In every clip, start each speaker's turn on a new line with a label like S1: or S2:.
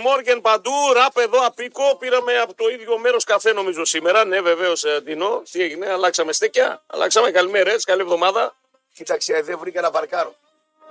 S1: Μόργεν παντού, ραπ εδώ απίκο. Πήραμε από το ίδιο μέρος καφέ νομίζω σήμερα. Ναι, βεβαίως, Ντινό. Τι έγινε, αλλάξαμε στέκια. Αλλάξαμε καλημέρε, καλή εβδομάδα.
S2: Κοίταξε, ε, δεν βρήκα να παρκάρω.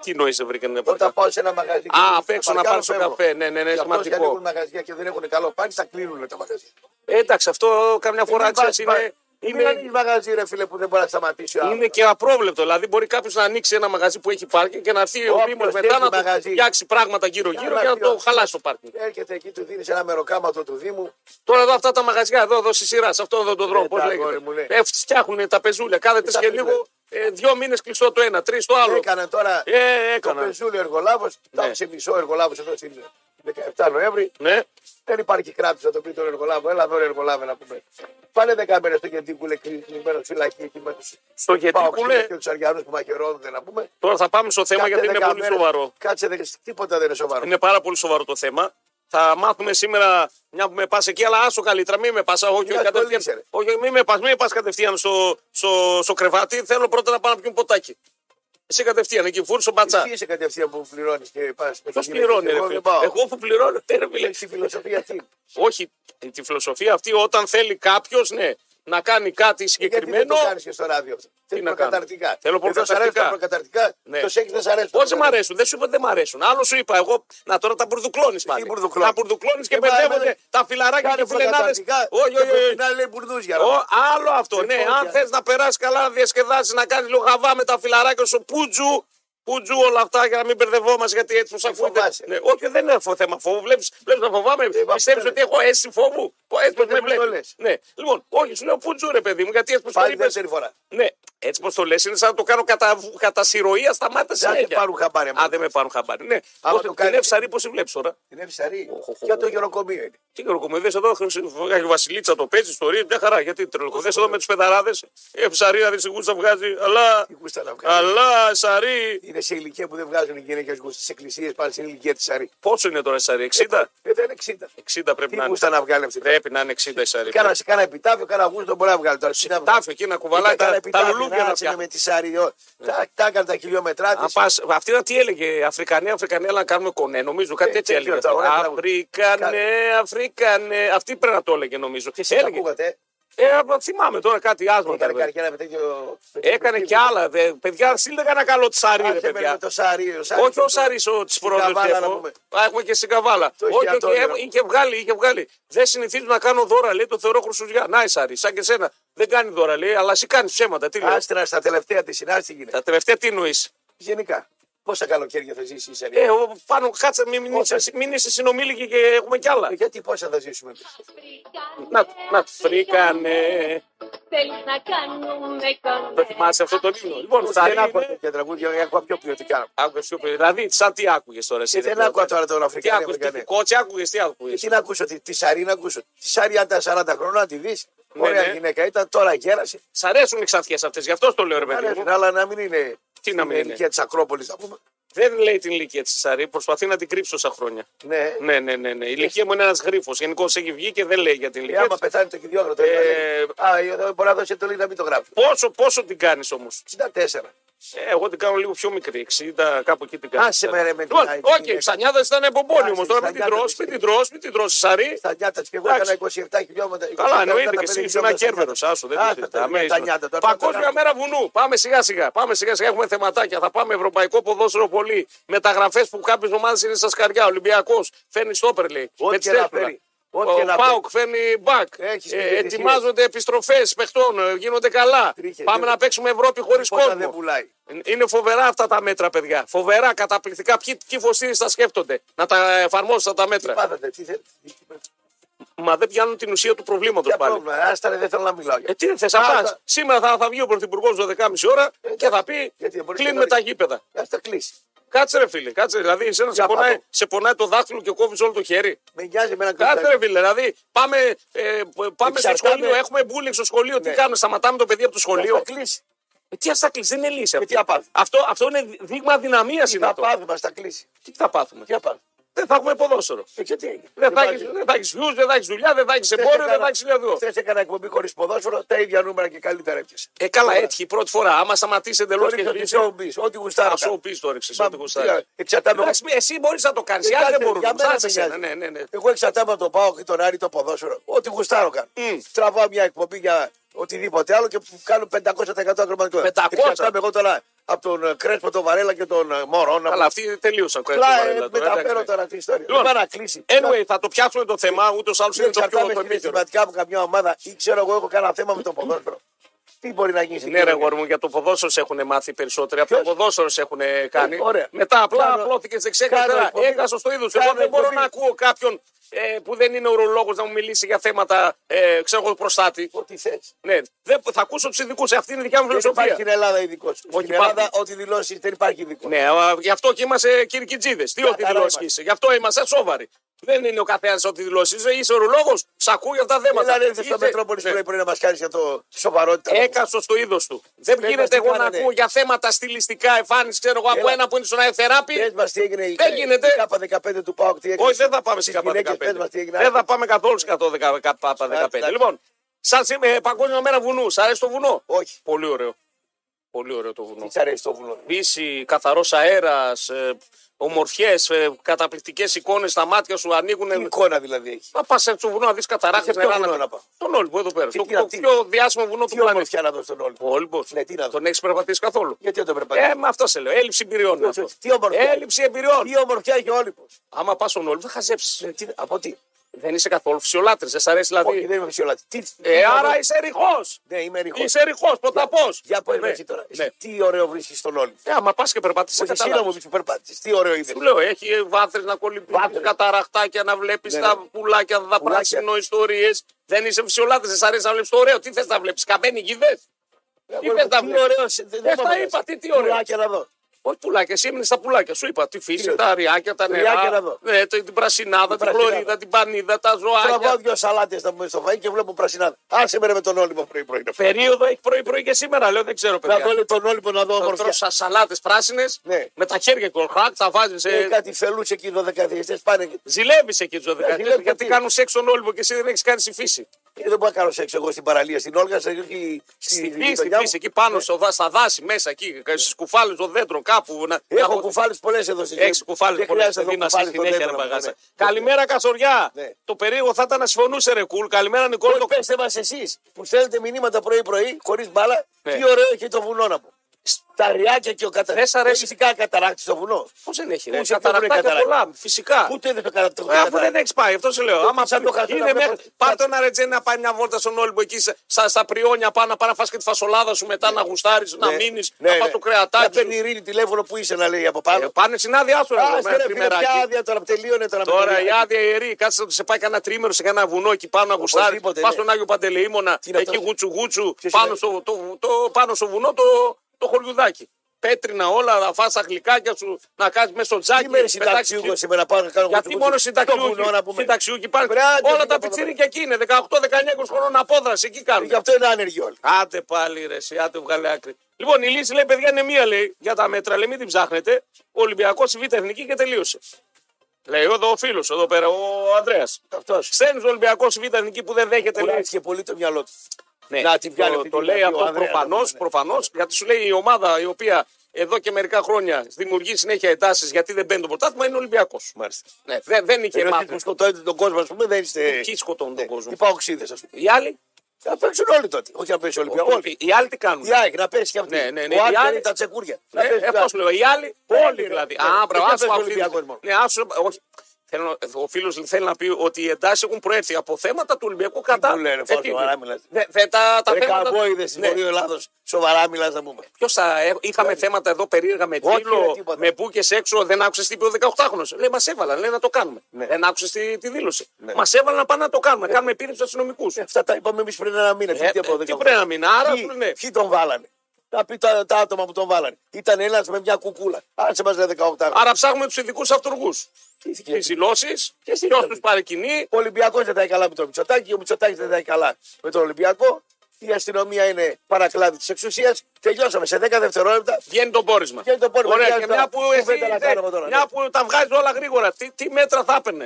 S1: Τι νόησε σε βρήκαν να
S2: Όταν πάω σε ένα μαγαζί. και
S1: Α,
S2: δεν
S1: απ' έξω να
S2: παρκάρω,
S1: πάρει το
S2: φεύγω.
S1: καφέ. Ναι, ναι, ναι,
S2: Γι' αυτό και
S1: σημαντικό.
S2: ανοίγουν μαγαζιά και δεν έχουν καλό πάνη, τα κλείνουν όλα τα μαγαζιά.
S1: Ε, Εντάξει, αυτό καμιά φορά
S2: Ε, Μην πας-
S1: ξέρεις, είναι,
S2: πας-
S1: είναι,
S2: Μην ανοίγεις μαγαζί, ρε φίλε, που δεν μπορεί να σταματήσει. ο άλλος.
S1: είναι και απρόβλεπτο. Δηλαδή, μπορεί κάποιος να ανοίξει ένα μαγαζί που έχει πάρκινγκ και να έρθει ο
S2: Όποιος
S1: Δήμο
S2: θέλει
S1: μετά να του
S2: μαγαζί.
S1: φτιάξει πράγματα γύρω-γύρω
S2: Καλά,
S1: και να
S2: ποιος.
S1: το χαλάσει το πάρκινγκ.
S2: Έρχεται εκεί, του δίνεις ένα μεροκάματο του Δήμου.
S1: Τώρα εδώ αυτά τα μαγαζιά, εδώ, εδώ στη σειρά, σε αυτό εδώ τον δρόμο,
S2: Ε,
S1: πώς
S2: τα αγόρι μου,
S1: λέγεται.
S2: λέει.
S1: Ε, φτιάχνουν τα πεζούλια. Κάθε τρει
S2: τα
S1: και
S2: πεζούλια.
S1: λίγο, ε, δύο μήνες κλειστό το ένα, τρεις το άλλο.
S2: Έκανε τώρα
S1: Ε,
S2: το
S1: έκανα.
S2: πεζούλιο εργολάβος. Τα άφησε μισό εργολάβος εδώ στην 17 Νοέμβρη.
S1: Ναι.
S2: Δεν υπάρχει κράτος να το πει τον εργολάβο. Έλα εδώ, ρε εργολάβο να πούμε. Πάνε 10 μέρες στο Γεντίκουλε κλεισμένο φυλακή εκεί με τους
S1: Στο Γεντίκουλε.
S2: και τους Αριανού που μαγειρώνονται να πούμε.
S1: Τώρα θα πάμε στο θέμα
S2: Κάτσε
S1: γιατί είναι
S2: 10
S1: πολύ
S2: μέρες.
S1: σοβαρό.
S2: Κάτσε, δε- τίποτα δεν είναι σοβαρό.
S1: Είναι πάρα πολύ σοβαρό το θέμα. Θα μάθουμε σήμερα, μια που με πας εκεί, αλλά άσο καλύτερα, μην με πας. Όχι, όχι,
S2: το
S1: κατευθείαν.
S2: λύσε, ρε.
S1: Όχι, μην με πας, μην πας κατευθείαν στο, στο, στο κρεβάτι. Θέλω πρώτα να πάω να πιω ποτάκι. Εσύ κατευθείαν εκεί, φούρσο μπατσά.
S2: Εσύ είσαι κατευθείαν που πληρώνεις και πας.
S1: Ποιο πληρώνει, ρε
S2: εγώ
S1: φίλε.
S2: δεν πάω.
S1: Εγώ που πληρώνω, ρε, ρε, φίλε.
S2: Έχεις τη φιλοσοφία τι.
S1: Όχι, τη φιλοσοφία αυτή, όταν θέλει κάποιος, ναι, να κάνει κάτι
S2: Γιατί δεν
S1: συγκεκριμένο.
S2: το κάνεις και στο ράδιο αυτό. Θέλει
S1: να κάνω.
S2: προκαταρτικά.
S1: Θέλω
S2: Εδώ σ' αρέσουν
S1: προκαταρτικά.
S2: τα προκαταρτικά.
S1: Ναι.
S2: Το σεξ δεν σ' αρέσει.
S1: Όχι, μ' αρέσουν. Δεν σου είπα ότι δεν μ' αρέσουν. Άλλο σου είπα, εγώ να τώρα τα μπουρδουκλώνεις πάλι.
S2: μπουρδουκλώνεις.
S1: τα μπουρδουκλώνεις και
S2: Ε, μα,
S1: μπερδεύονται
S2: εμένα-
S1: τα φιλαράκια και
S2: Κάνει
S1: οι φιλενάδες.
S2: προκαταρτικά.
S1: Όχι, όχι, όχι.
S2: Να λέει μπουρδούζια. ρε.
S1: Ω, άλλο αυτό, ναι.
S2: Λοιπόν,
S1: Αν
S2: και-
S1: θες να περάσεις καλά, να διασκεδάσεις, να κάνεις λίγο χαβά με τα φιλαράκια σου, πούτζου, πούτζου όλα αυτά για να μην μπερδευόμαστε γιατί έτσι μα ακούτε.
S2: φοβάσαι.
S1: Ναι, όχι, δεν είναι αυτό θέμα φόβου. Βλέπεις να φοβάμαι.
S2: μα,
S1: Πιστεύεις ότι
S2: ναι.
S1: έχω αίσθηση φόβου. Πω, Έτσι πω
S2: Δεν
S1: με
S2: μου το
S1: βλέπεις.
S2: λες.
S1: Ναι. Λοιπόν, όχι, σου λέω πούτζου ρε παιδί μου, γιατί έτσι πω το
S2: Πάλι
S1: είπες.
S2: δεύτερη φορά.
S1: Ναι, έτσι πως το λες, είναι σαν να το κάνω κατά, κατά συρροία στα μάτια
S2: Δεν
S1: συνέχεια.
S2: σε πάρουν χαμπάρι,
S1: Α,
S2: μάλλον.
S1: δεν με πάρουν χαμπάρι. Ναι,
S2: Άμα
S1: Πώς-
S2: το
S1: την
S2: κάνεις.
S1: Ευσαρή πώς τη βλέπεις τώρα.
S2: Είναι ψαρή.
S1: οχ, οχ.
S2: Για το γεροκομείο είναι.
S1: Τι τρελοκομιδέ εδώ, η Βασιλίτσα το παίζει, ιστορίε, μια χαρά. Γιατί τρελοκομιδέ εδώ με τους πεδαράδες, ε, ψαρία δυστυχώ θα βγάζει, αλλά.
S2: Η γούστας να βγάζει.
S1: Αλλά, σαρί.
S2: Είναι σε ηλικία που δεν βγάζουν οι γυναίκες γούστας. Στις εκκλησίες πάνε στην ηλικία της Σαρή.
S1: Πόσο είναι τώρα η σαρί, 60?
S2: Ε, δεν είναι 60.
S1: 60 Ναι. πρέπει να
S2: Τι
S1: είναι.
S2: γούστα να βγάλει αυτή.
S1: Πρέπει να είναι 60 η σαρί.
S2: Ε, Κάνα σε κάνα επιτάφιο, κάνα γούστο δεν μπορεί να βγάλει. Ε, Τώρα συνάβει.
S1: Τάφιο εκεί να κουβαλάει τα, τα λουλούδια να
S2: πιάνει.
S1: πιάνει. Ε.
S2: με τη Σαρή. ο, Τα, τα έκανε τα χιλιόμετρά
S1: Αν
S2: της.
S1: πας, αυτή ήταν τι έλεγε, Αφρικανέ, Αφρικανέ, αλλά να κάνουμε κονέ, νομίζω, κάτι
S2: Ε,
S1: τέτοια
S2: τέτοιο,
S1: έλεγε.
S2: τα ωραία πράγματα.
S1: Αφρικανέ, Αφρικανέ, αυτή πρέπει να το έλεγε νομίζω.
S2: Και εσείς τα
S1: Έλεγε,
S2: ακούγατε. ε.
S1: ε, απ' θυμάμαι τώρα κάτι άσματα.
S2: Έκανε
S1: βέβαια.
S2: καριέρα με τέτοιο. με τέτοιο
S1: Έκανε
S2: τύπο.
S1: και άλλα. Δε, παιδιά, στείλτε κανένα καλό τσαρί, ρε
S2: Άσε με
S1: παιδιά.
S2: με το Σαρή. ο Σαρή
S1: Όχι
S2: του-
S1: ο Σάρις ο της πρώτη.
S2: Καβάλα, να πούμε.
S1: Έχουμε και στην Καβάλα.
S2: Το
S1: Όχι, όχι,
S2: εστιατόριο.
S1: έχ- είχε βγάλει, είχε βγάλει. Δεν συνηθίζω να κάνω δώρα, λέει, το θεωρώ χρυσουζιά. Να, η Σάρι, σαν και σένα. Δεν κάνει δώρα, λέει, αλλά εσύ κάνεις ψέματα. Τι λέει.
S2: Άστρα στα τελευταία της συνάστη γίνεται.
S1: Τα τελευταία τι εννοείς.
S2: Γενικά. Πόσα καλοκαίρια θα ζήσεις η Σαρή.
S1: Ε, ο- πάνω κάτσε, μην, μην,
S2: Πόσα.
S1: είσαι- μην είσαι συνομήλικη και έχουμε κι άλλα.
S2: Γιατί πόσα θα ζήσουμε
S1: Λοιπόν,
S2: εμείς.
S1: Να, να φρίκανε.
S3: Θέλει να κάνουμε κονέ.
S1: Το θυμάσαι αυτό τον ύμνο. Λοιπόν, Σάρι,
S2: Δεν άκουγα
S1: είναι...
S2: τέτοια τραγούδια, άκουγα πιο ποιοτικά.
S1: Άκουες πιο πριν. Δηλαδή, σαν τι άκουγες τώρα εσύ.
S2: Και
S1: ρε,
S2: Ε, δεν
S1: πρώτα.
S2: άκουγα τώρα τον
S1: Τι
S2: Αφρικανό.
S1: άκουγες, τι κότσι άκουγες, τι άκουγες.
S2: Ε, Τι να ακούσω, τη, τη Σαρή να ακούσω. Τη Σαρή αν ήταν 40 χρόνια να τη δεις.
S1: Ναι,
S2: Ωραία
S1: ναι.
S2: γυναίκα ήταν, τώρα γέρασε.
S1: Σ' αρέσουν οι ξαφιέ αυτές, γι' αυτό το λέω, ρε παιδί μου.
S2: Αρέσουν, αλλά να μην είναι.
S1: Τι να μην είναι.
S2: ηλικία της Ακρόπολης, θα πούμε.
S1: Δεν λέει την ηλικία της Σαρή, προσπαθεί να την κρύψει τόσα χρόνια.
S2: Ναι.
S1: Ναι, ναι, ναι. ναι. Η ηλικία μου είναι ένας γρίφος. Γενικώς έχει βγει και δεν λέει για την
S2: Ε,
S1: ηλικία.
S2: άμα
S1: της.
S2: πεθάνει το κυδιόγραμμα. το
S1: Ε,
S2: λέει. Α, εδώ μπορεί να δώσει το λέει να μην το γράφει.
S1: Πόσο, πόσο την κάνεις όμως.
S2: 64.
S1: Ε, εγώ την κάνω λίγο πιο μικρή, 60, κάπου εκεί την κάνω.
S2: Άσε με, ρε, με την
S1: Λοιπόν,
S2: άλλη, την
S1: Όχι,
S2: γυναίκα.
S1: η Ψανιάδα ήταν μπομπόνι
S2: Άσε,
S1: όμως. Τώρα
S2: η
S1: μην την
S2: Ψανιάδα
S1: τρώ,
S2: της
S1: μην την
S2: είναι.
S1: τρώ, μην την τρώ, Σαρή.
S2: Στα νιάτα της και εγώ
S1: Εντάξει.
S2: έκανα 27 χιλιόμετρα.
S1: Καλά,
S2: 27,
S1: εννοείται και
S2: 45
S1: εσύ. Είσαι ένα
S2: χιλιόμετρα στα
S1: κέρβερο.
S2: νιάτα.
S1: Άσο, δεν
S2: Άστα,
S1: το
S2: τα νιάτα, νιάτα, τώρα
S1: Παγκόσμια
S2: τώρα-
S1: μέρα βουνού. Πάμε σιγά σιγά. Πάμε σιγά σιγά. Έχουμε θεματάκια. Θα πάμε ευρωπαϊκό ποδόσφαιρο πολύ. Μεταγραφές που κάποιες ομάδες είναι στα σκαριά. Ολυμπιακός φέρνει στόπερ λέει.
S2: Ό,τι
S1: Με
S2: και να
S1: τέσσερα.
S2: φέρει.
S1: Ο
S2: Ό,τι και να
S1: Πάουκ φέρνει μπακ.
S2: Έχεις
S1: Ε,
S2: τις διαιτησίες.
S1: ετοιμάζονται επιστροφές παιχτών. ε, Γίνονται καλά.
S2: Τρίχες,
S1: Πάμε
S2: δεν-
S1: να παίξουμε Ευρώπη χωρίς
S2: Τίποτα δεν
S1: κόσμο. Ε,
S2: πουλάει.
S1: Είναι φοβερά αυτά τα μέτρα, παιδιά. Φοβερά, καταπληκτικά. Ποιοι κυφοστήρε τα σκέφτονται να τα εφαρμόσουν αυτά τα μέτρα.
S2: Πάθατε, τι θέλετε. τι- τι-
S1: Μα δεν πιάνουν την ουσία του προβλήματος
S2: Ποια
S1: πάλι.
S2: πρόβλημα, ε, άστα ρε, δεν θέλω να μιλάω.
S1: Ε, τι δεν θες,
S2: Α,
S1: αυτά.
S2: θα- Ε,
S1: Σήμερα θα, θα βγει ο Πρωθυπουργός 12.30 ώρα και θα πει
S2: Γιατί δεν μπορείς
S1: κλείνουμε
S2: να
S1: τα
S2: νωρί-
S1: γήπεδα.
S2: Ας τα κλείσεις.
S1: Κάτσε ρε φίλε, κάτσε. Δηλαδή, εσένα σε
S2: Για
S1: πονάει,
S2: πάμε.
S1: σε πονάει το δάχτυλο και κόβεις όλο το χέρι.
S2: Με νοιάζει με έναν
S1: Κάτσε ρε φίλε, δηλαδή πάμε, ε, πάμε στο
S2: Εξαρτάται-
S1: σχολείο, έχουμε μπούλινγκ στο σχολείο. Τι
S2: Ναι.
S1: κάνουμε, σταματάμε το παιδί από το σχολείο.
S2: Θα κλείσει.
S1: Ε, Τι ας τα κλείσει, δεν είναι λύση αυτή.
S2: τι θα πάθουμε.
S1: Αυτό, αυτό είναι δείγμα δυναμίας
S2: Τι
S1: είναι
S2: θα
S1: αυτό.
S2: πάθουμε, ας τα κλείσει.
S1: Τι θα πάθουμε.
S2: Τι θα πάθουμε.
S1: δεν θα έχουμε ποδόσφαιρο.
S2: Ε, και τι έγινε.
S1: Δεν θα
S2: βάζει.
S1: έχεις- δεν θα έχεις βιού, δεν θα έχεις δουλειά, δεν θα έχεις
S2: Χθες
S1: εμπόριο,
S2: έκανα-
S1: δεν θα έχεις λεδό.
S2: χθες έκανα εκπομπή χωρίς ποδόσφαιρο, τα ίδια νούμερα και καλύτερα έπιασε.
S1: Ε, καλά, έτυχε η πρώτη φορά. Άμα σταματήσει εντελώς
S2: Το
S1: και
S2: ρίξω τη
S1: γυρίσει.
S2: showbiz, ό,τι γουστάρω.
S1: Θα σου πει το ρίξε.
S2: Μα, τι, ε, εξαρτάται-
S1: Εντάξει, εσύ μπορείς να το κάνεις. Οι άλλοι
S2: Κοιτάξτε,
S1: δεν μπορούν.
S2: για μένα
S1: Φτάσε
S2: δεν
S1: εσένα. Ναι,
S2: νοιάζει.
S1: ναι, ναι.
S2: Εγώ εξαρτάμαι από τον Πάο και τον Άρη το ποδόσφαιρο. Ό,τι γουστάρω κάνω.
S1: Μμ.
S2: Τραβάω μια εκπομπή για οτιδήποτε άλλο και που κάνω 500% ακροματικότητα.
S1: 500.
S2: Εξαρτάμαι εγώ τώρα από τον ε, Κρέσπο, τον Βαρέλα και τον ε, Μωρόνα.
S1: Αλλά αυτοί τελείωσαν.
S2: Απλά
S1: Κρέτο,
S2: ε,
S1: Μαρέλα, τώρα,
S2: μεταφέρω
S1: εντάξει.
S2: τώρα αυτή η ιστορία.
S1: Λοιπόν,
S2: Λοιπόν, να κλείσει.
S1: Anyway, θα το πιάσουμε το θέμα, ούτως άλλω
S2: Δεν
S1: είναι το πιο
S2: εξαρτάμαι
S1: επίκαιρο.
S2: συναισθηματικά από καμιά ομάδα ή ξέρω εγώ έχω κανένα θέμα με το ποδόσφαιρο. Τι μπορεί να γίνει στην
S1: Ναι, ρε
S2: κοινωνία.
S1: γόρι μου, για το ποδόσφαιρο σε έχουν μάθει περισσότεροι. Από το
S2: Ποιος?
S1: ποδόσφαιρο σε έχουν κάνει.
S2: Ε, ωραία.
S1: Μετά απλά
S2: Κάνω-
S1: απλώθηκε σε
S2: κάνω
S1: ξέχαρα.
S2: εκπομπή.
S1: Έχασε το είδο. Εγώ
S2: Κάνω
S1: δεν μπορώ
S2: εκπομπή.
S1: να ακούω κάποιον ε, που δεν είναι ορολόγο να μου μιλήσει για θέματα, ε, ξέρω εγώ, προστάτη.
S2: Ό,τι θες.
S1: Ναι, δεν, θα ακούσω τους ειδικούς. Αυτή είναι η δικιά μου
S2: Δεν Ε, υπάρχει
S1: φιλοσοφία.
S2: στην Ελλάδα ειδικός. Στην
S1: υπάρχει.
S2: Ελλάδα, ό,τι δηλώσεις δεν υπάρχει ειδικός.
S1: Ναι, α, γι' αυτό και είμαστε κυρικιτζίδε. Τι ό,τι
S2: Καθαρά
S1: δηλώσει
S2: Ναι, είμαστε.
S1: είσαι. Γι' αυτό είμαστε σοβαροί. Δεν είναι ο καθένας ό,τι δηλώσει. είσαι. Είσαι ορολόγο, σ' ακούει αυτά τα θέματα.
S2: Έλα έρθει στο
S1: Είτε-
S2: Μετρόπολη
S1: Ναι.
S2: πρωί πρωί να μας κάνεις για το τη σοβαρότητα.
S1: Έκαστο στο είδος του. Δεν
S2: Πες μας
S1: γίνεται
S2: τι
S1: εγώ να
S2: κάνανε.
S1: ακούω για θέματα στιλιστικά εμφάνιση, ξέρω εγώ, από
S2: Έλα.
S1: ένα που είναι στον αεθεράπη.
S2: Πες μας τι έγινε η
S1: Δεν γίνεται.
S2: Κάπα 15 του ΠΑΟΚ. Τι έγινε.
S1: Όχι, δεν θα πάμε σε
S2: Στις
S1: κάπα
S2: γυναίκες,
S1: 15.
S2: πες μας τι έγινε.
S1: Δεν θα πάμε καθόλου σε 115.
S2: εντάξει.
S1: Λοιπόν, σαν σήμερα Παγκόσμια Μέρα Βουνού, σ' αρέσει το βουνό.
S2: Όχι.
S1: Πολύ ωραίο. Πολύ ωραίο το βουνό.
S2: Τι σ' αρέσει το βουνό.
S1: Φύση, καθαρός αέρας, ε, ομορφιές, ε, καταπληκτικές εικόνες στα μάτια σου ανοίγουν.
S2: Τι εικόνα δηλαδή έχει.
S1: Να πας στο βουνό να δεις
S2: Σε
S1: καταράκτε
S2: ποιο βουνό να πάω.
S1: Τον Όλυμπο εδώ πέρα.
S2: Τι-
S1: Το,
S2: τι-
S1: το
S2: τι-
S1: πιο διάσημο βουνό του
S2: Τι
S1: πλανήτη.
S2: όμορφια να δω στον
S1: Ο
S2: όλο.
S1: Όλυμπος.
S2: Ναι, τι να δω.
S1: Τον έχεις περπατήσει καθόλου.
S2: Γιατί δεν το περπατάει.
S1: Ε, με αυτό σε λέω. Έλλειψη εμπειριών. είναι αυτό.
S2: Τι όμορφια.
S1: Έλλειψη εμπειριών.
S2: Τι όμορφια έχει ο Όλυμπος.
S1: Άμα πας στον Όλυμπο θα χαζέψεις.
S2: Από τι.
S1: Δεν είσαι καθόλου φυσιολάτρης. Δεν σ' αρέσει
S2: Όχι,
S1: δηλαδή.
S2: δεν είμαι φυσιολάτη. Τι.
S1: Ε, άρα είσαι ρηχός.
S2: Ναι, είμαι ρηχός.
S1: Είσαι ρηχός, ποταπό.
S2: Για πε εσύ τώρα.
S1: Ναι.
S2: Τι ωραίο βρίσκεις στον Όλυμπο.
S1: Ε, άμα πας και περπατήσεις,
S2: Όχι, εσύ να μου πει που περπάτησες. Τι ωραίο είδες.
S1: Σου λέω, έχει βάθρες να κολυμπήσεις,
S2: Βάθρες.
S1: καταραχτάκια να βλέπεις
S2: Ναι,
S1: τα
S2: ναι.
S1: πουλάκια, τα
S2: Πουλάκια.
S1: πράσινο ιστορίες. Δεν είσαι φυσιολάτη, δεν σ' αρέσει να βλέπεις το ωραίο. Τι θες να βλέπεις, Καμένη γηδέ. Τι θες να
S2: Τι
S1: βλέπεις.
S2: ωραίος. σε- δεν-
S1: Δεν
S2: δεν
S1: τα
S2: μ' αρέσει.
S1: είπα, τι- τι ωραίο.
S2: Πουλάκια να δω.
S1: Όχι πουλάκια, εσύ έμεινες στα πουλάκια. Σου είπα τη φύση,
S2: Τι
S1: τα αριάκια, τα
S2: Αριάκια Ναι. να
S1: νερά,
S2: δω.
S1: ναι, το- την πρασινάδα,
S2: Την
S1: την
S2: πρασινάδα.
S1: χλωρίδα, την πανίδα, τα
S2: Τραβάω
S1: ζωάκια.
S2: δύο σαλάτες να πούμε στο φαγητό και βλέπω πρασινά. Άσε με ρε με τον Όλυμπο πρωί-πρωί.
S1: Περίοδο έχει πρωί-πρωί και σήμερα, λέω δεν ξέρω
S2: Να
S1: παιδιά.
S2: δω λέει, τον Όλυμπο να δω
S1: Θα
S2: όμορφια.
S1: τρως σα- σαλάτες πράσινες,
S2: Ναι.
S1: με τα χέρια κορχάκ, τα βάζεις,
S2: Ε,
S1: ε,
S2: κάτι φελούς εκεί οι δωδεκαδιαστέ πάνε. Ε, και-
S1: ζηλεύεις εκεί τους δωδεκαετίες,
S2: ζηλεύω
S1: γιατί
S2: τι.
S1: κάνουν σεξ τον Όλυμπο και εσύ δεν έχεις κάνει στη φύση.
S2: Ε, δεν μπορώ να κάνω σεξ εγώ στην παραλία, στην Όλγα, σε εκεί
S1: Στη
S2: στη
S1: φύση, στη
S2: γειτονιά Ε, μου. Ε,
S1: φύση, εκεί πάνω στο δά- στα δάση μέσα εκεί, στις κουφάλες των δέντρων κάπου. να-
S2: Έχω
S1: να-
S2: κουφάλες πολλές εδώ στη ζωή.
S1: Έξι κουφάλες
S2: Δεν
S1: πολλές.
S2: χρειάζεται εδώ
S1: Δεν μας
S2: κουφάλες
S1: έχει
S2: στο
S1: συνέχεια
S2: δέντρο
S1: να
S2: να
S1: παγάσα.
S2: πάνε.
S1: Καλημέρα, Κασοριά.
S2: Ναι.
S1: Το περίεργο θα ήταν να συμφωνούσε, ρε Κούλ. Καλημέρα, Νικόλ.
S2: Όχι, πέστε μας εσείς που στέλνετε μηνύματα πρωί-πρωί, χωρίς μπάλα,
S1: Ναι.
S2: τι ωραίο έχει το βουνό να πω. Τα ριάκια και ο κατα...
S1: Δεν σ' αρέσει.
S2: Φυσικά καταράκτη στο βουνό.
S1: Πώς δεν έχει, ρε.
S2: Πού σε πούνε
S1: Καταρακτάκια
S2: καταράκτη.
S1: πολλά, φυσικά.
S2: Πού το είδε το κατα- το
S1: Ε, Αφού
S2: καταράκτη.
S1: δεν έχεις πάει, αυτό σου λέω. Άμα
S2: σαν
S1: πάει,
S2: το χαρτί
S1: είναι
S2: να
S1: μέχρι-
S2: βλέπω-
S1: Πάρ τον Αρετζέ να πάει μια βόλτα στον Όλυμπο εκεί στα- στα, στα πριόνια πάνω, να πάει να φας και τη φασολάδα σου μετά να γουστάρεις, να
S2: Ναι.
S1: μείνεις,
S2: Ναι,
S1: να
S2: ναι.
S1: πα το κρεατάκι.
S2: Να
S1: σου.
S2: παίρνει η Ειρήνη τηλέφωνο που είσαι να λέει από
S1: Ε,
S2: πάνω.
S1: Πάνε στην άδειά σου, ρε,
S2: Α,
S1: με ένα
S2: ρε φίλε,
S1: τριμεράκι.
S2: ποια άδεια τώρα, τελείωνε τώρα. με το
S1: Τώρα
S2: ριάκι.
S1: η άδεια ιερή, κάτσε να του σε πάει κανένα τρίμερο σε κανένα βουνό εκεί πάνω να γουστάρει.
S2: Οπωσδήποτε,
S1: Πα
S2: ναι.
S1: στον Άγιο Παντελεήμονα,
S2: είναι
S1: εκεί
S2: αυτό?
S1: γούτσου γούτσου,
S2: Ποιος
S1: πάνω
S2: είναι?
S1: στο, το, το, πάνω στο βουνό το, το χωριουδάκι. Πέτρινα όλα, να φας τα γλυκάκια σου, να κάνεις μέσα στο τζάκι.
S2: Τι μέρε
S1: πετάξεις-
S2: συνταξιούχο σήμερα πάω να κάνω
S1: Γιατί μόνο συνταξιούχοι,
S2: συνταξιούχο να πούμε.
S1: συνταξιούχοι πάνε.
S2: Βρε, άντε,
S1: όλα
S2: δεν
S1: τα
S2: τα
S1: πιτσίρικια εκεί είναι. 18-19 χρόνων απόδραση εκεί κάνουν.
S2: Γι' αυτό είναι άνεργοι όλοι.
S1: Άντε πάλι ρε, εσύ, άντε βγάλε άκρη. Λοιπόν, η λύση λέει, παιδιά, είναι μία λέει για τα μέτρα. Λέει, μην την ψάχνετε. Ο Ολυμπιακός η Β' Εθνική και τελείωσε. Λέει εδώ ο φίλος, εδώ πέρα, ο Ανδρέας.
S2: Αυτός.
S1: Ξένο Ολυμπιακό η Β' Εθνική που δεν δέχεται. λέει.
S2: Κουράστηκε πολύ το μυαλό του.
S1: Ναι,
S2: Να την βγάλει
S1: το,
S2: αυτή
S1: το
S2: την
S1: λέει
S2: γραφή ο
S1: αυτό
S2: Ανδρέας,
S1: προφανώς,
S2: ναι, ναι.
S1: προφανώς, γιατί σου λέει η ομάδα η οποία εδώ και μερικά χρόνια δημιουργεί συνέχεια εντάσεις γιατί δεν μπαίνει το πρωτάθλημα είναι Ολυμπιακός.
S2: Μάλιστα.
S1: Ναι, δεν, δεν είχε
S2: Ενώ
S1: μάθει.
S2: που σκοτώνετε τον κόσμο, ας πούμε, δεν είστε. Ναι.
S1: Ποιοι σκοτώνουν τον κόσμο.
S2: Οι παοξίδε, ας πούμε.
S1: Οι άλλοι,
S2: Θα παίξουν όλοι τότε. Όχι να παίξει ο Ολυμπιακός.
S1: οι- οι άλλοι τι κάνουν.
S2: Η ΑΕΚ να πέσει και αυτή.
S1: Ναι, ναι, ναι.
S2: Ο
S1: Οι άλλοι-
S2: Άντρε τα τσεκούρια. Να
S1: Ναι,
S2: παίξει
S1: ε,
S2: και ο
S1: αυτό σου
S2: άλλος.
S1: λέω. Οι άλλοι,
S2: Όλοι,
S1: όλοι
S2: ρε.
S1: δηλαδή.
S2: Ναι.
S1: Α, μπράβο,
S2: Και
S1: άσου
S2: δεν παίζει
S1: αυτή.
S2: Ολυμπιακός μόνο.
S1: Ναι, άσου. Όχι. Θέλω, να- ο φίλος θέλει να πει ότι οι εντάσεις έχουν προέρθει από θέματα του Ολυμπιακού κατά.
S2: μου λένε,
S1: Ε,
S2: Φάουστο,
S1: τι-
S2: σοβαρά μιλάς. Ε,
S1: Δε- δε- τα, τα
S2: Ρε
S1: θέματα. Ναι.
S2: καμπόιδε στην Βορείου Ελλάδος. Σοβαρά μιλάς να πούμε.
S1: Ποιος θα, ε, είχαμε θέματα εδώ περίεργα με
S2: Όχι, ρε,
S1: τίλο,
S2: τίποτα.
S1: με μπουκε έξω, δεν άκουσες τι είπε ο 18χρονο. Λέει, μας έβαλαν, λέει να το κάνουμε.
S2: Ναι.
S1: Δεν άκουσες τη, τη δήλωση.
S2: Ναι.
S1: Μας έβαλαν να πάνε να το κάνουμε, να κάνουμε επίρρηση στους αστυνομικούς.
S2: Ε, Αυτά τα είπαμε εμείς πριν ένα μήνα.
S1: ε,
S2: Πριν τι από
S1: τι
S2: 18.
S1: πρέπει να μείνει, άρα,
S2: Ποιοι-
S1: ναι.
S2: Ποιοι τον βάλανε. Να πει τα, τα άτομα που τον βάλανε. Ήταν ένας με μια κουκούλα. Άσε μας λέει 18.
S1: Άρα ψάχνουμε τους ειδικούς αυτούργους. Τι δηλώσει,
S2: Ποιες
S1: ποιο
S2: ήταν?
S1: του παρακινεί,
S2: Ο Ολυμπιακός δεν τα έχει καλά με τον Μητσοτάκη, ο Μητσοτάκης δεν τα έχει καλά με τον Ολυμπιακό. η αστυνομία είναι παρακλάδι της εξουσίας. Τελειώσαμε σε 10 δευτερόλεπτα.
S1: Βγαίνει το πόρισμα.
S2: Βγαίνει το πόρισμα.
S1: Ωραία, και
S2: Βγάζει
S1: μια
S2: τα-
S1: που,
S2: κουβέντα
S1: εσύ,
S2: να
S1: δεν-
S2: κάνουμε τώρα,
S1: μια
S2: ναι.
S1: που τα βγάζει όλα γρήγορα, τι, τι μέτρα θα έπαιρνες.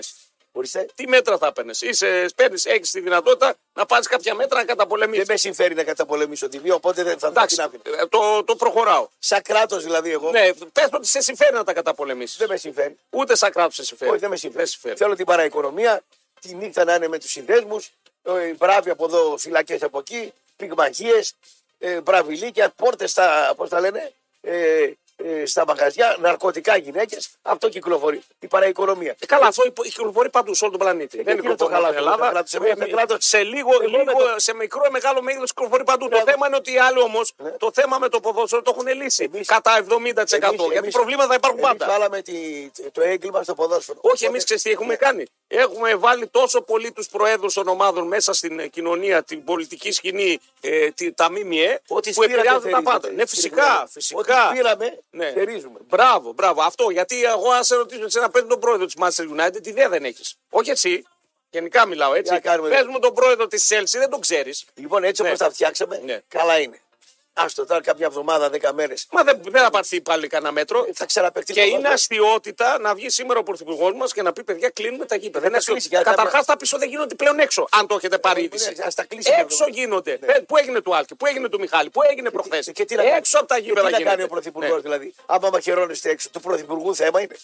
S2: Ορίστε.
S1: Τι μέτρα θα έπαιρνες. Είσαι, παίρνεις, έχεις τη δυνατότητα να πάρεις κάποια μέτρα να καταπολεμήσεις.
S2: Δεν με συμφέρει να καταπολεμήσω τη βία, οπότε δεν θα
S1: Εντάξει,
S2: την άφηνα.
S1: ε, το, το προχωράω.
S2: Σαν κράτος δηλαδή, εγώ
S1: Ναι, πες ότι σε συμφέρει να τα καταπολεμήσεις.
S2: δεν με συμφέρει.
S1: Ούτε σαν κράτος σε συμφέρει.
S2: Όχι, δεν με συμφέρει.
S1: Δεν συμφέρει.
S2: Θέλω την παραοικονομία, τη νύχτα να είναι με τους συνδέσμους, μπράβοι από εδώ, φυλακές από εκεί, ε, πυγμαχίε, μπραβιλίκια, πόρτες στα, πώς τα λένε, ε, ε, στα μαγαζιά, ναρκωτικά γυναίκες. Αυτό κυκλοφορεί. Η παραοικονομία.
S1: Ε, Καλά, αυτό υπο- κυκλοφορεί παντού σε όλο τον πλανήτη. Δεν
S2: Ε, γιατί είναι το
S1: κυκλοφορεί
S2: καλά
S1: στην
S2: αυτό, το
S1: Ελλάδα.
S2: κράτος, εμείς
S1: Ε,
S2: το κράτος-
S1: σε λίγο,
S2: Εγώ με
S1: λίγο
S2: το- Ναι,
S1: σε μικρό, μεγάλο μέγεθος κυκλοφορεί παντού. Το θέμα είναι ότι οι άλλοι όμως το θέμα με το ποδόσφαιρο το έχουν λύσει
S2: Εμείς-
S1: κατά 70%.
S2: Εμείς-
S1: γιατί
S2: εμείς-
S1: προβλήματα υπάρχουν
S2: εμείς
S1: πάντα.
S2: Βάλαμε τη, το έγκλημα στο ποδόσφαιρο. Ναι.
S1: Όχι,
S2: Οπότε-
S1: εμεί ξέρεις τι έχουμε κάνει. Έχουμε βάλει τόσο πολύ τους προέδρους των ομάδων μέσα στην ε, κοινωνία, την πολιτική σκηνή, ε, τη- τα ΜΜΕ,
S2: Ό,τι
S1: που
S2: σπήραμε,
S1: επηρεάζουν τα
S2: θερίζουμε.
S1: πάντα. Ναι, φυσικά.
S2: Συγγνώμη.
S1: φυσικά.
S2: Ό,τι πήραμε,
S1: Ναι.
S2: θερίζουμε.
S1: Μπράβο, μπράβο. Αυτό γιατί εγώ αν σε ρωτήσω εσένα παίρνει τον πρόεδρο της Manchester United, τι ιδέα δεν έχεις. Όχι εσύ. Γενικά μιλάω έτσι.
S2: να κάνουμε,
S1: Πες
S2: δε.
S1: μου τον πρόεδρο της Chelsea, δεν τον ξέρεις.
S2: Λοιπόν, έτσι
S1: Ναι.
S2: όπως τα φτιάξαμε,
S1: Ναι.
S2: καλά είναι. Άστο τώρα κάποια εβδομάδα, δέκα μέρες.
S1: Μα δεν, δεν θα πάρθει πάλι κανένα μέτρο.
S2: Θα ξαναπαιχτεί
S1: Και
S2: το
S1: είναι
S2: ποδόσφαιρο.
S1: αστείωτητα να βγει σήμερα ο πρωθυπουργός μας και να πει: Παιδιά, κλείνουμε τα γήπεδα.
S2: Δεν
S1: Είναι
S2: τα κλείσει,
S1: αστείο.
S2: γιατί τα-
S1: Καταρχάς, τα πίσω δεν γίνονται πλέον έξω, αν το έχετε πάρει
S2: Ε,
S1: είδηση.
S2: ναι, ας τα κλείσει
S1: Έξω
S2: το-
S1: γίνονται.
S2: Ναι.
S1: Πες, Πού έγινε του Άλκη, πού έγινε του Μιχάλη, πού έγινε προχθές.
S2: Και τι να κάνει.
S1: Έξω από τα
S2: Και τι
S1: γήπεδα
S2: να κάνει ο
S1: γίνεται.
S2: Πρωθυπουργός,
S1: Ναι.
S2: δηλαδή. Άμα μαχαιρώνεστε έξω, του Πρωθυπουργού θέμα είναι.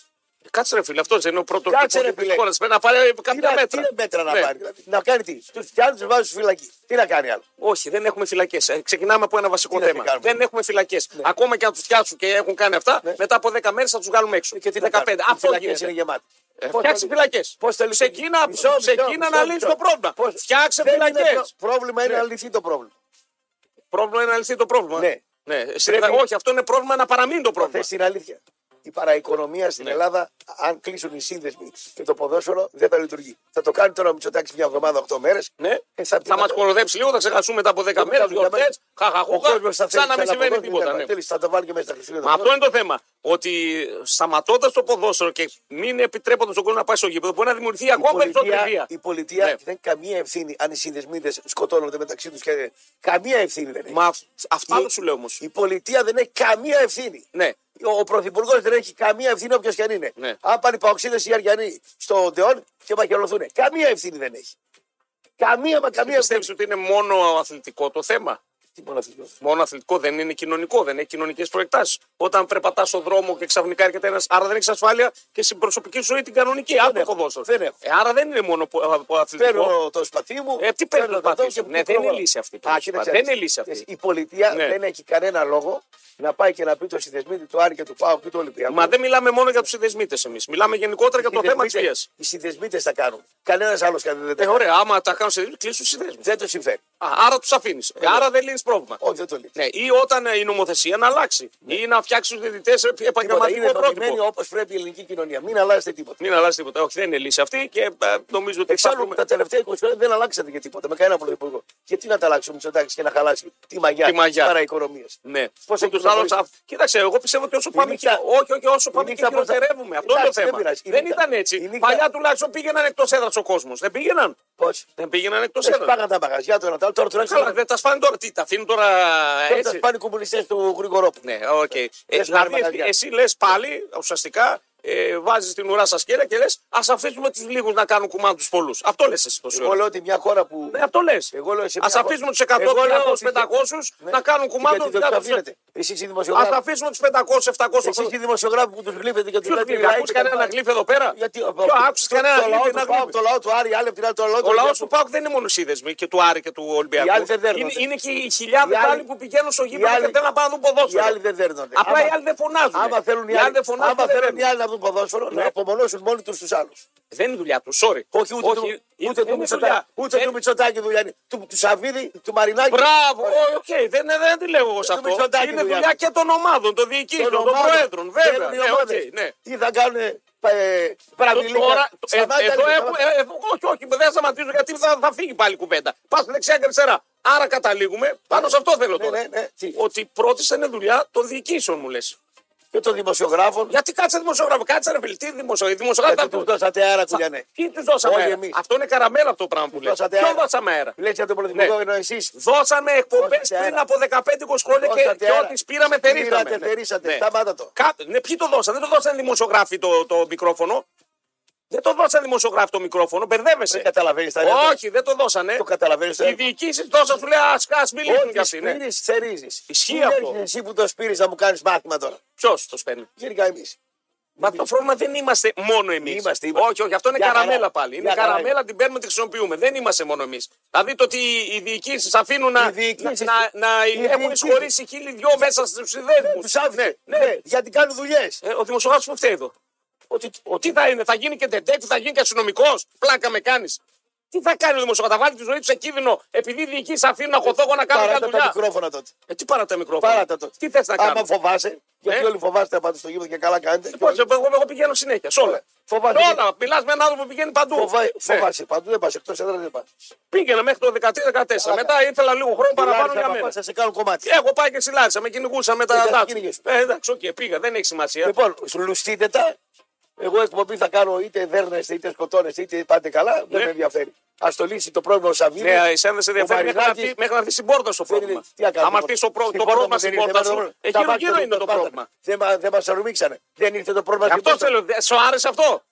S1: Κάτσε ρε φίλε, αυτός δεν είναι ο πρώτος
S2: Κάτσε, ρε, φίλε.
S1: χώρας. Πρέπει να πάρει
S2: Τι
S1: κάποια
S2: να,
S1: μέτρα.
S2: τι να μέτρα να
S1: Ναι.
S2: πάρει. δηλαδή. Να κάνει τι. Τους φτιάχνεις, τους βάζεις φυλακή. Τι να κάνει άλλο.
S1: Όχι, δεν έχουμε φυλακές. Ξεκινάμε από ένα βασικό
S2: Τι να
S1: θέμα.
S2: κάνουμε. Ναι.
S1: Δεν έχουμε φυλακές. Ακόμα και αν τους φτιάξουν και έχουν κάνει αυτά, μετά από 10 μέρες θα τους βγάλουμε έξω.
S2: Ε, Και τι να
S1: 15.
S2: κάνουμε. Οι
S1: Αυτό
S2: φυλακές
S1: γίνεται.
S2: είναι γεμάτε.
S1: Ε,
S2: Πώς
S1: Φτιάξε
S2: το-
S1: φυλακές.
S2: πώς το λύσουμε.
S1: Σε Κίνα,
S2: Μισό,
S1: σε
S2: μισό,
S1: Κίνα
S2: μισό,
S1: να λύσεις
S2: μισό.
S1: το πρόβλημα.
S2: Πώς-
S1: Φτιάξε
S2: Δεν είναι
S1: φυλακές.
S2: προ- Πρόβλημα είναι
S1: Ναι.
S2: να λυθεί το πρόβλημα.
S1: Πρόβλημα είναι να λυθεί το πρόβλημα.
S2: Ναι.
S1: Στην-
S2: Πρέπει-
S1: Όχι, αυτό είναι πρόβλημα να παραμείνει το
S2: Θε
S1: πρόβλημα. Ναι.
S2: την αλήθεια. Η παραοικονομία στην Ελλάδα, αν κλείσουν οι σύνδεσμοι και το ποδόσφαιρο, δεν θα λειτουργεί. Θα το κάνει τώρα ο Μητσοτάκης μια εβδομάδα, 8 μέρες.
S1: Ναι.
S2: Ε, θα-
S1: Θα μα κοροδέψει λίγο, θα ξεχαστούμε μετά από 10 μέρε,
S2: Ο
S1: γιορτέ, χαχαχούχα,
S2: κόσμος
S1: σαν
S2: θα
S1: να
S2: θέλει
S1: μην
S2: ξανά
S1: συμβαίνει
S2: ποδόσφαιρο,
S1: τίποτα.
S2: θα
S1: ναι.
S2: θέλει, Θα το βάλει και μέσα στα Χριστούγεννα.
S1: Μα αυτό είναι το θέμα. Ότι σταματώντας το ποδόσφαιρο και μην επιτρέποντας τον κόσμο να πάει στο γήπεδο, μπορεί να δημιουργηθεί ακόμα περισσότερη βία.
S2: η πολιτεία
S1: Ναι.
S2: δεν έχει καμία ευθύνη αν οι συνδεσμοί δεν σκοτώνονται μεταξύ τους. Και... Καμία ευθύνη δεν έχει.
S1: Μα αυ- αυτά
S2: Η-
S1: δεν σου λέω όμως.
S2: Η πολιτεία δεν έχει καμία ευθύνη.
S1: Ναι.
S2: Ο, ο Πρωθυπουργός δεν έχει καμία ευθύνη, όποιος και αν είναι.
S1: Ναι.
S2: Αν πάνε οι Παοξίδες ή οι Αριανοί στο Ντεόν και μαχαιρωθούν. Καμία ευθύνη δεν έχει. Καμία, μα καμία ευθύνη.
S1: Πιστεύει ότι είναι μόνο αθλητικό το θέμα.
S2: Τι μόνο αυτό.
S1: Μόνο αθλητικό δεν είναι κοινωνικό, δεν έχει κοινωνικές προεκτάσεις. Όταν περπατάς στον δρόμο και ξαφνικά έρχεται ένας, άρα δεν έχεις ασφάλεια και στην προσωπική σου ζωή την κανονική. άλλο το
S2: έχω,
S1: ποδόσφαιρο.
S2: δεν έχω.
S1: Ε, άρα δεν είναι μόνο πο- α, πο- αθλητικό.
S2: Παίρνω το σπαθί μου.
S1: Ε, τι παίρνω το σπαθί
S2: εδώ
S1: σου.
S2: και
S1: Ναι,
S2: πικροβολώ.
S1: δεν είναι λύση αυτή.
S2: Α, κοίταξε,
S1: Δεν είναι λύση αυτή.
S2: Η πολιτεία
S1: Ναι.
S2: δεν έχει κανένα λόγο να πάει και να πει το συνδεσμίτη του Άρη και του Πάου και του Ολυμπιακού.
S1: Μα δεν μιλάμε μόνο για τους συνδεσμίτε εμείς. Μιλάμε γενικότερα για το θέμα της βίας.
S2: Οι συνδεσμίτε τα κάνουν. Κανένας άλλος κάτι δεν τα
S1: Ε,
S2: κάνει.
S1: ωραία, άμα τα κάνουν συνδεσμίτε, κλείσουν συνδεσμίτε.
S2: Δεν το συμφέρει.
S1: Άρα τους αφήνεις. Άρα δεν λύνεις πρόβλημα.
S2: Όχι, δεν το λέει.
S1: Ναι, ή όταν ε, η νομοθεσία να αλλάξει. Ή να φτιάξει του διαιτητέ
S2: Ναι. Τίποτα. Είναι
S1: επαγγελματικό
S2: δομημένη
S1: πρότυπο.
S2: όπως πρέπει η ελληνική κοινωνία. Μην αλλάζετε τίποτα.
S1: Μην αλλάζει τίποτα. Όχι, δεν είναι λύση αυτή και ε, νομίζω ότι. θα
S2: Εξάλλου
S1: βρούμε
S2: τα τελευταία 20 χρόνια δεν αλλάξατε για τίποτα με κανένα πρωθυπουργό. Γιατί να τα αλλάξουμε Μητσοτάκης και να χαλάσει τη μαγιά
S1: Τη μαγιά.
S2: παραοικονομία.
S1: Ναι. Ούτως
S2: Πώς έχει προχωρήσει.
S1: άλλως, αυ- Κοίταξε, εγώ πιστεύω ότι όσο πάμε
S2: νύχτα-
S1: και. Όχι, όχι, όσο
S2: η
S1: πάμε και
S2: νύχτα πώς θα-
S1: χειροτερεύουμε. Αυτό είναι το
S2: Εντάξει, δεν
S1: θέμα.
S2: πειράζει. Η
S1: Δεν
S2: νύχτα-
S1: ήταν έτσι.
S2: η νύχτα-
S1: Παλιά τουλάχιστον πήγαιναν εκτός έδρας ο κόσμος. Δεν πήγαιναν.
S2: Πώς.
S1: Δεν πήγαιναν εκτός έδρας.
S2: Πάγαν τα μαγαζιά τώρα, τώρα, τώρα τουλάχιστον
S1: Ναι, Καλά, δεν τα σπάνε τώρα. Τι, τα αφήνουν τώρα
S2: Τώρα
S1: έτσι.
S2: θα πάνε οι κομμουνιστές του Γρηγορόπουλου.
S1: Ναι, οκ. Ε,
S2: Δεν σπάνε
S1: Δηλαδή, εσύ-
S2: μαγαζιά.
S1: εσύ λες πάλι ουσιαστικά. Ε, Βάζεις την ουρά σα σκέλα και λες: Ας αφήσουμε τους λίγους να κάνουν κουμάντου τους πολλούς. Αυτό λες εσύ τόση
S2: Εγώ
S1: ώρα.
S2: λέω ότι μια χώρα που.
S1: Ναι, αυτό λες.
S2: Εγώ λέω σε
S1: Α
S2: μια χώρα-
S1: αφήσουμε τους 100,
S2: Εγώ λέω
S1: 200,
S2: ότι-
S1: 500
S2: Ναι.
S1: να κάνουν κουμάντου.
S2: Γιατί δεν του αφήνετε. Εσείς οι
S1: Ας
S2: δημοσιογράφοι.
S1: αφήσουμε τους 500, 700
S2: Εσεί οι δημοσιογράφοι που τους γλύφετε και τους
S1: Ποιος
S2: λέτε.
S1: γλύφει, ακούς κανένα γλύφ εδώ πέρα.
S2: Γιατί
S1: Ποιο άκουσε κανένα γλύφ να γλύφει.
S2: Το λαό του Άρη, άλλοι από την άλλη το λαό του.
S1: Ο λαό του
S2: Ολυμπιακού.
S1: Πάουκ δεν είναι μόνο οι σύνδεσμοι και του Άρη και του Ολυμπιακού.
S2: Οι άλλοι δεν δέρνονται.
S1: είναι, είναι και οι χιλιάδες
S2: Οι άλλοι-
S1: άλλοι που πηγαίνουν στο γήπεδο
S2: οι
S1: και
S2: άλλοι-
S1: θέλουν να πάνε να δουν
S2: Οι
S1: ποδόσφαιρο.
S2: άλλοι δεν δέρνονται.
S1: Απλά
S2: Άμα-
S1: οι άλλοι δεν φωνάζουν.
S2: Άμα θέλουν οι άλλοι,
S1: δεν φωνάζουν. δεν
S2: άμα
S1: Ναι.
S2: θέλουν οι
S1: δέρνουν.
S2: άλλοι να δουν ποδόσφαιρο, να απομονώσουν μόνοι τους τους άλλους.
S1: Δεν είναι δουλειά τους, sorry.
S2: Όχι ούτε του-
S1: είναι-
S2: ούτε
S1: είναι
S2: του Μητσοτάκη,
S1: δουλειά.
S2: ούτε
S1: ε, Δεν-
S2: του Μητσοτάκη δουλειά είναι. Του του Σαββίδη, του Μαρινάκη.
S1: Μπράβο, Ε, οκ, δεν, δεν τη λέω εγώ σε
S2: του
S1: αυτό.
S2: Μητσοτάκη
S1: Είναι
S2: δουλειά.
S1: δουλειά και των ομάδων, των διοικήσεων, των,
S2: ομάδων.
S1: προέδρων. Βέβαια.
S2: Θέλουν οι
S1: Ναι, οκ,
S2: ομάδες.
S1: ναι.
S2: Ή θα κάνουν
S1: Το- Τώρα,
S2: παραβιλίκια.
S1: ε, εδώ έχουμε. ε, ε, όχι, όχι, δεν σταματήσω γιατί θα, θα φύγει πάλι η κουβέντα. Πας δεξιά και αριστερά. Άρα καταλήγουμε. Πάνω σε αυτό θέλω
S2: Ναι,
S1: τώρα.
S2: ναι, ναι. Τι.
S1: Ότι πρώτης είναι δουλειά των διοικήσεων, μου λες.
S2: και των δημοσιογράφων.
S1: Γιατί κάτσε δημοσιογράφο, κάτσε ρε φίλε, τι δημοσιογράφο.
S2: Γιατί του
S1: Δημοσιογράφο
S2: ε, δώσατε αέρα, κουλιανέ.
S1: Τι τους δώσαμε
S2: Όλοι
S1: αέρα.
S2: εμείς.
S1: Αυτό είναι καραμέλα αυτό το πράγμα που λέει.
S2: δώσατε
S1: Ποιον
S2: αέρα.
S1: δώσαμε αέρα.
S2: Λε για τον Πρωθυπουργό,
S1: Ναι.
S2: ενώ εσείς
S1: Δώσαμε εκπομπές
S2: Δώσατε
S1: πριν
S2: αέρα.
S1: από 15-20 χρόνια και,
S2: Δώσατε
S1: και
S2: αέρα.
S1: ό,τι πήραμε θερήσαμε.
S2: Πήρατε,
S1: Ναι.
S2: θερήσατε.
S1: Ναι.
S2: Σταμάτα το.
S1: Κά- ναι, ποιοι το δώσανε, δεν το δώσανε δημοσιογράφοι το, το μικρόφωνο. Δεν το δώσανε δημοσιογράφοι το μικρόφωνο,
S2: δεν
S1: μπερδεύεσαι.
S2: καταλαβαίνεις τα νέα.
S1: Όχι, δεν το δώσανε.
S2: Το καταλαβαίνεις τα
S1: Οι
S2: νέα.
S1: διοικήσει τόσα σου λέει Ας ας μιλήσουν κι
S2: Ό,τι
S1: αυτοί. Ναι.
S2: σπίρει, θερίζει.
S1: Ισχύει
S2: Μην
S1: αυτό.
S2: έρχεσαι Εσύ που το σπίρει να μου κάνεις μάθημα τώρα.
S1: Ποιος το σπαίνει.
S2: Γενικά εμείς.
S1: Μα το πρόβλημα δεν είμαστε μόνο εμείς.
S2: Είμαστε, είμαστε.
S1: Όχι, όχι, αυτό είναι
S2: Μια χαρά.
S1: καραμέλα πάλι. Είναι
S2: Μια χαρά
S1: καραμέλα, την παίρνουμε, τη χρησιμοποιούμε. Δεν είμαστε μόνο εμείς. Θα δείτε ότι οι διοικήσεις αφήνουν να,
S2: Οι διοικήσεις-
S1: να, να-
S2: οι
S1: έχουν
S2: διοικήσεις-
S1: εισχωρήσει χίλιοι δυο μέσα στους συνδέσμου.
S2: Του άφησε. Ναι, γιατί κάνουν δουλειές.
S1: Ε, ο δημοσιογράφος που φταίει εδώ.
S2: Ότι
S1: Ο, τι θα είναι, θα γίνει και τεντέκτη, θα γίνει και αστυνομικός. Πλάκα με κάνεις. Τι θα κάνει ο δημοσιογράφο, θα βάλει τη ζωή του σε κίνδυνο επειδή οι διοικήσει αφήνουν αχωθόγο να κάνουν μια
S2: παράτα τα
S1: δουλειά.
S2: μικρόφωνα τότε.
S1: Ε, τι παρά τα μικρόφωνα.
S2: Παράτα τότε.
S1: Τι θες να κάνει.
S2: Άμα φοβάσαι, γιατί
S1: Ναι.
S2: όλοι φοβάστε να πάτε στο γήπεδο και καλά κάνετε. και
S1: Λοιπόν,
S2: όλοι-
S1: εγώ, εγώ πηγαίνω συνέχεια σε όλα.
S2: Φοβάται.
S1: Σε όλα. Μιλάς με έναν άνθρωπο που πηγαίνει παντού.
S2: Φοβά-
S1: Ναι.
S2: Φοβάσαι παντού, δεν πας εκτός έδρας δεν πας.
S1: Πήγαινα μέχρι το 13-14. Μετά ήθελα λίγο χρόνο παραπάνω για μένα. Ε,
S2: Θα σε κάνω κομμάτι.
S1: Έχω πάει και συλλάρισα, με κυνηγούσα με
S2: Ε,
S1: τα
S2: θα
S1: ντάτσα.
S2: κυνηγείς.
S1: Ε, εντάξει, οκ, πήγα, δεν έχει σημασία.
S2: Λοιπόν, σου λουστείτε τα. Εγώ εκπομπή θα κάνω είτε δέρνεστε, είτε σκοτώνεστε, είτε πάτε καλά. Δεν
S1: Ναι.
S2: με ενδιαφέρει. Ας το λύσει το πρόβλημα ο Σαββίδη.
S1: Ναι, εσένα δεν σε ενδιαφέρει
S2: Ο
S1: μέχρι να
S2: Βαρινάκης-
S1: έρθει- μέχρι να έρθει στην πόρτα στο πρόβλημα.
S2: Τι να κάνουμε.
S1: Αν έρθει στο πρό-
S2: Στην
S1: το
S2: πόρτα
S1: πρόβλημα
S2: μας
S1: στην
S2: δεν ήρθε,
S1: πόρτα
S2: δεν
S1: σου,
S2: ήρθε.
S1: ε,
S2: Τα
S1: γύρω
S2: βάξα
S1: γύρω
S2: δεν
S1: είναι το
S2: βάζα.
S1: πρόβλημα.
S2: Δεν μα- Δεν μας αρμίξανε. Δεν ήρθε το πρόβλημα.
S1: Γι'
S2: στην
S1: αυτό
S2: πόρτα.
S1: θέλω, δε- σου άρεσε αυτό.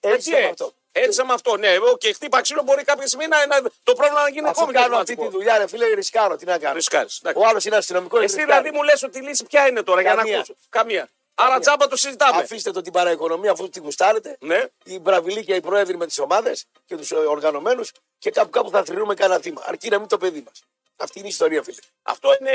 S2: Έτσι
S1: Ε,
S2: είναι αυτό.
S1: Έτσι με αυτό, ναι. εγώ Και χτύπα ξύλο μπορεί κάποια στιγμή να, να- το πρόβλημα να γίνει
S2: Αφού
S1: ακόμη
S2: κάνω αυτή τη
S1: πιο
S2: δουλειά, ρε φίλε, ρισκάρω. Τι να κάνω.
S1: Ρισκάρεις, εντάξει.
S2: Ο άλλος είναι αστυνομικός.
S1: Εσύ δηλαδή μου λες ότι η λύση ποια είναι τώρα για να
S2: Καμία.
S1: ακούσω. Καμία. Άρα τζάμπα το συζητάμε.
S2: Αφήστε το την παραοικονομία αφού την κουστάρετε.
S1: Ναι.
S2: Οι μπραβιλίκια, οι πρόεδροι με τις ομάδες και τους οργανωμένους και κάπου κάπου θα θρυνούμε κανένα θύμα. Αρκεί να μην το παιδί μας. Αυτή είναι η ιστορία, φίλε.
S1: Αυτό είναι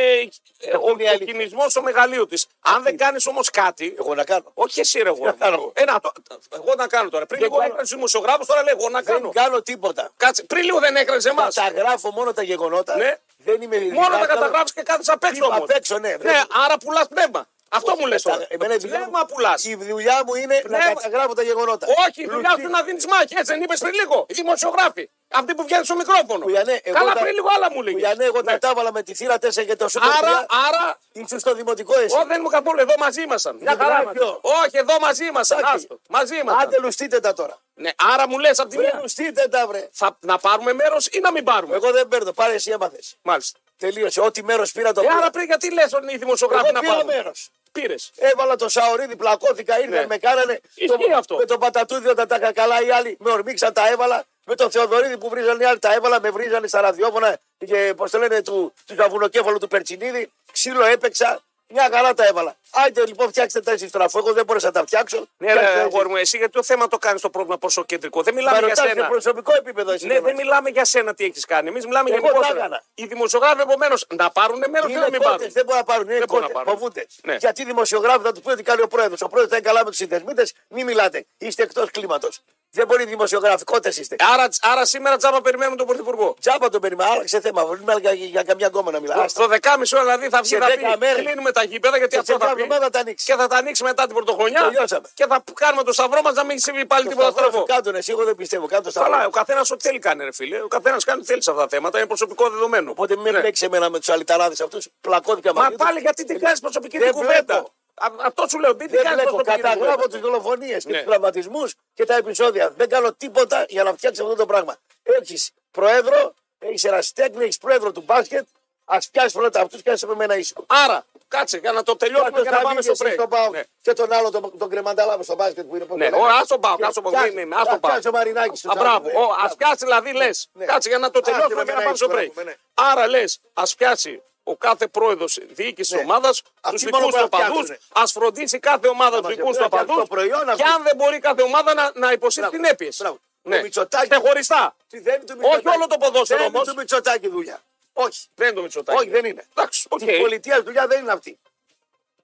S1: ε, ο
S2: είναι η αλήθεια.
S1: κινησμό στο μεγαλείο της. Αν δεν κάνεις όμως κάτι.
S2: Εγώ να κάνω.
S1: Όχι εσύ, ρε εγώ.
S2: Τι να κάνω εγώ.
S1: Ε, να το- εγώ να κάνω τώρα. Πριν
S2: Δεν
S1: λίγο
S2: κάνω.
S1: έκανε του δημοσιογράφου, τώρα λέω εγώ να
S2: Δεν
S1: κάνω.
S2: κάνω τίποτα.
S1: Κάτσε. Πριν λίγο δεν έκανε εμά.
S2: Καταγράφω μόνο τα γεγονότα.
S1: Ναι.
S2: Δεν είμαι
S1: Μόνο τα
S2: διδάσκαλος.
S1: καταγράφει και κάθεσαι απ' έξω.
S2: Είμαι
S1: όμως.
S2: απ' έξω, ναι.
S1: Ναι, άρα πουλάς πνεύμα. Αυτό
S2: Όχι,
S1: μου λες
S2: κατα-
S1: τώρα.
S2: Ε, εμένα η δουλειά μου-
S1: Πνεύμα πουλάς.
S2: Η δουλειά μου είναι
S1: Πνεύμα.
S2: να καταγράφω τα γεγονότα.
S1: Όχι, η δουλειά σου είναι να δίνεις μάχη. Έτσι δεν είπες πριν λίγο. Οι δημοσιογράφοι. Αυτοί που βγαίνουν στο μικρόφωνο.
S2: Κουλιανέ, ναι, εγώ
S1: Καλά,
S2: τα-
S1: πριν λίγο άλλα μου Ναι. λέγε.
S2: Κουλιανέ, εγώ τα τάβαλα με τη θύρα 4 και το σούπερ
S1: Άρα,
S2: τρία.
S1: άρα.
S2: Ήσουν στο δημοτικό εσύ.
S1: Ω, δεν μου καθόλου, εδώ μαζί ήμασταν. Μια
S2: Δεν
S1: χαρά
S2: γράφει,
S1: ήμασταν. Όχι, εδώ μαζί ήμασταν.
S2: Εντάξει.
S1: Άστο. Μαζί ήμασταν.
S2: Άντε λουστείτε τα τώρα.
S1: Ναι, άρα μου λες από τη
S2: Βρε
S1: μία.
S2: λουστείτε τα βρε.
S1: Θα, να πάρουμε μέρος ή να μην πάρουμε.
S2: Εγώ δεν παίρνω, πάρε εσύ έμαθε.
S1: Μάλιστα.
S2: Τελείωσε. Ό,τι μέρος πήρα το
S1: Ε,
S2: πήρα.
S1: άρα πριν γιατί λες ότι οι δημοσιογράφοι
S2: Εγώ
S1: να
S2: πήρα
S1: πάρουν.
S2: μέρος.
S1: Πήρες.
S2: Έβαλα το σαωρίδι, πλακώθηκα, ήρθαν,
S1: Ναι.
S2: με κάνανε.
S1: Ισχύει
S2: το,
S1: αυτό.
S2: Με το πατατούδι όταν τα είχα καλά οι άλλοι, με ορμήξαν, τα έβαλα. Με τον Θεοδωρίδη που βρίζανε οι άλλοι, τα έβαλα, με βρίζανε στα ραδιόφωνα και πώς το λένε, του, του ζαβουνοκέφαλου του Περτσινίδη. Ξύλο έπαιξα. Μια καλά τα έβαλα. Άιντε λοιπόν, φτιάξτε τα εσεί τώρα. Αφού εγώ δεν μπορούσα να τα φτιάξω.
S1: Ναι,
S2: φτιάξτε
S1: ρε,
S2: τα εσείς.
S1: αγόρι μου, εσύ γιατί το θέμα το κάνεις το πρόβλημα πόσο κεντρικό. Δεν
S2: Μα
S1: μιλάμε για
S2: ρωτάς σε
S1: σένα.
S2: προσωπικό επίπεδο εσύ.
S1: Ναι,
S2: τώρα.
S1: δεν μιλάμε για σένα τι έχεις κάνει. Εμείς μιλάμε
S2: Εγώ
S1: για
S2: τα έκανα.
S1: γενικότερα. Οι δημοσιογράφοι επομένως να πάρουν μέρο ή
S2: Είναι
S1: να μην
S2: κότες,
S1: πάρουν.
S2: δεν μπορούν να πάρουν. Είναι
S1: Δεν μπορούν να
S2: κότες,
S1: πάρουν.
S2: Φοβούνται.
S1: Ναι.
S2: Γιατί οι δημοσιογράφοι θα τους πούνε τι κάνει ο πρόεδρος. Ο πρόεδρος θα είναι καλά με τους συνδεσμίτες. Μην μιλάτε. Είστε εκτός κλίματος. Δεν μπορεί δημοσιογράφοι. Κότε είστε.
S1: Άρα, άρα σήμερα τζάμπα περιμένουμε τον Πρωθυπουργό.
S2: Τζάμπα τον περιμένει. Άλλαξε θέμα. Βρούμε για, για καμιά κόμμα να μιλά.
S1: Ε, Στο 10.30 ώρα δηλαδή θα βγει
S2: Σε
S1: να
S2: δέκα
S1: πει
S2: μέρες.
S1: κλείνουμε τα γήπεδα γιατί
S2: Και σε
S1: αυτό
S2: μια
S1: θα πει.
S2: εβδομάδα τα ανοίξει.
S1: Και θα τα ανοίξει μετά την πρωτοχρονιά
S2: Τελειώσαμε.
S1: και θα κάνουμε το σταυρό μας να μην συμβεί πάλι τίποτα στραβό.
S2: Κάτω εσύ, εγώ δεν πιστεύω. Κάτω στα
S1: Καλά,
S2: άλλα.
S1: ο καθένας ό,τι θέλει κάνει, ρε φίλε. Ο καθένας κάνει ό,τι θέλει σε αυτά τα θέματα. Είναι προσωπικό δεδομένο. Ναι.
S2: Οπότε μην μπλέξεις εμένα με τους αλυταράδες αυτούς. Πλακώθηκα μαζί
S1: Μα
S2: τους.
S1: πάλι γιατί την κάνεις προσωπική
S2: Δεν
S1: την κουβέντα.
S2: βλέπω.
S1: Α, αυτό σου λέω. Μην την
S2: Δεν
S1: κάνεις
S2: βλέπω.
S1: προσωπική την κουβέντα.
S2: Καταγράφω τις δολοφονίες και
S1: Ναι.
S2: τους τραυματισμούς και τα επεισόδια. Δεν κάνω τίποτα για να φτιάξεις αυτό το πράγμα. Έχεις προέδρο, έχεις ένας στέκνη, έχεις πρόεδρο του μπάσκετ. Ας πιάσεις πρώτα αυτού και α με ένα ήσυχο.
S1: Άρα, κάτσε για να το τελειώσουμε
S2: Κάποιος
S1: και να
S2: θα
S1: πάμε
S2: βγεις
S1: στο
S2: εσύ
S1: break.
S2: στον ΠΑΟΚ
S1: Ναι.
S2: Και τον άλλο τον, τον κρεμανταλάβο στο μπάσκετ που είναι
S1: Ναι, ο, ας τον πάω, ας τον πάω, ναι, ναι, ναι, ας τον πάω.
S2: Κάτσε ο Μαρινάκη.
S1: Α, μπράβο. Ο, ας πιάσει δηλαδή λε.
S2: ε. ναι.
S1: Κάτσε για να το
S2: Άσε,
S1: τελειώσουμε
S2: με
S1: και να
S2: ένα
S1: πάμε στο
S2: ήσυχο,
S1: break.
S2: μπράβο, ναι.
S1: Άρα λες, ας πιάσει ο κάθε πρόεδρος διοίκησης
S2: Ναι.
S1: ομάδας του
S2: Αυτοί
S1: δικού
S2: μόνο
S1: του
S2: που
S1: οπαδού.
S2: πιάσουνε.
S1: Ας φροντίσει κάθε ομάδα τους
S2: ναι. μας
S1: δικού του
S2: βγάλει
S1: οπαδού.
S2: αυτό το προϊόν,
S1: Και
S2: αυτό.
S1: αν δεν μπορεί κάθε ομάδα να, να υποσύρει
S2: Μπράβο.
S1: συνέπειες.
S2: Μπράβο.
S1: Ναι.
S2: Ο Μητσοτάκης-
S1: Ξεχωριστά.
S2: Τι δένει του
S1: Όχι όλο το ποδόσφαιρο
S2: Δένει
S1: όμως.
S2: του Μητσοτάκη δουλειά. Όχι.
S1: Δεν είναι το Μητσοτάκη.
S2: Όχι, δεν είναι.
S1: Εντάξει, οκ.
S2: Τη πολιτεία δουλειά δεν είναι αυτή.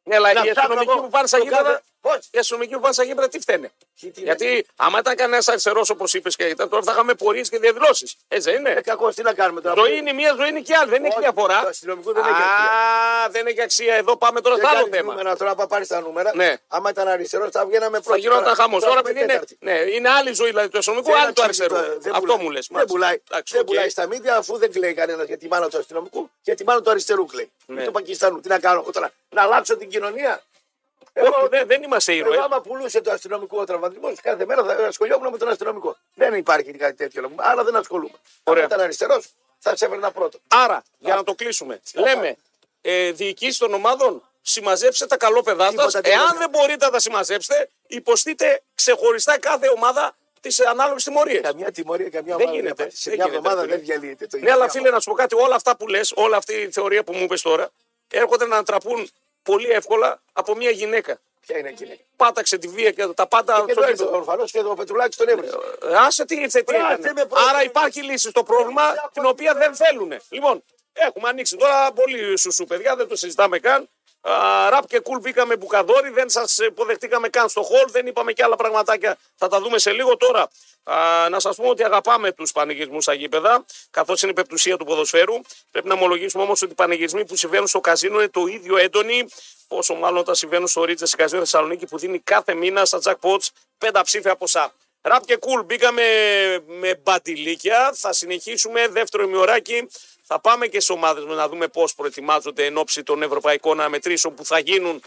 S1: Ναι, αλλά
S2: Να
S1: οι
S2: ψάχνω
S1: αστυνομικοί
S2: εγώ
S1: που πάνε στα
S2: το
S1: γήπεδα.
S2: κάθε- Πώς?
S1: Οι αστυνομικοί που πάνε στα γήπεδα τι φταίνε.
S2: Τι- τι
S1: Γιατί άμα ήταν κανένας αριστερό όπως είπες και ήταν τώρα θα είχαμε πορείες και διαδηλώσεις. Έτσι δεν
S2: Ε,
S1: είναι.
S2: κακός, τι να κάνουμε τώρα.
S1: Ζωή είναι η μία, ζωή είναι και η άλλη. Δεν έχει
S2: Όχι,
S1: διαφορά.
S2: το αστυνομικό δεν έχει
S1: Α, δεν έχει αξία. Εδώ πάμε τώρα σε άλλο
S2: κάνει
S1: θέμα.
S2: Νούμερα, τώρα, άμα πάρεις τα νούμερα,
S1: Ναι.
S2: άμα ήταν αριστερός, θα βγαίναμε πρώτα.
S1: Θα γινόταν χαμός. Τώρα επειδή είναι,
S2: τέταρτη.
S1: ναι, είναι άλλη ζωή δηλαδή, του αστυνομικού,
S2: Δεν
S1: άλλη του
S2: αξίζει
S1: αριστερού.
S2: το- δεν
S1: Αυτό
S2: πουλάει.
S1: μου λες.
S2: Δεν πουλάει. δεν πουλάει
S1: στα
S2: στα μίντια αφού δεν κλαίει κανένας για τη μάνα του αστυνομικού και τη μάνα του αριστερού κλαίει.
S1: Ναι.
S2: Ναι. Του Πακιστάνου. Τι να κάνω εγώ τώρα, να αλλάξω την κοινωνία.
S1: Εγώ δεν, δεν είμαστε
S2: Εγώ,
S1: ήρωε.
S2: άμα πουλούσε το αστυνομικό τραυματισμό, κάθε μέρα θα ασχολιόμουν με τον αστυνομικό. Δεν υπάρχει κάτι τέτοιο. λοιπόν. Άρα δεν ασχολούμαι.
S1: Ωραία.
S2: Αν ήταν αριστερός, θα σε έβρενα πρώτο.
S1: Άρα, για να το κλείσουμε, λέμε ε, διοικήσεις των ομάδων, συμμαζέψτε τα καλόπαιδά
S2: Τίποτα,
S1: σας.
S2: τίποτα.
S1: Εάν δεν μπορείτε να τα συμμαζέψετε, υποστείτε ξεχωριστά κάθε ομάδα τις ανάλογες τιμωρίες.
S2: Καμιά τιμωρία, καμιά ομάδα.
S1: γίνεται,
S2: απαντήσει. Σε
S1: δεν
S2: μια
S1: γίνεται,
S2: εβδομάδα
S1: ρε
S2: δεν
S1: φίλε.
S2: διαλύεται. το
S1: Ναι,
S2: ίδιο.
S1: αλλά φίλε, να σου πω κάτι, όλα αυτά που λες, όλη αυτή η θεωρία που μου είπες τώρα, έρχονται να ανατραπούν πολύ εύκολα από μια γυναίκα.
S2: Ποια είναι εκείνη.
S1: Πάταξε τη βία και τα πάντα.
S2: Ε, Και
S1: στον
S2: το
S1: ύπνο.
S2: έβριζε. Ορφανώ και ο Πετρουλάκη τον έβριζε.
S1: Ε, Άσε τι ήρθε, τι
S2: Άσε
S1: έκανε.
S2: με πρόεδρε.
S1: Άρα υπάρχει λύση στο πρόβλημα
S2: Ε,
S1: την οποία δεν θέλουν. Λοιπόν, έχουμε ανοίξει τώρα πολύ σουσού, παιδιά, δεν το συζητάμε καν. Α, ραπ και κουλ μπήκαμε μπουκαδόρι, δεν σας υποδεχτήκαμε καν στο χολ, δεν είπαμε και άλλα πραγματάκια. Θα τα δούμε σε λίγο τώρα. Α, να σας πούμε ότι αγαπάμε τους πανηγυρισμούς στα γήπεδα, καθώς είναι πεπτουσία του ποδοσφαίρου. Πρέπει να ομολογήσουμε όμως ότι οι πανηγυρισμοί που συμβαίνουν στο καζίνο είναι το ίδιο έντονοι, όσο μάλλον όταν συμβαίνουν στο Ρίτζες Καζίνο Θεσσαλονίκη που δίνει κάθε μήνα στα jackpots πέντα ψήφια ποσά. Ραπ και κουλ, μπήκαμε με μπατιλίκια. Θα συνεχίσουμε δεύτερο ημιωράκι. Θα πάμε και στι ομάδες μας να δούμε πώς προετοιμάζονται εν ώψη των ευρωπαϊκών αναμετρήσεων που θα γίνουν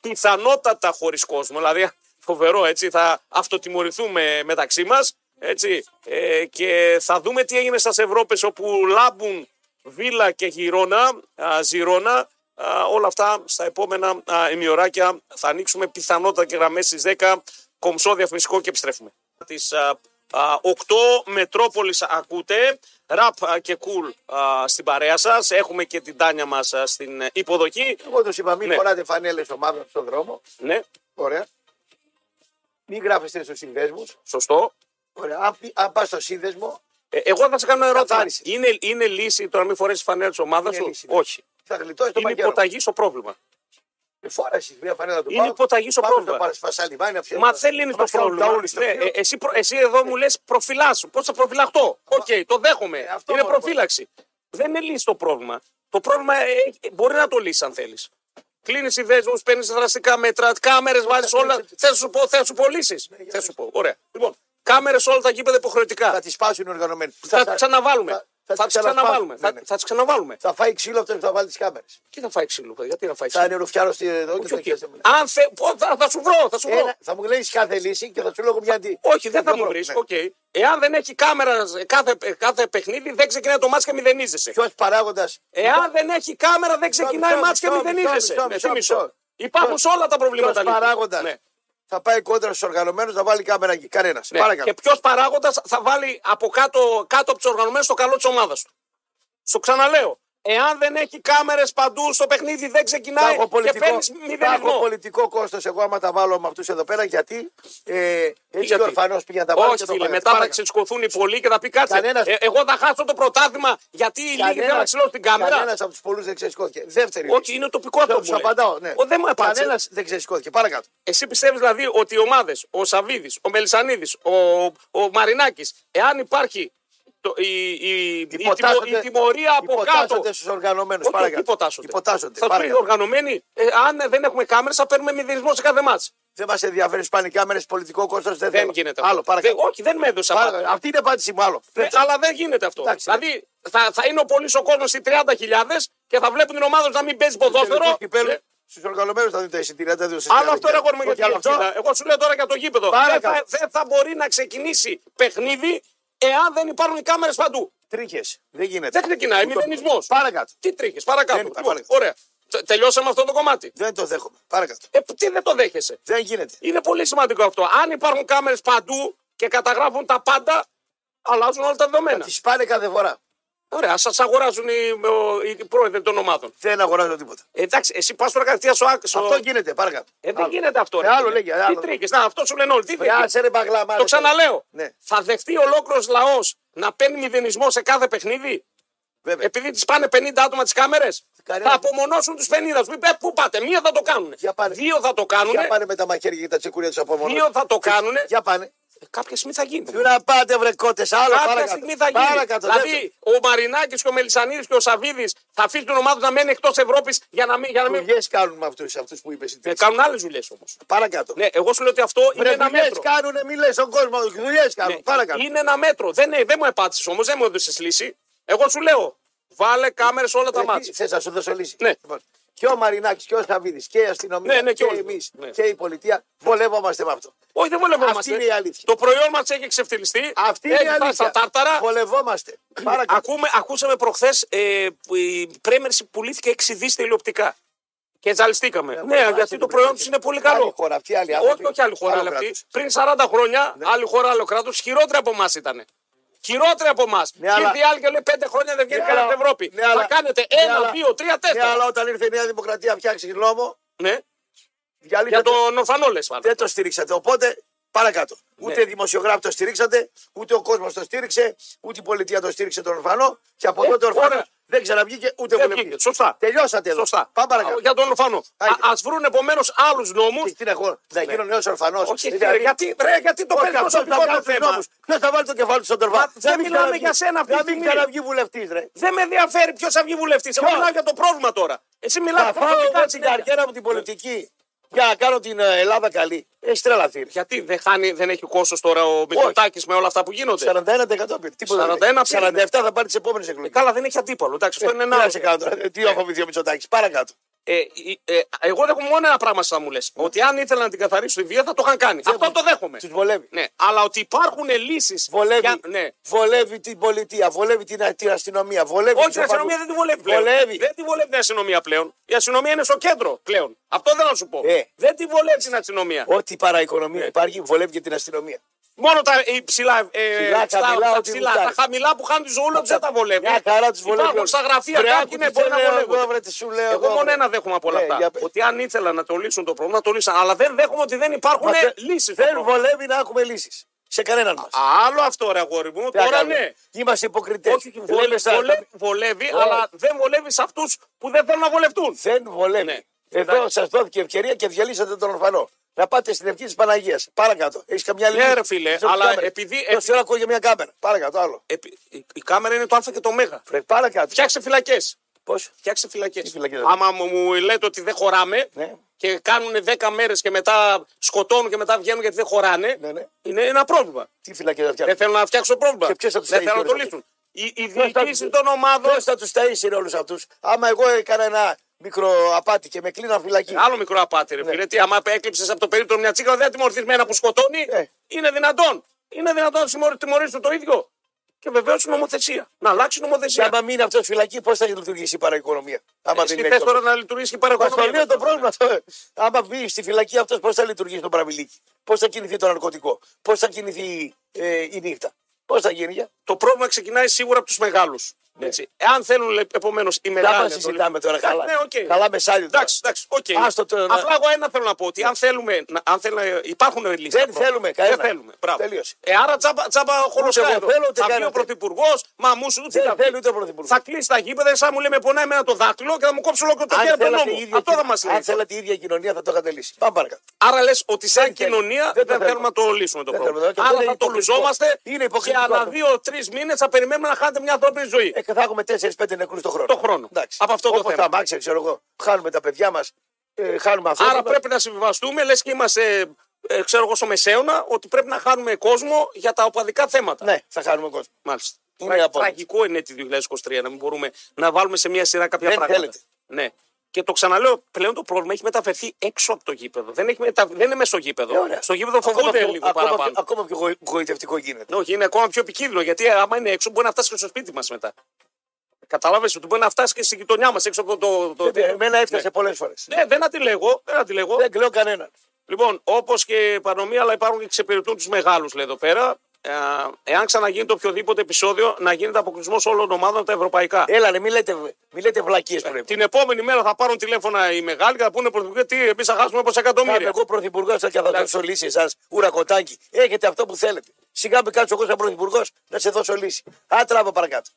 S1: πιθανότατα χωρίς κόσμο. Δηλαδή, φοβερό έτσι, θα αυτοτιμωρηθούμε μεταξύ μας. Έτσι, ε, και θα δούμε τι έγινε στις Ευρώπες όπου λάμπουν Βίλα και Γυρώνα, α, Ζηρώνα. Α, όλα αυτά στα επόμενα α, ημιωράκια θα ανοίξουμε πιθανότατα και γραμμές στις 10. Κομψό διαφημιστικό και επιστρέφουμε. Τις α, α, 8 Μετρόπολης ακούτε, ραπ α, και κουλ α, στην παρέα σας. Έχουμε και την Τάνια μας α, στην ε, υποδοχή.
S2: Εγώ τους είπα, μην
S1: Ναι.
S2: φοράτε φανέλες ομάδα στον δρόμο.
S1: Ναι,
S2: Ωραία. Μην γράφεστε στους συνδέσμους.
S1: σωστό.
S2: Ωραία. Αν, πη- αν πας στο σύνδεσμο,
S1: Ε, εγώ θα σε κάνω ένα ερώτημα.
S2: Καθάρισε.
S1: Είναι, είναι λύση το να μην φορέσεις φανέλα τη ομάδας
S2: Είναι
S1: σου.
S2: λύση, ναι.
S1: Όχι.
S2: θα γλιτώσεις το
S1: Είναι
S2: μαγιό. Ποτα...
S1: υποταγή στο πρόβλημα.
S2: Φόρασε μια φανέλα του
S1: Είναι υποταγή στο πρόβλημα.
S2: Πάμε στο Πασαλιβάνι να
S1: Μα δεν λύνεις το πρόβλημα. Ναι, ε,
S2: Ναι,
S1: εσύ, προ- εσύ εδώ μου λες προφυλάσσου. Πώς θα προφυλαχτώ. Οκ, το δέχομαι.
S2: Ε, αυτό
S1: είναι
S2: μόνο
S1: προφύλαξη. Δεν είναι λύση το πρόβλημα. Το πρόβλημα ε, ε, μπορεί να το λύσεις αν θέλεις. Κλείνεις δέσμου, παίρνεις δραστικά μέτρα, κάμερες
S2: Ε,
S1: βάζει όλα. Θες να σου πω, θες να σου πω λύσεις.
S2: Ναι,
S1: Θε σου πω. Ωραία. Λοιπόν, κάμερες όλα τα γήπεδα
S2: θα
S1: υποχρεωτικά.
S2: τη σπάσουν οι οργανωμένοι.
S1: Θα τι ξαναβάλουμε.
S2: θα- θα
S1: Θα τις
S2: τις ξανασπάσουν.
S1: ξαναβάλουμε.
S2: Ναι,
S1: Θα-
S2: ναι.
S1: Θα τις ξαναβάλουμε.
S2: Θα φάει ξύλο αυτό που θα βάλεις τι κάμερες.
S1: Τι θα φάει ξύλο, παιδιά, τι να φάει
S2: Θα
S1: ξύλο.
S2: είναι ρουφιάρος στη εδώ και
S1: Όχι,
S2: θα
S1: όχι.
S2: χαίρεσαι.
S1: Αν θε, πω, θα, θα σου βρω, θα σου βρω.
S2: Ένα- Θα μου λέει κάθε λύση και θα σου λέω μια αντί.
S1: Όχι, δεν θα
S2: Ναι.
S1: μου βρει. Οκ. Εάν δεν έχει κάμερας σε κάθε, κάθε παιχνίδι, δεν ξεκινάει το μάτς και μηδενίζεσαι.
S2: Ποιος παράγοντας.
S1: Εάν δεν έχει κάμερα, δεν ξεκινάει
S2: μισό,
S1: μάτς και
S2: μισό,
S1: μηδενίζεσαι.
S2: μισό,
S1: Ναι,
S2: μισό,
S1: τι μισό.
S2: μισό.
S1: Υπάρχουν σε όλα τα προβλήματα.
S2: Ποιο
S1: λύση.
S2: παράγοντας.
S1: Ναι.
S2: Θα πάει κόντρα στους οργανωμένους να βάλει κάμερα εκεί. Κανένας.
S1: Ναι. Και
S2: Παρακαλώ.
S1: ποιος παράγοντας θα βάλει από κάτω, κάτω από τους οργανωμένους το καλό της ομάδας του. Στο ξαναλέω. Εάν δεν έχει κάμερες παντού στο παιχνίδι, δεν
S2: Θα
S1: ξεκινάει
S2: έχω
S1: και
S2: πολιτικό,
S1: παίρνεις
S2: θα έχω
S1: μηδενισμό.
S2: πολιτικό κόστος εγώ άμα τα βάλω με αυτούς εδώ πέρα γιατί ε, έτσι και
S1: γιατί?
S2: ο Ορφανό πήγε να τα βάλει.
S1: Όχι,
S2: και το
S1: φίλε,
S2: φάγατε.
S1: μετά θα
S2: Παρακαλώ.
S1: ξεσκωθούν οι πολλοί και θα πει κάτσε.
S2: Κανένας-
S1: ε, εγώ θα χάσω το πρωτάθλημα γιατί οι λίγοι θέλουν να ξυλώσουν την κάμερα.
S2: Κανένας από τους πολλούς δεν ξεσηκώθηκε. Δεύτερη.
S1: Όχι, είναι τοπικό αυτό που
S2: Σου
S1: λέει.
S2: απαντάω. Ναι.
S1: Ο, δεν μου απάντησε.
S2: Κανένας δεν ξεσηκώθηκε. Παρακάτω.
S1: Εσύ πιστεύεις δηλαδή ότι οι ομάδες, ο Σαββίδης, ο Μελισανίδης, ο, ο Μαρινάκης, εάν υπάρχει το, η, η, η, τιμω- η τιμωρία από κάτω.
S2: Υποτάσσονται στους οργανωμένους.
S1: Όχι, όχι,
S2: Παρακάτω.
S1: υποτάσσονται.
S2: Υποτάσσονται.
S1: Θα του πει
S2: Παρακάτω.
S1: οργανωμένοι, ε, αν δεν έχουμε κάμερες, θα παίρνουμε μηδενισμό σε κάθε μάτς.
S2: Δεν μας ενδιαφέρει σπάνι κάμερες, πολιτικό κόστος. Δεν,
S1: Δεν
S2: θέλω.
S1: γίνεται αυτό.
S2: Άλλο, παρακάτω.
S1: Δεν- όχι, δεν με έδωσε
S2: Παρακάτω.
S1: απάντηση.
S2: Αυτή είναι η απάντησή μου. Άλλο.
S1: Ναι,
S2: Δεν
S1: αλλά δεν γίνεται αυτό.
S2: Εντάξει, ναι.
S1: δηλαδή θα, θα είναι ο πολύς ο κόσμος οι 30.000 και θα βλέπουν την ομάδα τους να μην παίζει ποδόσφαιρο. Ναι.
S2: Στους οργανωμένους θα δίνουν τα εισιτήρια. δεν δίνουν στις
S1: Άλλο
S2: κάμερες.
S1: αυτό έχουμε για
S2: Όχι,
S1: την
S2: άλλο αυτό.
S1: Ελλάδα. Εγώ σου λέω τώρα για το γήπεδο.
S2: Πάρα
S1: Δεν θα,
S2: καλά.
S1: δεν θα μπορεί να ξεκινήσει παιχνίδι εάν δεν υπάρχουν οι κάμερες παντού.
S2: Τρίχες. Δεν γίνεται.
S1: Δεν ξεκινάει, μηδενισμός.
S2: Παρακάτω.
S1: Τι τρίχες, παρακάτω.
S2: Δεν υπάρχει,
S1: Λοιπόν,
S2: παρακάτω.
S1: Ωραία. Τε- Τελειώσαμε αυτό το κομμάτι.
S2: Δεν το δέχομαι. Παρακάτω.
S1: Ε, τι δεν το δέχεσαι.
S2: Δεν γίνεται.
S1: Είναι πολύ σημαντικό αυτό. Αν υπάρχουν κάμερες παντού και καταγράφουν τα πάντα, αλλάζουν όλα τα δεδομένα.
S2: Τη σπάνε κάθε φορά.
S1: Ωραία, σας αγοράζουν οι, ο- οι πρόεδροι των ομάδων.
S2: Δεν αγοράζω τίποτα.
S1: Ε, Εντάξει, εσύ πας τώρα κατευθείαν στο άκρη.
S2: Αυτό γίνεται. Παρακάτω.
S1: Ε, δεν
S2: Άλλο.
S1: γίνεται αυτό. ρε
S2: Ε, άλλο
S1: φίλε.
S2: λέγε, άλλο.
S1: Τι τρίκε, να αυτό σου λένε όλοι. Τι
S2: Ε,
S1: τρίκες.
S2: Άσε ρε μπαγλάμα.
S1: Το ξαναλέω.
S2: Ναι.
S1: Θα δεχτεί ολόκληρος λαός να παίρνει μηδενισμό σε κάθε παιχνίδι.
S2: Βέβαια.
S1: Επειδή της πάνε 50 άτομα τις κάμερες.
S2: Κανένα.
S1: Θα απομονώσουν τους 50. Μην πέ- πού πάτε. Μία θα το κάνουν.
S2: Για πάνε.
S1: Δύο θα το κάνουν.
S2: Για πάνε με τα μαχαίρια και τα τσεκούρια του από μόνο.
S1: Δύο θα το κάνουν.
S2: Για πάνε.
S1: Κάποια στιγμή θα γίνει.
S2: Τι να πάτε βρε κότες, άλλο
S1: Κάποια
S2: παρακάτω.
S1: στιγμή θα γίνει.
S2: Παρακάτω, δεύτερο.
S1: δηλαδή, ο Μαρινάκης και ο Μελισανίδης και ο Σαββίδης θα αφήσουν την ομάδα τους να μένει εκτός Ευρώπης για να μην. Για να μην...
S2: Δουλειές κάνουν με αυτούς, αυτούς που είπες. οι
S1: Ε,
S2: τρεις.
S1: κάνουν άλλες δουλειές όμως.
S2: Παρακάτω.
S1: Ναι, εγώ σου λέω ότι αυτό είναι
S2: Βρε
S1: ένα
S2: δουλειές
S1: μέτρο.
S2: κάνουνε, μην λες στον κόσμο, δουλειές
S1: Ναι,
S2: κάνουν. Παρακάτω.
S1: Είναι ένα μέτρο. Δεν, ε, δεν μου επάτησες όμως, δεν μου έδωσες λύση. Εγώ σου λέω, βάλε κάμερες όλα τα
S2: Ε, τι,
S1: μάτια.
S2: Θες να σου δώσω λύση.
S1: Ναι.
S2: Λοιπόν, Και ο Μαρινάκης και ο Σαββίδη και η αστυνομία
S1: Ναι, ναι,
S2: και,
S1: και όλοι.
S2: εμείς
S1: Ναι.
S2: και η πολιτεία βολεύομαστε με αυτό.
S1: Όχι, δεν βολευόμαστε.
S2: Αυτή είναι η αλήθεια.
S1: Το προϊόν μας έχει εξευθυλιστεί.
S2: Αυτή είναι η
S1: Έχει
S2: αλήθεια.
S1: φτάσει Στα τάρταρα.
S2: Βολευόμαστε. Παρακαλώ.
S1: Ακούμε, ακούσαμε προχθές ε, που η Πρέμερση πουλήθηκε 6 δις τηλεοπτικά. Και
S2: Ε,
S1: τζαλιστήκαμε. Ναι, γιατί το προϊόν τους είναι πολύ
S2: Άλλη
S1: καλό.
S2: χώρα αυτή, άλλη άνθρωποι,
S1: Όχι, όχι άλλη χώρα.
S2: άλλο
S1: αλλά αυτή.
S2: κράτος. Ναι.
S1: Πριν 40 χρόνια, άλλη χώρα, άλλο κράτος, χειρότερη από εμάς ήταν. Χειρότερη από εμάς. Ναι,
S2: Ναι,
S1: και
S2: αλλά-
S1: ήρθε η άλλη και λέει: Πέντε χρόνια δεν βγαίνει
S2: Ναι,
S1: κανένα
S2: αλλά-
S1: από την Ευρώπη.
S2: ναι,
S1: θα
S2: αλλά-
S1: κάνετε
S2: ναι,
S1: ένα,
S2: αλλά-
S1: δύο, τρία,
S2: Ναι,
S1: τέσσερα.
S2: αλλά όταν ήρθε η Νέα Δημοκρατία φτιάξει νόμο,
S1: Ναι,
S2: διαλύεται
S1: για τον Ορφανόλε πάντα.
S2: Δεν το στηρίξατε. Οπότε παρακάτω.
S1: Ναι.
S2: Ούτε οι δημοσιογράφοι το στηρίξατε, ούτε ο κόσμος το στήριξε, ούτε η πολιτεία το στήριξε τον ορφανό. Και από τότε ο ορφανός
S1: Ε, ωραία.
S2: δεν ξαναβγήκε ούτε
S1: Δεν
S2: βουλευτή.
S1: βγήκε. Σωστά.
S2: Τελειώσατε εδώ.
S1: Σωστά.
S2: Πάμε παρακάτω.
S1: Για τον Ορφανό.
S2: Άιντε.
S1: Α ας βρουν επομένως άλλους νόμους.
S2: Και τι να έχω, να γίνω Δηλαδή, νέος ορφανός.
S1: Ναι. Όχι, ρε, γιατί, ρε, γιατί το παίρνει τόσο το θέμα.
S2: Ποιο θα βάλει το κεφάλι του στον
S1: Μα,
S2: ορφανό.
S1: δεν μιλάμε για σένα αυτή
S2: Να
S1: τη
S2: μην
S1: στιγμή.
S2: ξαναβγεί βουλευτής, ρε.
S1: Δεν με ενδιαφέρει ποιος θα βγει βουλευτής. Εγώ
S2: Ποιος?
S1: μιλάω για το πρόβλημα τώρα. Εσύ μιλάς
S2: Θα φάω εγώ την καριέρα μου την πολιτική για να κάνω την ε, Ελλάδα καλή. Έχει τρελαθεί. ρε.
S1: Γιατί δεν, χάνει, δεν έχει κόστος τώρα ο Μητσοτάκης με όλα αυτά που γίνονται.
S2: 41% πήρε. Τίποτα.
S1: 41 πήρε.
S2: 47 θα πάρει τις επόμενες εκλογές.
S1: Καλά, δεν έχει αντίπαλο. Εντάξει, αυτό είναι
S2: Τι
S1: ένα.
S2: να
S1: άλλο. Ναι.
S2: σε κάνω τώρα, Τι έχω πει δύο Μητσοτάκης, παρακάτω.
S1: Ε, ε, ε, εγώ δέχομαι μόνο ένα πράγμα που θα μου λες.
S2: Ναι.
S1: Ότι αν ήθελαν να την καθαρίσουν τη βία θα το είχαν κάνει. Αυτό το δέχομαι.
S2: Τους βολεύει.
S1: Ναι, αλλά ότι υπάρχουν λύσεις.
S2: Βολεύει,
S1: Ναι.
S2: βολεύει την πολιτεία, βολεύει την, την αστυνομία. Βολεύει
S1: Όχι,
S2: τους
S1: η αστυνομία δεν
S2: οπαδούς.
S1: τη βολεύει πλέον.
S2: Βολεύει.
S1: Δεν τη βολεύει την αστυνομία πλέον. Η αστυνομία είναι στο κέντρο πλέον. Αυτό δεν θα σου πω.
S2: Ε.
S1: Δεν τη βολεύει την αστυνομία.
S2: Ό,τι παραοικονομία υπάρχει, βολεύει και την αστυνομία.
S1: Μόνο τα ε, ψηλά, ε,
S2: Ψηλά,
S1: στα-
S2: χαμηλά,
S1: τα,
S2: ό,τι
S1: ψηλά,
S2: γουστάρεις.
S1: τα χαμηλά που χάνουν τη ζωούλα τους δεν τα βολεύει.
S2: Μια χαρά του βολεύει.
S1: Υπάρχουν
S2: όλους.
S1: στα γραφεία
S2: Βρε,
S1: κάποιοι
S2: άκου
S1: είναι
S2: τι
S1: μπορεί να
S2: θέλω
S1: βολεύουν.
S2: εγώ, βρε, τι σου λέω
S1: Εγώ μόνο
S2: βρε.
S1: ένα δέχομαι από όλα
S2: Ναι, για
S1: αυτά.
S2: πες.
S1: Ότι αν ήθελαν να το λύσουν το πρόβλημα, το λύσαν. Αλλά δεν δέχομαι ότι δεν υπάρχουν
S2: Μα δεν-
S1: λύσεις.
S2: Δεν βολεύει να έχουμε λύσεις. Σε κανέναν μας.
S1: Άλλο αυτό, ρε αγόρι μου. Τώρα ναι.
S2: Είμαστε υποκριτές.
S1: Όχι, βολεύει, βολεύει, βολεύει αλλά δεν βολεύει σε αυτούς που δεν θέλουν να βολευτούν.
S2: Δεν βολεύει.
S1: Ναι.
S2: Εδώ σας δόθηκε ευκαιρία και διαλύσατε τον ορφανό. Να πάτε στην ευχή της Παναγίας. Παρακάτω. Έχεις καμιά λύση.
S1: Ναι, ρε φίλε, αλλά επειδή-
S2: Τόση ώρα ακούω για μια κάμερα. Παρακάτω, άλλο.
S1: Επί- η, η κάμερα είναι το Α και το Μ.
S2: Ρε, παρακάτω.
S1: Φτιάξε φυλακές.
S2: Πώς.
S1: Φτιάξε φυλακές.
S2: Τι φυλακές θα
S1: Άμα μου, μου λέτε ότι δεν χωράμε
S2: Ναι.
S1: και κάνουν 10 μέρες και μετά σκοτώνουν και μετά βγαίνουν γιατί δεν χωράνε,
S2: Ναι, ναι.
S1: είναι ένα πρόβλημα.
S2: Τι φυλακές θα
S1: Δεν
S2: φτιάξουν.
S1: θέλω να φτιάξω πρόβλημα.
S2: Και ποιος θα τους
S1: δεν
S2: ταΐσει
S1: θέλω να το
S2: όλους
S1: λύσουν. Η, η
S2: θα τους
S1: διοίκηση
S2: ταΐσει?
S1: των ομάδων.
S2: Ποιος θα τους ταΐσει όλους αυτούς. Άμα εγώ έκανα ένα μικρό απάτη και με κλείναν φυλακή.
S1: Άλλο μικρό απάτη,
S2: Ναι.
S1: ρε φίλε. Τι, άμα έκλειψες από το περίπτωμα μια τσίκα, δεν τιμωρηθεί με ένα που σκοτώνει.
S2: Ε.
S1: Είναι δυνατόν. Είναι δυνατόν να συμμορ- τιμωρήσουν το ίδιο. Και βεβαίως η νομοθεσία. Να αλλάξει η
S2: Και
S1: νομοθεσία.
S2: άμα μείνει αυτός φυλακή, πώς θα λειτουργήσει η παραοικονομία. Άμα
S1: Ε, Εσύ
S2: δεν είναι
S1: θες
S2: έξω.
S1: τώρα να λειτουργήσει και η
S2: Μα στο
S1: παρακολουθία.
S2: λέω το πρόβλημα αυτό. Άμα μπει στη φυλακή αυτός, πώς θα λειτουργήσει το παραμιλίκι. Πώς θα κινηθεί το ναρκωτικό. Πώς θα κινηθεί ε, η νύχτα. Πώς θα γίνει. Για.
S1: Το πρόβλημα ξεκινάει σίγουρα από τους μεγάλους. έτσι. Εάν θέλουν επομένως οι
S2: Να
S1: μεγάλοι.
S2: μα Ναι. συζητάμε τώρα καλά.
S1: Ναι, οκ.
S2: Καλά μεσάλιο. τώρα.
S1: Εντάξει, εντάξει, οκ.
S2: Άστο το να-
S1: Απλά εγώ ένα θέλω να πω ότι αν θέλουμε. να- Αν θέλουμε υπάρχουν λύσει.
S2: Δεν θέλουμε κανένα.
S1: Δεν θέλουμε. Μπράβο.
S2: Τελείωσε.
S1: Ε, άρα τσάμπα, τσάμπα χωροσκά
S2: εγώ
S1: εδώ.
S2: θέλω, ούτε
S1: Θα βγει
S2: κανένα
S1: ο πρωθυπουργός, μα μου σου τι
S2: Δεν
S1: θα πει.
S2: θέλει ούτε ο πρωθυπουργός.
S1: Θα κλείσει τα γήπεδα, εσά μου λέει με πονάει με το δάχτυλο και θα μου κόψει ολόκληρο το
S2: Αν
S1: χέρι από τον
S2: θέλατε
S1: νόμο.
S2: η ίδια
S1: Αυτό θα
S2: κοινο-
S1: μας λέει.
S2: αν θέλατε η ίδια κοινωνία θα το είχατε λύσει. Πάμε παρακάτω.
S1: Άρα λες ότι σαν
S2: Δεν θέλει.
S1: κοινωνία
S2: Δεν
S1: δεν,
S2: το θέλουμε.
S1: θέλουμε να το λύσουμε το
S2: Δεν
S1: πρόβλημα.
S2: θέλουμε. Και αυτό
S1: Άρα
S2: είναι
S1: θα το
S2: υποκριτικό.
S1: λουζόμαστε
S2: Είναι
S1: και
S2: υποκριτικό
S1: ανά
S2: αυτό.
S1: δύο-τρει μήνες θα περιμένουμε να χάνετε μια ανθρώπινη ζωή.
S2: Ε, και θα έχουμε 4-5 νεκρούς το χρόνο.
S1: Το χρόνο.
S2: Εντάξει.
S1: Από αυτό το
S2: Όπως
S1: θέμα.
S2: τα μάξια, ξέρω εγώ. Χάνουμε τα παιδιά μας. Ε, χάνουμε αυτό.
S1: Άρα πρέπει να συμβιβαστούμε, λες και είμαστε, ε, ξέρω εγώ, στο μεσαίωνα, ότι πρέπει να χάνουμε κόσμο για τα οπαδικά θέματα.
S2: Ναι, θα χάνουμε κόσμο.
S1: Μάλιστα.
S2: Είναι
S1: Τρα-
S2: η απόδειξη.
S1: Τραγικό είναι έτσι το 2023 να μην μπορούμε να βάλουμε σε μια σειρά κάποια
S2: Δεν
S1: πράγματα.
S2: θέλετε.
S1: Ναι. Και το ξαναλέω, πλέον το πρόβλημα έχει μεταφερθεί έξω από το γήπεδο. Δεν, έχει μετα... δεν είναι μέσα στο
S2: Ε,
S1: γήπεδο.
S2: ωραία.
S1: στο γήπεδο
S2: Ακόμα
S1: φοβούνται
S2: πιο-
S1: λίγο
S2: ακόμα
S1: παραπάνω.
S2: πιο- Ακόμα πιο γοη- γοητευτικό γίνεται.
S1: Ναι, όχι, είναι ακόμα πιο επικίνδυνο γιατί άμα είναι έξω μπορεί να φτάσει και στο σπίτι μας μετά. Καταλάβει ότι μπορεί να φτάσει και στη γειτονιά μας έξω από το. το...
S2: Ε, Εμένα έφτασε πολλές φορές.
S1: Ναι, δεν αντιλέγω. Δεν αντιλέγω.
S2: Δεν κλαίω κανέναν.
S1: Λοιπόν, όπως και παρομοία, αλλά υπάρχουν και εξυπηρετούν τους μεγάλους, λέει εδώ πέρα. Ε, εάν ξαναγίνει το οποιοδήποτε επεισόδιο, να γίνεται αποκλεισμός όλων των ομάδων από τα ευρωπαϊκά.
S2: Έλα, ρε, μην λέτε, μην λέτε βλακίες πρέπει.
S1: Την επόμενη μέρα θα πάρουν τηλέφωνα οι μεγάλοι και θα πούνε πρωθυπουργέ τι εμείς θα χάσουμε όπως
S2: Θα είμαι
S1: εκατομμύρια.
S2: εγώ πρωθυπουργός και θα δώσω λύση εσάς, ουρακοτάκι. Έχετε αυτό που θέλετε. Σιγά με κάτσω εγώ σαν πρωθυπουργός να σε δώσω λύση. Α, τράβα παρακάτω.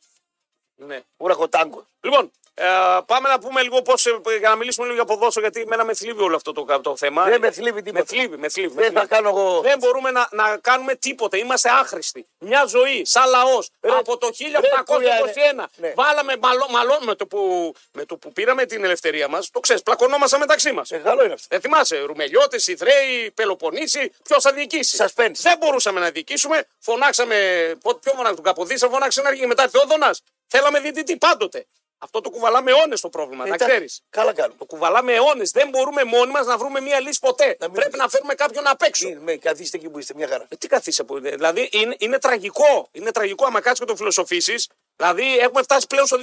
S1: Ναι.
S2: Ουρακοτάγκο.
S1: Λοιπόν, ε, πάμε να πούμε λίγο πώς. για να μιλήσουμε λίγο για ποδόσφαιρο, γιατί εμένα με θλίβει όλο αυτό το, το θέμα.
S2: Δεν με θλίβει
S1: με
S2: τίποτα.
S1: θλίβει, με θλίβει. με
S2: Δεν θα
S1: θλίβει.
S2: κάνω εγώ.
S1: Δεν μπορούμε να, να κάνουμε τίποτα. Είμαστε άχρηστοι. Μια ζωή, σαν λαός,
S2: Ρε,
S1: από το
S2: ρε, κουβιά,
S1: 1821.
S2: ναι. Ναι.
S1: Βάλαμε μαλό, μαλό, με, το που, με το που πήραμε την ελευθερία μας, το ξέρεις, πλακωνόμασταν μεταξύ μας.
S2: Ε, καλό είναι αυτό.
S1: Δεν θυμάσαι, Ρουμελιώτε, Ιδραίοι, Πελοποννήσι, ποιος θα διοικήσει.
S2: Σας παίρνει.
S1: Δεν μπορούσαμε να διοικήσουμε. Φωνάξαμε. πο- Ποιο φωνάξαμε, τον Καποδίσα, φωνάξε ένα αργή μετά τη Θεόδωνας. Θέλαμε διαιτητή πάντοτε. Αυτό το κουβαλάμε αιώνες το πρόβλημα, Ε, να
S2: Εντάξει,
S1: ξέρεις.
S2: Καλά κάνουμε.
S1: Το κουβαλάμε αιώνες. Δεν μπορούμε μόνοι μας να βρούμε μία λύση ποτέ.
S2: Να μην-
S1: Πρέπει να φέρουμε κάποιον απ' έξω.
S2: Τι- Με καθίστε εκεί που είστε, μια χαρά.
S1: Ε, Τι καθίσαι που είναι. Δηλαδή είναι, είναι τραγικό. Είναι τραγικό άμα κάτσεις και το φιλοσοφήσεις. Δηλαδή έχουμε φτάσει πλέον στο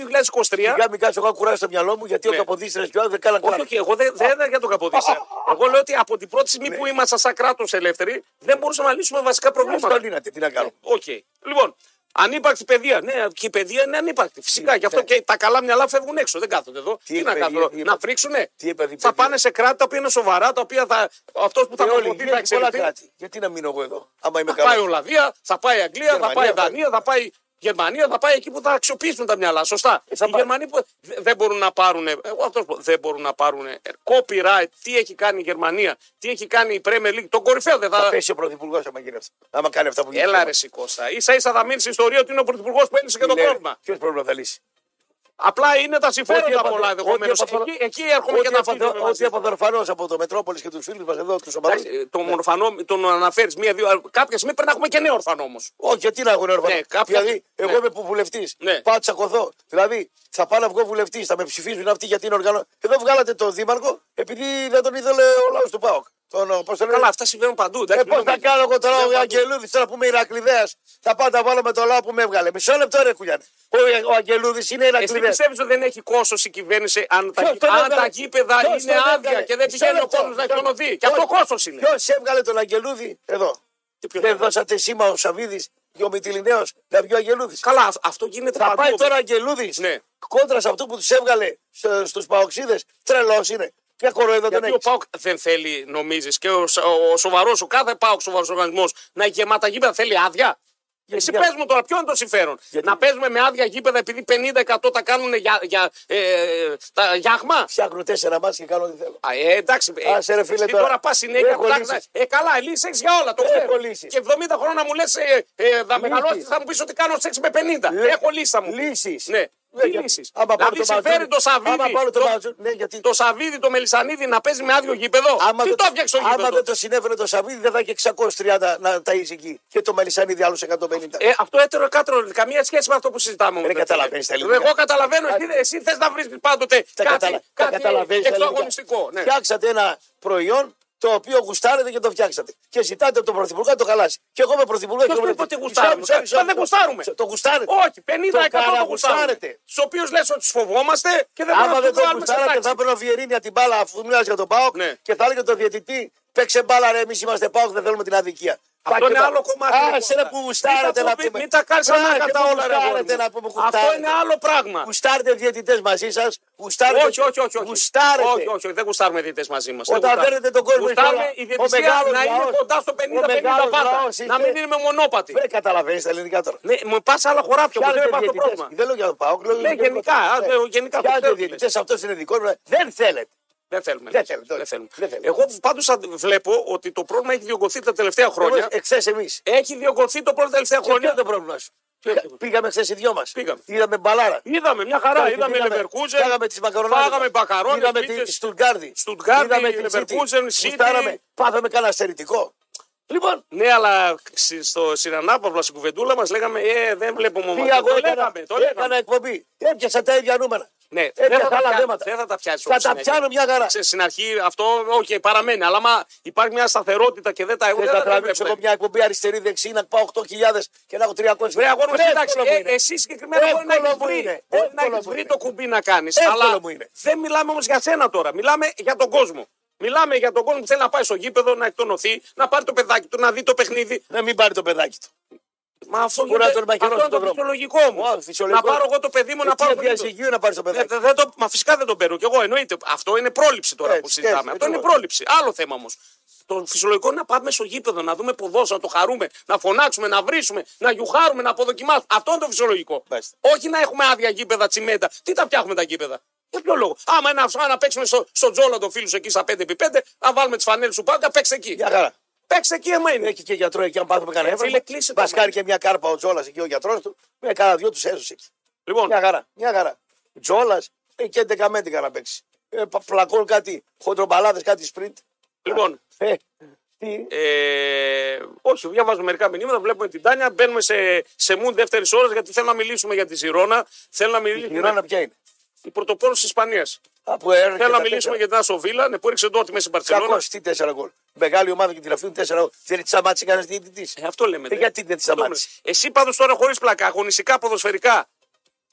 S1: 2023.
S2: Για μην κάτσω εγώ κουράζει το μυαλό μου γιατί ο
S1: Ναι.
S2: Καποδίστρας και ο άλλος δεν κάναν
S1: Όχι,
S2: καλά. Ε,
S1: όχι, εγώ δεν, δεν έλεγα για τον Καποδίστρια. Εγώ λέω ότι από την πρώτη στιγμή
S2: Ναι.
S1: που ήμασταν σαν κράτος ελεύθεροι, δεν μπορούσαμε να λύσουμε βασικά
S2: Αυτό
S1: προβλήματα.
S2: λύνατε, τι να κάνουμε.
S1: Οκ. Λοιπόν, ανύπαρκτη παιδεία. Ναι, και η παιδεία είναι ανύπαρκτη. Φυσικά. Γι' αυτό
S2: ναι.
S1: και τα καλά μυαλά φεύγουν έξω. Δεν κάθονται εδώ. Τι,
S2: είπε,
S1: να κάνουν,
S2: τι
S1: εδώ,
S2: είπε.
S1: να φρίξουνε.
S2: Τι είπε, τι είπε,
S1: θα
S2: τι
S1: πάνε σε κράτη τα οποία είναι σοβαρά, τα οποία θα. Αυτός που θα
S2: Και Ε, όλοι
S1: προπονεί θα
S2: γύρω πολλά
S1: εξελιχθεί.
S2: κράτη. Γιατί να μείνω εγώ εδώ, άμα είμαι
S1: Θα πάει
S2: καλός.
S1: Ολλανδία, θα πάει Αγγλία, θα
S2: Γερμανία,
S1: πάει
S2: θα πάει.
S1: Δανία, θα πάει Γερμανία, θα πάει εκεί που θα αξιοποιήσουν τα μυαλά. Σωστά.
S2: Ε, θα
S1: Οι
S2: πάει.
S1: Γερμανοί που δε- δεν μπορούν να ε, πάρουν. Εγώ αυτό δεν μπορούν να πάρουν copyright. Τι έχει κάνει η Γερμανία, τι έχει κάνει η Premier League. Τον κορυφαίο δεν
S2: Θα
S1: θα.
S2: πέσει ο πρωθυπουργός άμα γίνει αυτό. Άμα κάνει αυτά που γίνει.
S1: Έλα ρε Σικώστα. σα ίσα θα μείνεις στην ιστορία ότι είναι ο πρωθυπουργός που έλυσε και το πρόβλημα.
S2: Ποιος πρόβλημα θα λύσει.
S1: Απλά είναι τα συμφέροντα
S2: έπαθε-
S1: πολλά
S2: ό,τι
S1: ενδεχομένω.
S2: έπαθε-
S1: Εκεί, εκεί έρχομαι
S2: Ό,τι
S1: και τα
S2: αποδο-
S1: φαντάζομαι.
S2: Ό,τι ε, αποδορφανώ από το Μετρόπολη και τους φίλους μας εδώ, τους ομαδού.
S1: Τον ορφανό τον αναφέρεις μία-δύο. Κάποια στιγμή πρέπει να έχουμε και νέο ορφανό όμως.
S2: Όχι, γιατί να έχουν όρφανο.
S1: Ναι, κάποια-
S2: Δηλαδή,
S1: ναι.
S2: εγώ είμαι που βουλευτής.
S1: Ναι.
S2: Πάω τσακωθώ. Δηλαδή, θα πάω να βγω βουλευτής, θα με ψηφίζουν αυτοί γιατί είναι οργανώ. Εδώ βγάλατε τον Δήμαρχο επειδή δεν τον ήθελε ο λαός του ΠΑΟΚ. Τον, ο- πώς το λένε,
S1: Καλά, αυτά συμβαίνουν παντού.
S2: Ε,
S1: εντάξει,
S2: πώς
S1: μην
S2: θα
S1: νομίζεις.
S2: κάνω εγώ τώρα,
S1: Δεν
S2: ο Αγγελούδης, τώρα που είμαι Ηρακλειδέας, θα πάω να τα βάλω με το λαό που με έβγαλε. Μισό λεπτό, ρε κουλιάνε. Ο, ο Αγγελούδης είναι
S1: Εσύ
S2: Ηρακλειδέας.
S1: πιστεύεις ότι δεν έχει κόστος η κυβέρνηση αν τα,
S2: Ποιος τον
S1: αν
S2: έβγαλε?
S1: τα γήπεδα
S2: Ποιος
S1: είναι
S2: τον
S1: άδεια
S2: έβγαλε?
S1: και δεν
S2: Μισό
S1: πηγαίνει ο
S2: λεπτό,
S1: κόσμος να
S2: μισό λεπτό.
S1: χιονοδεί. Και αυτό
S2: Ποιος-
S1: κόστος είναι.
S2: Ποιος έβγαλε τον Αγγελούδη εδώ.
S1: Τι ποιος
S2: Δεν
S1: έβγαλε?
S2: δώσατε σήμα ο Σαββίδης και ο Μητυλινέος να βγει ο Αγγελούδης.
S1: Καλά, αυ- αυτό γίνεται
S2: Θα πάει
S1: παντού.
S2: τώρα Αγγελούδης
S1: Ναι.
S2: κόντρα σε αυτό που τους έβγαλε στους παοξίδες. Τρελός είναι. Ποια κοροϊδα τον
S1: Γιατί ο
S2: έχεις.
S1: Πάοκ δεν θέλει, νομίζεις, και ο, σ- ο σοβαρός, ο κάθε Πάοκ σοβαρός οργανισμός να έχει γεμάτα γήπεδα θέλει άδεια. Εσύ
S2: για-
S1: πες μου τώρα, ποιο είναι το συμφέρον.
S2: Γιατί-
S1: Να παίζουμε με άδεια γήπεδα επειδή 50% τα κάνουν για, για, ε, τα γιάγμα.
S2: Φτιάχνω τέσσερα μάτς και κάνω ό,τι θέλω.
S1: Α, ε, εντάξει. ε,
S2: Άσε ρε, φίλε,
S1: εσύ
S2: τώρα.
S1: τώρα πας συνέχεια
S2: Έχω
S1: ψάχνεις.
S2: λύσεις.
S1: Ε, καλά, λύσεις έχεις για όλα. Το
S2: Έχω
S1: ξέρω.
S2: λύσεις.
S1: Και 70 χρόνια μου λες, ε, ε, θα μεγαλώσει,
S2: Λύσεις.
S1: θα μου πεις ότι κάνω σεξ με 50.
S2: Λε-
S1: Έχω λύσει, θα μου πεις.
S2: Λύσεις.
S1: Ναι.
S2: Ναι,
S1: Τι
S2: για-
S1: λύσεις.
S2: άμα πάρω
S1: Δηλαδή
S2: το
S1: συμφέρει
S2: Μαντζούρι-
S1: το
S2: Άμα
S1: Σαββίδι.
S2: πάρω το
S1: το-
S2: Μαντζούρι- ναι, γιατί-
S1: Το Σαββίδι, το Μελισανίδη να παίζει με άδειο γήπεδο.
S2: Άμα
S1: Τι
S2: δεν-
S1: το έφτιαξε το
S2: Άμα
S1: γήπεδος.
S2: δεν το συνέβαινε το Σαββίδι, δεν θα είχε 630 να ταΐζει εκεί. Και το Μελισανίδη άλλου 150.
S1: Ε, αυτό έτερο κάτρο, καμία σχέση με αυτό που συζητάμε. όμως,
S2: Δεν
S1: ρε,
S2: καταλαβαίνεις τα
S1: φίλε.
S2: ελληνικά.
S1: Εγώ καταλαβαίνω, εσύ, εσύ θες να βρεις πάντοτε
S2: Τα
S1: κάτι,
S2: καταλα- τα
S1: κάτι
S2: τα ελληνικά.
S1: εξωαγωνιστικό. Ναι.
S2: Φτιάξατε ένα προϊόν το οποίο γουστάρετε και το φτιάξατε. Και ζητάτε από τον Πρωθυπουργό να το χαλάσει. Και εγώ είμαι Πρωθυπουργό
S1: Ποιος
S2: και
S1: του είπε ότι γουστάρουμε? Μα δεν γουστάρουμε.
S2: Το γουστάρετε.
S1: Όχι, 50% το γουστάρουν.
S2: καραγουστάρετε.
S1: Του οποίους λες ότι τους φοβόμαστε και δεν
S2: Άμα
S1: μπορούμε να
S2: δεν
S1: του
S2: το
S1: βγάλουμε σε
S2: γουστάρατε, θα
S1: τάξη.
S2: έπαιρνε ο Βιερίνια την μπάλα αφού μιλάς για τον Πάοκ
S1: Ναι.
S2: και θα έλεγε το διαιτητή Παίξε μπάλα, ρε. Εμείς είμαστε Πάοκ, δεν θέλουμε την αδικία.
S1: Αυτό είναι άλλο κομμάτι. ρε,
S2: Άσε ρε
S1: Κώστα.
S2: που γουστάρετε
S1: Μην τα
S2: να
S1: πω-
S2: πούμε.
S1: Μην τα κάνεις ανάγκη
S2: Άσε
S1: τα
S2: που
S1: όλα, ρε, αγόρι
S2: γουστάρετε
S1: μου.
S2: να πούμε,
S1: Αυτό
S2: γουστάρετε.
S1: είναι άλλο πράγμα.
S2: Γουστάρετε διαιτητές μαζί σας. Γουστάρετε.
S1: Όχι, όχι, όχι. όχι.
S2: Γουστάρετε.
S1: Όχι, όχι, όχι, δεν γουστάρουμε διαιτητές μαζί μας.
S2: Όταν δέρνετε τον κόσμο
S1: Γουστάρουμε
S2: εις όλα,
S1: η
S2: ο
S1: διαιτησία
S2: μεγάλος
S1: να είναι
S2: λαός,
S1: κοντά στο
S2: ο
S1: 50-50
S2: μεγάλος
S1: πάντα.
S2: λαός
S1: Να
S2: είστε.
S1: μην είναι μονόπατη.
S2: Δεν καταλαβαίνεις τα ελληνικά τώρα.
S1: Ναι, μου πας άλλα χωράφια που δεν
S2: Φτιάχνετε
S1: υπάρχει το
S2: διαιτητές.
S1: πρόβλημα.
S2: Δεν λέω για τον Πάοκ, λέω
S1: Ναι, γενικά, α, λέω γενικά, το ξέρω τι λες.
S2: διαιτητές, αυτός είναι δικό μου. Δεν θέλετε.
S1: Δεν θέλουμε.
S2: Δεν
S1: λες.
S2: θέλουμε, όχι. Δεν θέλουμε.
S1: Εγώ πάντως βλέπω ότι το πρόβλημα έχει διωγγωθεί τα τελευταία χρόνια.
S2: Εχθές εμείς.
S1: Έχει διωγγωθεί το πρόβλημα τα τελευταία
S2: ε, Ποιο είναι
S1: χρόνια.
S2: το πρόβλημα σου.
S1: Ποιο είναι το
S2: Πήγαμε χθες οι δυο μας.
S1: Πήγαμε.
S2: Είδαμε μπαλάρα.
S1: Είδαμε μια χαρά.
S2: Πήγαμε-
S1: Είδαμε
S2: πήγαμε-
S1: Λεβερκούζεν.
S2: Φάγαμε τις μακαρονάδες.
S1: Φάγαμε μπακαρόνες,
S2: Είδαμε
S1: πίτσες.
S2: τη Στουτγκάρδη.
S1: Στουτγκάρδη,
S2: Είδαμε τη
S1: Λεβερκούζεν, City.
S2: Σουτάραμε. Πάθαμε κανένα αστερητικό. Λοιπόν,
S1: Ναι, αλλά σι- στο, στην ανάπαυλα στην κουβεντούλα μας λέγαμε Ε, δεν βλέπουμε ομαδικό».
S2: πήγα εγώ
S1: Το
S2: έκανα,
S1: λέγαμε, το λέγαμε.
S2: έκανα εκπομπή. Έπιασα τα ίδια νούμερα.
S1: Ναι, δεν θα,
S2: Έπιασα
S1: τα
S2: άλλα
S1: πιάνω,
S2: θέματα.
S1: δεν θα τα πιάσει
S2: Θα τα πιάνω μια χαρά.
S1: Στην αρχή αυτό okay, παραμένει. Αλλά άμα υπάρχει μια σταθερότητα και δεν τα έχουν.
S2: Θες
S1: Δεν
S2: να
S1: τα
S2: τραβήξω εγώ
S1: τραβήξω.
S2: μια εκπομπή αριστερή-δεξί να πάω 8.000 και να έχω 300.
S1: Βρε αγόρι,
S2: Εύκολο
S1: εντάξει,
S2: μου
S1: ε,
S2: είναι.
S1: εσύ συγκεκριμένα μπορεί να
S2: Εύκολο
S1: έχεις
S2: μου
S1: βρει,
S2: είναι.
S1: μπορεί να
S2: Εύκολο
S1: έχεις
S2: μου
S1: βρει
S2: είναι.
S1: το κουμπί να κάνεις.
S2: Εύκολο
S1: Αλλά
S2: μου είναι.
S1: δεν μιλάμε όμως για σένα τώρα. Μιλάμε για τον κόσμο. Μιλάμε για τον κόσμο που θέλει να πάει στο γήπεδο, να εκτονωθεί, να πάρει το παιδάκι του, να δει το παιχνίδι.
S2: Να μην πάρει το παιδάκι του.
S1: Μα αυτό,
S2: Μπορεί να
S1: γίνεται-
S2: τον μαχαιρώσει
S1: αυτό
S2: στον
S1: είναι το
S2: δρόμο.
S1: φυσιολογικό μου.
S2: Ω,
S1: να
S2: φυσιολογικό.
S1: πάρω εγώ το παιδί μου, να πάρω το
S2: Εκεί
S1: παιδί μου.
S2: διαζυγίου να πάρεις το
S1: Ναι,
S2: παιδάκι.
S1: δεν- δεν το- μα φυσικά δεν τον παίρνω κι εγώ, εννοείται. Αυτό είναι πρόληψη τώρα
S2: Έτσι,
S1: που συζητάμε.
S2: έτσι,
S1: αυτό είναι
S2: ακριβώς.
S1: πρόληψη. Άλλο θέμα όμως. Το φυσιολογικό είναι να πάμε στο γήπεδο, να δούμε ποδόσφαιρο, να το χαρούμε, να φωνάξουμε, να βρίσουμε, να γιουχάρουμε, να αποδοκιμάσουμε. Αυτό είναι το φυσιολογικό.
S2: Μάλιστα.
S1: Όχι να έχουμε άδεια γήπεδα, τσιμέντα. Τι τα φτιάχνουμε τα γήπεδα. Για ποιο λόγο. Άμα ένα, άμα να παίξουμε στο, στο τζόλα το φίλου εκεί στα 5x5, να βάλουμε τις φανέλες σου πάντα, παίξε εκεί.
S2: Μια χαρά.
S1: Παίξε εκεί, άμα είναι.
S2: Έχει και γιατρό εκεί, αν πάθουμε κανένα
S1: Ε, φίλε,
S2: έβραγμα.
S1: κλείσε το
S2: Μας
S1: μάτι.
S2: κάνει και μια κάρπα ο Τζόλας εκεί ο γιατρός του. Με κάνα δυο τους έσωσε. εκεί.
S1: Λοιπόν,
S2: Μια χαρά. Μια χαρά. Τζόλας και 11 να παίξει. Ε, πα- Πλακών κάτι, χοντρομπαλάδε, κάτι σπριντ.
S1: λοιπόν
S2: Ε, τι.
S1: Ε, όχι, διαβάζουμε μερικά μηνύματα, βλέπουμε την Τάνια, μπαίνουμε σε, σε μουν δεύτερης ώρας γιατί θέλω να μιλήσουμε για τη Ζηρώνα. Θέλω να μιλήσουμε.
S2: Η Ρώνα ποια είναι.
S1: η πρωτοπόρο της Ισπανίας.
S2: Από έρχεται.
S1: Θέλω να μιλήσουμε για την Άσο Βίλα ναι, που έριξε το με στην
S2: Κακό,
S1: Παρσελόνα.
S2: τι τέσσερα γκολ. Μεγάλη ομάδα και την αφήνουν τέσσερα γκολ. Θέλει τη σταμάτησε κανένας διαιτητής.
S1: Ε, αυτό λέμε.
S2: Ε,
S1: ναι.
S2: γιατί δεν τη
S1: Αυτό
S2: σταμάτησε.
S1: λέμε. Εσύ πάντως τώρα χωρίς πλακά, αγωνιστικά, ποδοσφαιρικά.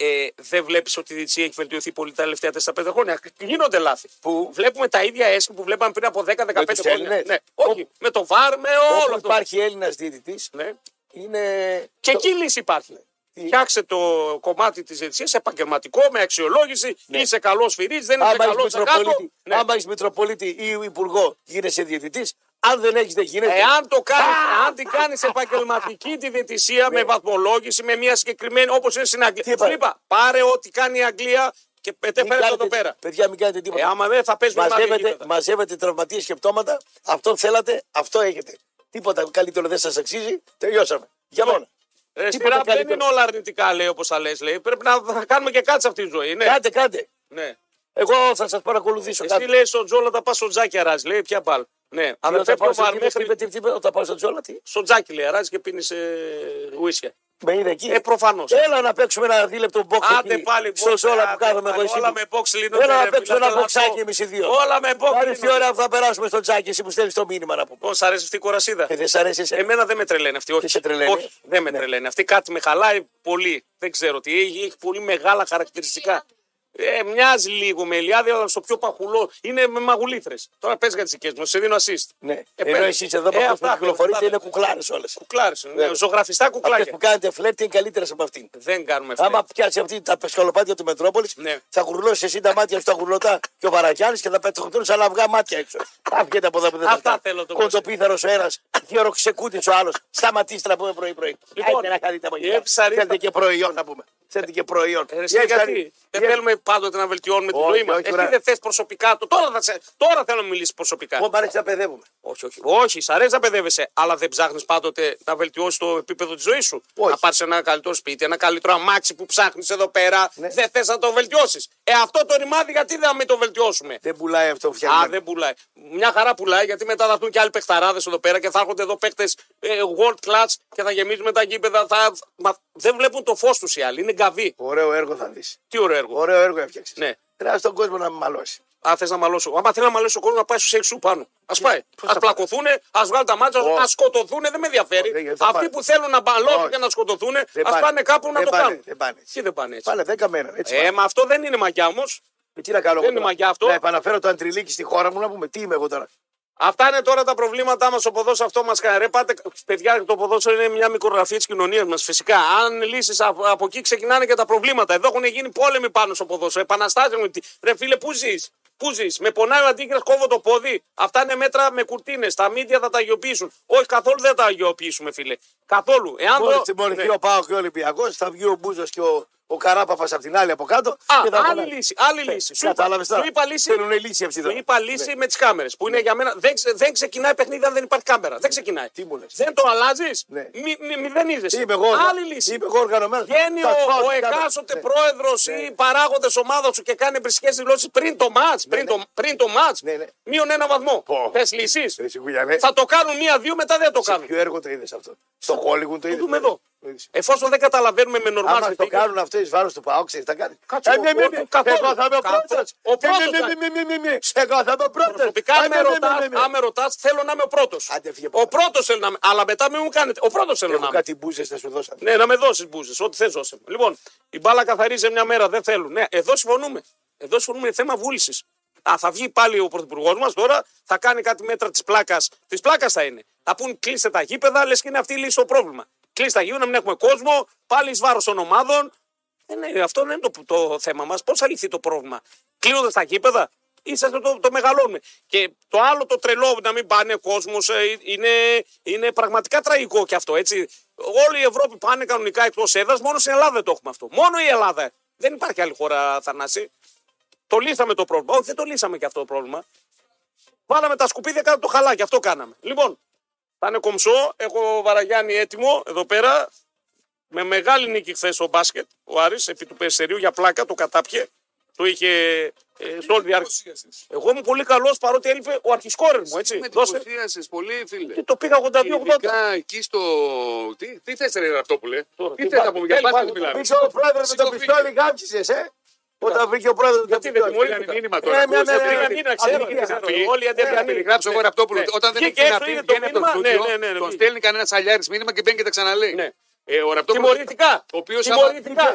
S1: Ε, δεν βλέπεις ότι η διετησία έχει βελτιωθεί πολύ τα τελευταία 4-5 χρόνια. Γίνονται λάθη.
S2: Που?
S1: Βλέπουμε τα ίδια έσχη που βλέπαμε πριν από 10-15
S2: τους
S1: χρόνια.
S2: Έλληνες.
S1: Ναι. Όχι, με το βαρ, με όλο
S2: Όπου
S1: αυτό.
S2: υπάρχει Έλληνας διαιτητής,
S1: Ναι.
S2: είναι.
S1: Και εκεί λύση υπάρχει.
S2: Τι?
S1: Φτιάξε το κομμάτι της διαιτησία επαγγελματικό, με αξιολόγηση. Είσαι καλός φυρί, δεν είσαι
S2: Ναι. Άμα έχεις
S1: καλός κάτω. Ναι.
S2: Μητροπολίτη, άμα έχεις Μητροπολίτη ή Υπουργό, γίνεσαι διαιτητής. Αν δεν έχεις, δεν γίνεται.
S1: Εάν το κάνεις, Ε, αν την κάνεις επαγγελματική τη διαιτησία με βαθμολόγηση, με μια συγκεκριμένη. Όπως είναι στην Αγγλία.
S2: Ναι. Τι είπα?
S1: Σου είπα, πάρε ό,τι κάνει η Αγγλία και
S2: Μην
S1: μετέφερε το
S2: κάνετε-
S1: εδώ πέρα.
S2: Παιδιά, μην κάνετε
S1: Ε,
S2: τίποτα.
S1: άμα δεν θα παίζουμε μάλλον
S2: μαζεύετε,
S1: γήπεδα.
S2: μαζεύετε τραυματίες και πτώματα. Αυτό θέλατε, αυτό έχετε. Τίποτα καλύτερο δεν σας αξίζει. Τελειώσαμε. Για
S1: Λοιπόν.
S2: μόνο.
S1: Ρε, στη
S2: τίποτα
S1: ραπ δεν
S2: καλύτερο.
S1: είναι όλα αρνητικά, λέει όπως θα λες. Πρέπει να θα κάνουμε και κάτι σε αυτή τη ζωή. Ναι.
S2: Κάντε, κάντε.
S1: ναι.
S2: Εγώ θα σας παρακολουθήσω.
S1: Εσύ λέει στον Τζόλα τα πα στο τζάκι αράζει. Λέει ποια μπαλ. Ναι, αδερφέ,
S2: θα
S1: πιο
S2: πάω στο
S1: βαρ
S2: γήπεδο,
S1: μέχρι.
S2: τι- τι- τι- Όταν πάω στο Τζόλα, τι.
S1: Στο τζάκι λέει αράζει και πίνεις ε, ουίσια.
S2: Με είδε εκεί.
S1: Ε, προφανώς.
S2: Έλα να παίξουμε ένα δίλεπτο μπόκ
S1: Άντε
S2: εκεί,
S1: πάλι
S2: στο
S1: box,
S2: ζόλα
S1: άντε
S2: που κάθομαι εγώ
S1: πάλι,
S2: εσύ.
S1: Όλα με box λύνονται.
S2: Έλα
S1: ρε,
S2: να παίξουμε
S1: φίλε,
S2: ένα
S1: λάθο.
S2: μποξάκι εμείς οι δύο.
S1: Όλα με box
S2: Θα έρθει η
S1: λύνονται.
S2: ώρα που θα περάσουμε στο τζάκι εσύ που στέλνεις το μήνυμα να πούμε.
S1: Πώς αρέσει αυτή η κορασίδα.
S2: Ε, δεν σ' αρέσει εσύ.
S1: Εμένα δεν με τρελαίνει αυτή. Όχι,
S2: Δεν σε τρελαίνει.
S1: όχι δεν με
S2: Ναι.
S1: τρελαίνει. Αυτή κάτι με χαλάει πολύ. Δεν ξέρω τι. Έχει, έχει πολύ μεγάλα χαρακτηριστικά. Ε, μοιάζει λίγο με Ελιάδη, αλλά στο πιο παχουλό. Είναι με μαγουλήθρες. Τώρα πες για τις δικές μου, σε δίνω assist. Ε,
S2: Ναι.
S1: πες.
S2: Ενώ εσεί εδώ που
S1: αυτά, αυτά,
S2: κυκλοφορείτε είναι
S1: αυτά.
S2: κουκλάρες όλες.
S1: κουκλάρες, ναι,
S2: Βέβαια.
S1: ζωγραφιστά
S2: Αυτές
S1: κουκλάκια.
S2: που κάνετε φλερτ είναι καλύτερες από αυτήν.
S1: Δεν κάνουμε αυτό.
S2: Άμα πιάσει αυτή τα πεσκαλοπάτια του Μετρόπολης,
S1: Ναι.
S2: θα γουρλώσει εσύ τα μάτια σου τα γουρλωτά και ο Βαρακιάνη και θα πετυχτούν σαν αυγά μάτια έξω. Θα βγείτε από εδώ που δεν
S1: Αυτά θέλω το
S2: Κοντοπίθαρος ο ένας, γεροξεκούτη ο άλλος. Σταματήστε να πούμε πρωί-πρωί.
S1: Λοιπόν,
S2: Άντε να κάνετε τα
S1: η
S2: μαγικά.
S1: Εψαρή
S2: Θέλετε
S1: θα-
S2: και προϊόν να πούμε. Θέλετε και προϊόν.
S1: Ε, ρε,
S2: Η
S1: εσύ
S2: Εψαρή-
S1: γιατί
S2: η-
S1: δεν θέλουμε πάντοτε να βελτιώνουμε τη
S2: Όχι,
S1: ζωή μας.
S2: όχι,
S1: Εσύ
S2: ωραία.
S1: δεν θες προσωπικά. το- Τώρα, θα σε- τώρα θέλω να μιλήσεις προσωπικά.
S2: Εγώ μ' αρέσει να παιδεύουμε.
S1: Όχι, όχι. Όχι, σ' αρέσει να παιδεύεσαι, αλλά δεν ψάχνεις πάντοτε να βελτιώσεις το επίπεδο της ζωής σου.
S2: Όχι.
S1: Να πάρεις ένα καλύτερο σπίτι, ένα καλύτερο αμάξι που ψάχνεις εδώ πέρα.
S2: Ναι.
S1: Δεν θες να το βελτιώσεις. Ε, αυτό το ρημάδι γιατί δεν με το βελτιώσουμε.
S2: Δεν πουλάει αυτό φτιάχνει.
S1: Α, δεν πουλάει. Μια χαρά πουλάει γιατί μετά θα έρθουν και άλλοι παιχταράδες εδώ πέρα και θα έρχονται εδώ παίχτε world class και θα γεμίζουμε τα γήπεδα. Θα... Μα δεν βλέπουν το φως τους οι άλλοι. Είναι γκαβί.
S2: Ωραίο έργο θα δεις.
S1: Τι ωραίο έργο.
S2: Ωραίο έργο έφτιαξες.
S1: Ναι.
S2: Τράβει τον κόσμο να μαλώσει.
S1: Αν θες να μαλώσω. Άμα θέλει να μαλώσω ο κόσμος να πάει στου έξι σου πάνω. Ας πάει.
S2: πώς
S1: Α
S2: θα
S1: πλακωθούν, ας βγάλουν τα μάτια,
S2: Ω.
S1: α σκοτωθούν. Δεν με
S2: Ω, δεν-
S1: ενδιαφέρει.
S2: δεν
S1: Αυτοί
S2: πάνε.
S1: που θέλουν να μπαλώσουν
S2: Όχι.
S1: και να σκοτωθούν,
S2: Δεν
S1: ας
S2: πάνε.
S1: πάνε κάπου να
S2: Δεν
S1: το
S2: πάνε,
S1: κάνουν.
S2: δεν πάνε έτσι.
S1: Τι δεν πάνε έτσι.
S2: Πάνε 10 μέρα. Έτσι
S1: Ε, μα αυτό δεν είναι μαγιά όμως.
S2: Ε, Τι να κάνω
S1: Δεν
S2: εγώ
S1: είναι
S2: τώρα.
S1: μαγιά αυτό.
S2: Να επαναφέρω το αντριλίκι στη χώρα μου να πούμε τι είμαι εγώ τώρα.
S1: Αυτά είναι τώρα τα προβλήματά μας. Ο ποδόσφαιρο αυτό μας κάνει. Ρε, πάτε, παιδιά, το ποδόσφαιρο είναι μια μικρογραφία της κοινωνίας μας. Φυσικά, αν λύσεις από, από εκεί ξεκινάνε και τα προβλήματα. Εδώ έχουν γίνει πόλεμοι πάνω στο ποδόσφαιρο. Επαναστάσει έχουν γίνει. Ρε, φίλε, πού ζεις. Πού ζεις. Με πονάει ο αντίκρινα, κόβω το πόδι. Αυτά είναι μέτρα με κουρτίνες. Τα μίντια θα τα αγιοποιήσουν. Όχι, καθόλου δεν τα αγιοποιήσουμε, φίλε. Καθόλου. Εάν
S2: Μόλις
S1: το-
S2: στην
S1: Ναι.
S2: Πολυκή ο Πάος και ο Ολυμπιακός, θα βγει ο Μπούζος και ο, ο Καράπαπας από την άλλη από κάτω.
S1: Α,
S2: και θα
S1: άλλη
S2: φωνάζει.
S1: λύση. Άλλη λύση. Σου είπα-
S2: Κατάλαβες τώρα.
S1: σου είπα λύση.
S2: Θέλουν λύση αυτοί
S1: Του
S2: τώρα. Ναι.
S1: είπα λύση με τις κάμερες. Που είναι για μένα. Δεν, ξε- δεν ξεκινάει παιχνίδι αν δεν υπάρχει κάμερα. Δεν ξεκινάει.
S2: Τι μου λες.
S1: Δεν το αλλάζεις.
S2: Ναι.
S1: Μη, μη, μηδενίζεσαι.
S2: Είμαι εγώ,
S1: Άλλη λύση.
S2: Είμαι εγώ οργανωμένος.
S1: Βγαίνει ο, ο εκάστοτε
S2: Ναι.
S1: πρόεδρος ή παράγοντες ομάδας σου και κάνει μπρισκές δηλώσεις πριν το μάτ. πριν,
S2: ναι.
S1: το, πριν το μάτ.
S2: Ναι, ναι.
S1: Μείον ένα βαθμό.
S2: Πω. ναι.
S1: Θες λύσεις.
S2: Σιγουγιανέ.
S1: Θα το κάνουν μία-δύο, μετά δεν το
S2: Σε
S1: κάνουν.
S2: ποιο έργο το είδε αυτό. Στο Χόλιγουντ το είδε.
S1: δούμε εδώ. Ε, Εφόσον δεν καταλαβαίνουμε με νορμάλ
S2: ναι. Άμα το κάνουν αυτό εις βάρος του Πάο, ξέρει τα κάνει.
S1: Κάτσε,
S2: Ε,
S1: εγώ-
S2: ναι, ναι, ναι.
S1: εγώ- καθόλου.
S2: Εγώ θα είμαι ο Ε, ναι,
S1: Καθόλου.
S2: πρώτος.
S1: Ο πρώτος θα-
S2: ναι. Εγώ θα είμαι ο Ε, ναι, πρώτος.
S1: Προσωπικά, αν με ρωτάς, αν με ρωτάς, θέλω να είμαι ο πρώτος.
S2: Άντε, φύγε από
S1: Ο
S2: εδώ.
S1: πρώτος θέλω να είμαι. Αλλά μετά μην μου κάνετε. Ο πρώτος θέλω να
S2: Έχω
S1: είμαι.
S2: κάτι μπουζε να σου δώσω.
S1: Ναι, να με δώσεις μπουζε. Ό,τι θες, δώσε. μου. Λοιπόν, η μπάλα καθαρίζει μια μέρα. Δεν θέλουν. Ναι, εδώ συμφωνούμε. Εδώ συμφωνούμε. Είναι θέμα βούλησης. Α, θα βγει πάλι ο πρωθυπουργός μας τώρα, θα κάνει κάτι μέτρα της πλάκας. Της πλάκας θα είναι. Θα πούν κλείστε τα γήπεδα, λες και είναι αυτή η λύση στο πρόβλημα. Κλείστε τα γήπεδα, να μην έχουμε κόσμο, πάλι εις βάρος των ομάδων. Ε, ναι, αυτό δεν είναι το, το θέμα μας. Πώς θα λυθεί το πρόβλημα, Κλείνοντας τα γήπεδα, ήσασταν το, το μεγαλώνουμε. Και το άλλο το τρελό να μην πάνε κόσμος είναι, είναι πραγματικά τραγικό και αυτό. Έτσι. Όλη η Ευρώπη πάνε κανονικά εκτός έδρας, μόνο στην Ελλάδα δεν το έχουμε αυτό. Μόνο η Ελλάδα. Δεν υπάρχει άλλη χώρα, Θανάση. Το λύσαμε το πρόβλημα. Όχι, δεν το λύσαμε και αυτό το πρόβλημα. Βάλαμε τα σκουπίδια κάτω από το χαλάκι. Αυτό κάναμε. Λοιπόν, θα είναι κομψό. Έχω Βαραγιάννη έτοιμο εδώ πέρα. Με μεγάλη νίκη χθες ο μπάσκετ, ο Άρης, επί του Περιστερίου για πλάκα, το κατάπιε. Το είχε ε, σε όλη τη διάρκεια. Εγώ ήμουν πολύ καλός παρότι έλειπε ο αρχισκόρες μου, έτσι.
S4: Με
S1: Δώσε.
S4: εντυπωσίασες πολύ, φίλε.
S1: Και το πήγα 82-80.
S4: Ειδικά εκεί στο. Τι, τι θες, Ρε Ραπτόπουλε.
S1: Τώρα,
S4: Τι
S1: τι
S4: θες
S1: βάζ-
S4: να πούμε, για
S1: θέλει
S4: μπάσκετ
S1: βάζ-
S4: μιλάμε.
S2: Είσαι ο πρόεδρος με το
S4: Σηκωθήκε.
S2: πιστόλι, γάμψισε, ε. Όταν βρήκε ο πρόεδρος του
S1: Γιατί δεν
S2: Επιτροπή.
S1: μου
S4: Στείλανε
S1: έλεγε
S4: μήνυμα
S1: μήνυμα
S4: τώρα.
S1: τώρα.
S2: Ναι, ναι, ναι, ναι, ναι.
S1: μήνα ξέρω.
S2: Αντί να
S1: ξέρω.
S4: πει,
S1: Όλοι οι
S4: Να
S1: αντίπαλοι.
S4: περιγράψω εγώ ραπτόπουλο.
S1: Ναι.
S4: Όταν δεν
S1: Βγήκε
S4: έχει να
S1: έξω,
S4: πει,
S1: είδε το
S4: βγαίνει από το
S1: μήνυμα. Ναι,
S4: στούντιο,
S1: ναι, ναι, ναι.
S4: τον στέλνει κανένας αλιάρη μήνυμα και μπαίνει και τα ξαναλέει.
S1: Ναι.
S4: Ε, ο ραπτόπουλος.
S1: Τιμωρητικά.
S4: Ο οποίος
S1: Τιμωρητικά.